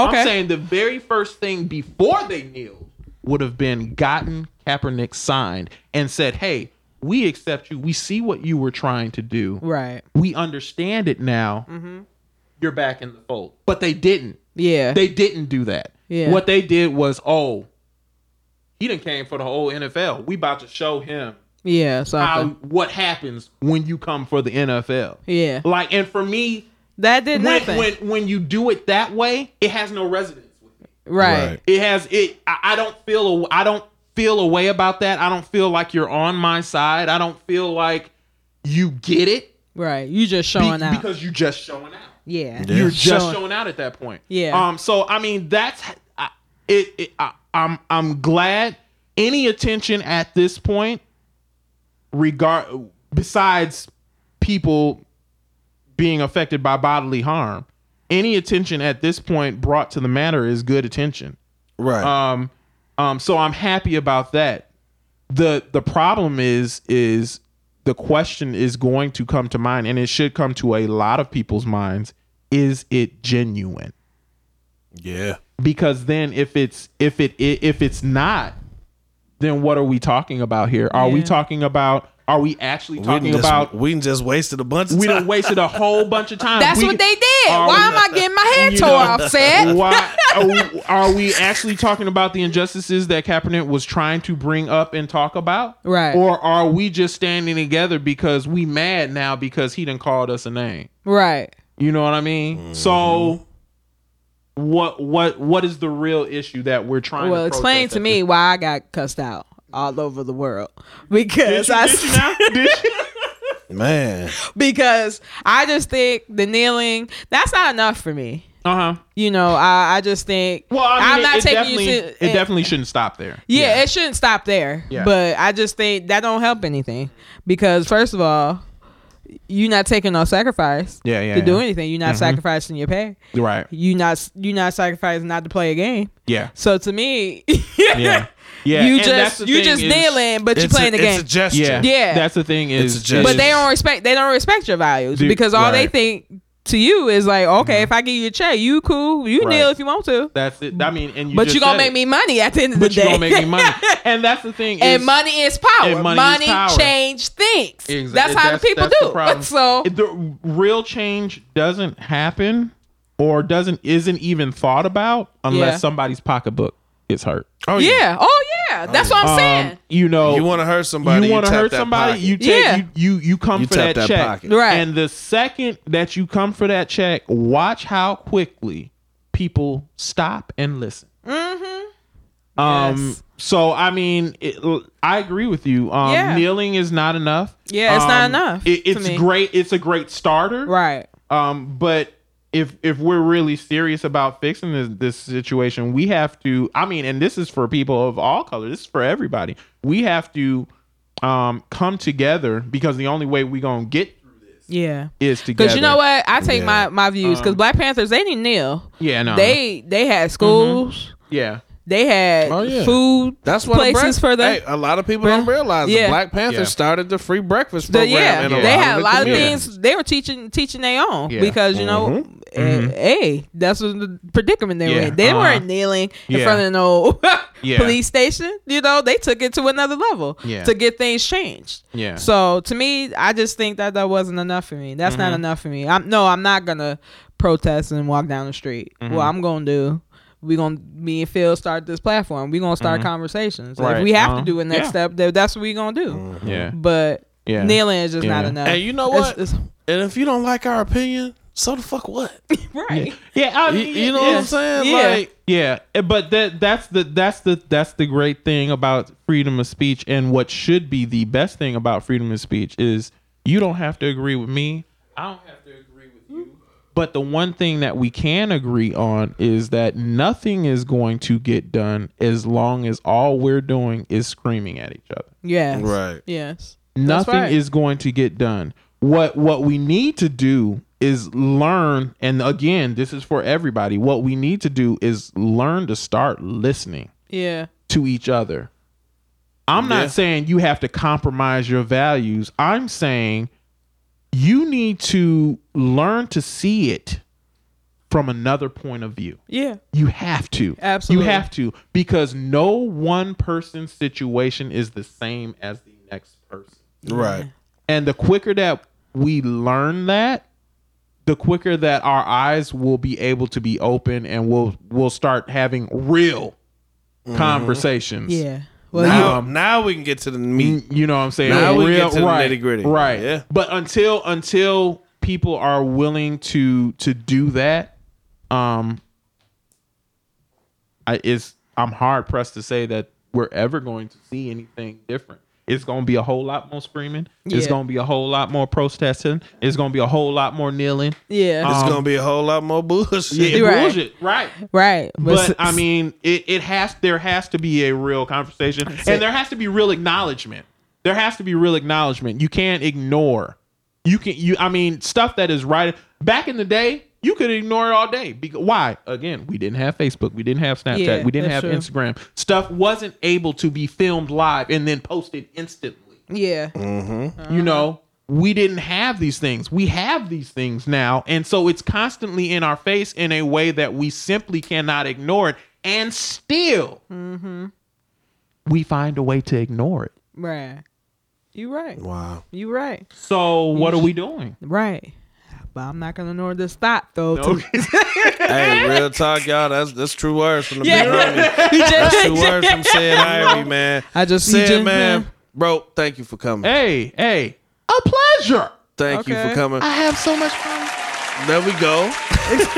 S2: okay.
S3: I'm saying the very first thing before they kneeled would have been gotten Kaepernick signed and said, Hey, we accept you. We see what you were trying to do.
S2: right.
S3: We understand it now.
S2: Mm-hmm.
S3: You're back in the fold. But they didn't.
S2: Yeah.
S3: They didn't do that.
S2: Yeah.
S3: What they did was, oh, he didn't came for the whole NFL. We about to show him
S2: yeah.
S3: how
S2: Something.
S3: what happens when you come for the NFL.
S2: yeah.
S3: Like, and for me,
S2: That did
S3: when,
S2: nothing.
S3: when when you do it that way, it has no resonance with me.
S2: right.
S1: Right.
S3: It has it. I, I don't feel. A, I don't feel a way about that. I don't feel like you're on my side. I don't feel like you get it
S2: Right. You just
S3: be-
S2: showing out.
S3: because you just showing out.
S2: yeah.
S1: Yeah.
S3: You're just
S2: Showing-
S3: showing out at that point.
S2: Yeah.
S3: Um. So I mean, that's I, it. it I, I'm I'm glad any attention at this point, regard besides people being affected by bodily harm, any attention at this point brought to the matter is good attention.
S1: Right.
S3: Um, um, so I'm happy about that. the The problem is is the question is going to come to mind, and it should come to a lot of people's minds. Is it genuine?
S1: yeah.
S3: Because then, if it's if it i- if it's not, then what are we talking about here? Are we
S2: Yeah.
S3: talking about? Are we actually
S1: we
S3: talking
S1: done just,
S3: about?
S1: we done just wasted a bunch of
S3: We
S1: time.
S3: done wasted a whole bunch
S2: [LAUGHS]
S3: of time.
S2: That's
S3: We-
S2: what they did.
S3: are
S2: Why
S3: we-
S2: am I getting my head
S3: you
S2: tore
S3: know,
S2: off, Sad?
S3: [LAUGHS] Why are we, are we actually talking about the injustices that Kaepernick was trying to bring up and talk about?
S2: Right.
S3: Or are we just standing together because we mad now because he done called us a name?
S2: Right.
S3: You know what I mean? So what what what is the real issue that we're trying to
S2: Well, explain
S3: protest
S2: to
S3: at
S2: me why I got cussed out all over the world [LAUGHS] because
S3: this- Did
S2: I
S3: you- did you now? Did you?
S1: Man.
S2: [LAUGHS] because I just think the kneeling that's not enough for me.
S3: Uh-huh.
S2: You know, I, I just think
S3: Well, I mean,
S2: am not
S3: it,
S2: taking
S3: definitely,
S2: you to
S3: it definitely shouldn't stop there.
S2: Yeah, it shouldn't stop there.
S3: Yeah.
S2: But I just think that don't help anything because first of all, you're not taking no sacrifice.
S3: Yeah, yeah,
S2: To do
S3: yeah. Mm-hmm.
S2: anything, you're not sacrificing your pay.
S3: Right.
S2: You not you not sacrificing not to play a game. [LAUGHS]
S3: Yeah.
S2: So to me, [LAUGHS]
S3: Yeah. Yeah.
S2: you
S3: And
S2: just
S3: that's the
S2: you
S3: thing
S2: just
S3: is-
S2: kneeling, but you're
S1: It's a-
S2: playing the
S1: It's
S2: game.
S1: a gesture.
S3: Yeah.
S2: Yeah.
S3: That's the thing
S1: It's
S3: is
S1: just-
S2: but they
S3: is-
S2: don't respect they don't respect your values
S3: Dude,
S2: because all they
S3: right. Mm-hmm.
S2: think to you is like, okay, if I give you a check, you cool, you
S3: Right.
S2: kneel if you want to,
S3: That's it. I mean, and you
S2: but
S3: just
S2: you gonna
S3: said
S2: make
S3: it.
S2: me money at the end of
S3: But
S2: the
S3: you
S2: day.
S3: gonna
S2: [LAUGHS]
S3: make me money, and that's the thing.
S2: and
S3: is-
S2: money is power.
S3: and money
S2: money
S3: is power.
S2: change things.
S3: Exa-
S2: that's how the people
S3: that's
S2: do. [LAUGHS]
S3: the problem.
S2: so
S3: If the real change doesn't happen, or doesn't isn't even thought about unless
S2: Yeah.
S3: somebody's pocketbook gets hurt.
S1: Oh,
S2: yeah. oh yeah, that's what I'm saying.
S3: Um, you know,
S1: You want to hurt somebody.
S3: you want to
S1: tap
S3: hurt
S1: that
S3: somebody,
S1: pocket.
S3: you take
S2: Yeah.
S3: you, you you come
S1: You
S3: for
S1: tap
S3: that,
S1: that
S3: check.
S1: pocket.
S2: Right.
S3: And the second that you come for that check, watch how quickly people stop and listen. Mm-hmm. Um
S2: Yes.
S3: so I mean it, I agree with you. Um
S2: Yeah.
S3: kneeling is not enough.
S2: Yeah, it's not
S3: Um,
S2: enough
S3: It,
S2: to
S3: it's
S2: me.
S3: great it's a great starter.
S2: Right.
S3: Um, but if if we're really serious about fixing this this situation, we have to. I mean, and this is for people of all colors. This is for everybody. We have to um come together because the only way we gonna get through this
S2: Yeah.
S3: is together.
S2: Because you know what, I take
S1: Yeah.
S2: my my views. Because
S3: Um,
S2: Black Panthers, they didn't kneel.
S3: Yeah, no.
S2: They they had schools.
S3: Mm-hmm. yeah.
S2: They had
S1: Oh, yeah.
S2: food.
S1: That's what
S2: places
S1: a
S2: for
S1: break-
S2: them.
S1: Hey, a lot of people don't realize
S2: Yeah.
S1: the Black Panthers
S3: Yeah.
S1: started the free breakfast
S2: The-
S1: program.
S2: yeah,
S1: in
S2: they
S1: a lot
S2: had a
S1: of
S2: lot of
S1: the communities.
S2: things they were teaching teaching their own
S3: Yeah. Mm-hmm.
S2: because you know,
S1: Mm-hmm.
S2: eh, hey, that's what the predicament they were
S3: Yeah,
S2: in. They
S3: uh-huh.
S2: weren't kneeling in
S3: Yeah.
S2: front of no [LAUGHS]
S3: Yeah.
S2: police station. You know, they took it to another level
S3: Yeah.
S2: to get things changed.
S3: Yeah.
S2: So to me, I just think that that wasn't enough for me. That's
S3: Mm-hmm.
S2: not enough for me. I'm no, I'm not gonna protest and walk down the street.
S3: Mm-hmm.
S2: What I'm gonna do. We gonna me and Phil start this platform. We gonna start conversations. If
S3: Mm-hmm. Right,
S2: we have
S3: uh-huh.
S2: to do a next
S3: Yeah.
S2: step, then that's what we gonna do
S3: Yeah.
S2: but
S3: Yeah.
S2: kneeling is just not
S3: Yeah.
S2: enough.
S1: And you know
S2: It's-
S1: what?
S2: it's- [LAUGHS]
S1: And if you don't like our opinion, so the fuck
S3: [LAUGHS]
S1: what? You,
S2: right.
S3: Yeah, I mean,
S1: you know what I'm
S3: yeah.
S1: saying?
S2: Yeah.
S1: Like,
S3: Yeah, eh, but that that's the that's the that's the great thing about freedom of speech and what should be the best thing about freedom of speech is you don't have to agree with me. I don't have to agree with you. But the one thing that we can agree on is that nothing is going to get done as long as all we're doing is screaming at each other.
S2: Yes.
S1: Right.
S2: Yes.
S3: Nothing
S2: right.
S3: is going to get done. What what we need to do is learn and again, this is for everybody. What we need to do is learn to start listening
S2: Yeah.
S3: to each other. I'm not
S1: Yeah.
S3: saying you have to compromise your values. I'm saying you need to learn to see it from another point of view.
S2: Yeah.
S3: You have to.
S2: Absolutely.
S3: You have to because no one person's situation is the same as the next person.
S1: Right.
S3: And the quicker that we learn that, the quicker that our eyes will be able to be open and we'll we'll start having real conversations.
S2: Yeah. Well, you,
S1: Now, now we can get to the meat.
S3: Mm, You know what I'm saying?
S1: Now we get to the nitty-gritty.
S3: Right.
S1: Yeah.
S3: But until until people are willing to to do that, um I is I'm hard pressed to say that we're ever going to see anything different. It's gonna be a whole lot more screaming. It's
S2: Yeah.
S3: gonna be a whole lot more protesting. It's gonna be a whole lot more kneeling.
S2: yeah.
S1: It's
S3: Um,
S1: gonna be a whole lot more bullshit.
S3: Yeah,
S2: Right.
S3: bullshit. Right.
S2: right.
S3: But
S2: s-
S3: I mean, it, it has there has to be a real conversation, and
S2: it.
S3: there has to be real acknowledgement. There has to be real acknowledgement. You can't ignore. You can you. I mean, stuff that is right back in the day. You could ignore it all day. Because, why? Again, we didn't have Facebook. We didn't have Snapchat.
S2: Yeah,
S3: we didn't have
S2: that's
S3: Instagram. Stuff wasn't able to be filmed live and then posted instantly.
S2: yeah.
S3: Mm. You know, we didn't have these things. We have these things now. And so it's constantly in our face in a way that we simply cannot ignore it. And still, Mm-hmm. we find a way to ignore it.
S2: Right. You right.
S1: Wow.
S2: You right.
S3: So, what are we doing?
S2: Right. But I'm not gonna ignore this thought though.
S3: No.
S2: to-
S1: hey, real talk, y'all. That's that's true words from the
S2: Yeah.
S1: big homie.
S2: You [LAUGHS] just-
S1: That's true words from
S2: [LAUGHS]
S1: said Ivy, man.
S2: I just- you
S1: said,
S2: just-
S1: man, bro. Thank you for coming.
S3: Hey, hey, a pleasure.
S1: Thank you for
S2: Okay.
S1: coming.
S3: I have so much fun.
S1: There we go.
S2: [LAUGHS]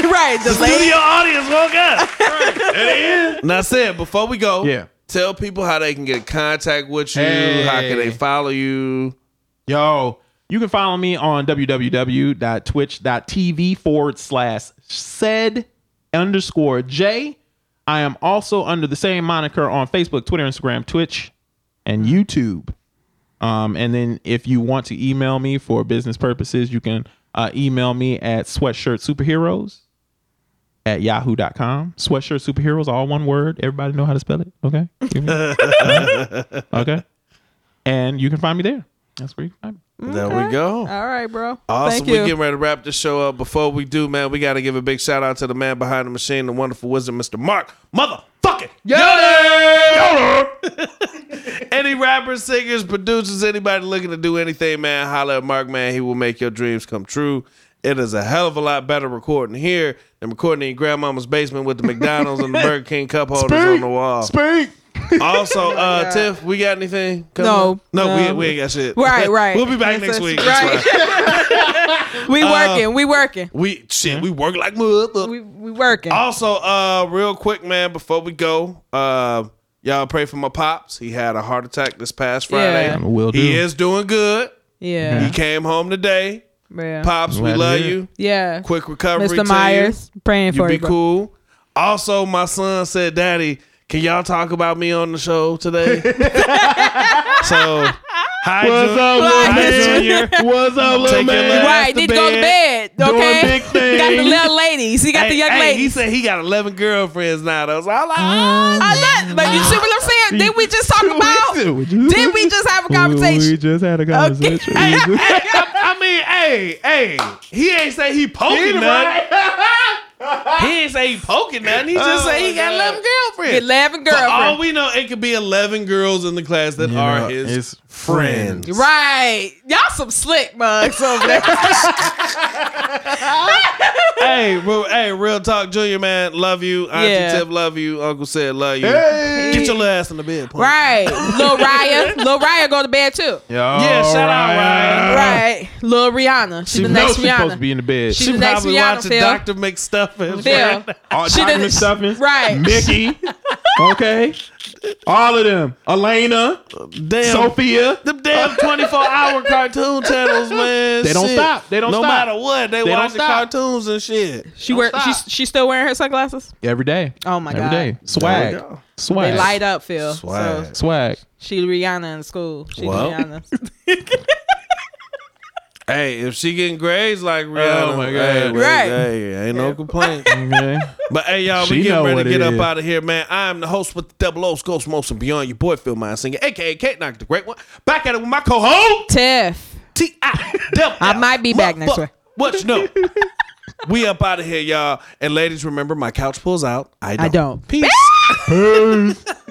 S2: right. The lady.
S1: Studio audience, woke up.
S3: [LAUGHS]
S1: There it is. Now, said before we go,
S3: Yeah.
S1: Tell people how they can get in contact with you. How can they
S3: Hey.
S1: follow you?
S3: Yo, you can follow me on www.twitch.tv forward slash said underscore J. I am also under the same moniker on Facebook, Twitter, Instagram, Twitch, and YouTube. Um, and then if you want to email me for business purposes, you can uh, email me at sweatshirtsuperheroes at yahoo.com. Sweatshirt superheroes, all one word. Everybody know how to spell it. Okay. Give me- Alright. okay. And you can find me there. That's where you can find me.
S1: There we go.
S2: All right, bro.
S1: Awesome.
S2: Thank
S1: We're
S2: you.
S1: getting ready to wrap this show up. Before we do, man, we got to give a big shout out to the man behind the machine, the wonderful wizard, Mr. Mark Motherfucking Yoder. [LAUGHS] Any rappers, singers, producers, anybody looking to do anything, man, holla at Mark, man. He will make your dreams come true. It is a hell of a lot better recording here than recording in your grandmama's basement with the McDonald's
S2: [LAUGHS]
S1: and the Burger King cup holders on the wall.
S3: [LAUGHS] Speak.
S1: Also, uh, Tiff, we got anything? coming
S2: Oh No.
S1: up? no, We,
S2: No.
S1: we ain't got shit.
S2: Right,
S1: [LAUGHS]
S2: right.
S1: we'll be back next
S2: That's- that's-
S1: week.
S2: right.
S1: That's right.
S2: we
S1: uh,
S2: working. We working.
S1: We shit, we work like mother.
S2: We we working.
S1: Also, uh, real quick, man, before we go, uh, y'all pray for my pops. He had a heart attack this past Friday.
S2: Yeah.
S3: Will do.
S1: He is doing good. He
S2: yeah.
S1: came home today.
S2: Yeah.
S1: Pops, we
S3: Glad to
S1: love
S3: hear it.
S1: you.
S2: yeah.
S1: Quick recovery, to you.
S2: Mr. Myers, praying
S1: You
S2: for
S1: be
S2: you. bro.
S1: cool. Also, my son said, "Daddy, can y'all talk about me on the show
S3: [LAUGHS]
S1: today?" so, hi, Jun- hi, Junior.
S3: What's up, little
S1: Take your man? little ass
S2: Right,
S1: to
S2: need to go to
S1: bed,
S2: bed.
S3: doing
S2: Okay,
S3: big
S2: he [LAUGHS] got the
S3: things.
S2: little ladies. He [LAUGHS] got the
S1: Hey,
S2: young
S1: hey, He
S2: ladies. Uh-huh.
S1: said he got eleven girlfriends now. Though, so I'm like, "Ah,
S2: I love, but you see what I'm saying? Did we just talk about? Did we just have a
S3: We
S2: conversation?
S3: just had a conversation.
S1: I mean, hey, hey, he ain't say he poking nothing.
S2: [LAUGHS]
S1: He ain't say he poking nothing. He just
S3: Oh
S1: say he
S3: my
S1: got
S3: God.
S1: eleven girlfriends.
S2: Eleven
S1: For all
S2: girlfriends.
S1: we know, it could be eleven girls in the class that are
S3: know,
S1: his
S3: it's
S1: friends.
S2: Right, y'all some slick mugs over there.
S1: hey, real, hey, real talk, Junior man, love you. Auntie
S2: Yeah.
S1: Tiff, love you. Uncle said, love you.
S3: Hey.
S1: Get your little ass in the bed, punk.
S2: [LAUGHS] Right, Lil Raya, Lil Raya go to bed too.
S1: Yeah, shout out, Ryan.
S2: Right, Lil Rihanna, she,
S3: Uh, She
S2: the
S3: knows
S2: next
S3: she's supposed to
S2: Rihanna.
S3: be in the bed.
S2: She-
S1: She
S2: the next
S1: probably
S2: Rihanna,
S1: watching
S2: Phil.
S1: Doctor McStuffins.
S2: Phil.
S1: right now.
S3: All
S2: she
S3: Dr.
S2: didn't- [LAUGHS]
S3: McStuffins,
S2: right.
S3: Mickey, Okay, all of them. Elena,
S1: Damn.
S3: Sophia.
S1: Them
S3: [LAUGHS]
S1: damn 24 hour cartoon channels, man.
S3: They don't
S1: Shit.
S3: stop. They don't
S1: no
S3: stop.
S1: matter what, they,
S3: They don't
S1: watch the
S3: stop.
S1: cartoons and shit.
S2: She wear she's she's still wearing her sunglasses.
S3: Every day.
S2: Oh my
S3: Every
S2: God.
S3: day.
S1: There
S3: Swag.
S1: we go.
S3: Swag.
S2: They light up, Phil. So
S1: Swag.
S2: [LAUGHS]
S3: Swag.
S2: she Rihanna in school. She
S1: Well.
S3: [LAUGHS]
S2: Rihanna.
S1: Hey, if she getting grades like Rihanna,
S3: Oh my
S1: Hey, well,
S3: God.
S2: Right.
S1: hey, ain't no
S2: [LAUGHS]
S1: complaint.
S3: Okay.
S1: but hey, y'all,
S3: She
S1: we
S3: know
S1: getting ready
S3: what
S1: to
S3: it
S1: get up
S3: is.
S1: out of here, man. I am the host with the Double O's Ghost Most and Beyond. Your boy Phil Mine singing, aka Kate Knock, the great one. Back at it with my co-host
S2: Tiff.
S1: T I Double.
S2: I might be back next
S1: Motherfuck-
S2: week.
S1: What you
S2: [LAUGHS]
S1: know? we up out of here, y'all. And ladies, remember, my couch pulls out. I don't.
S2: don't.
S1: Peace.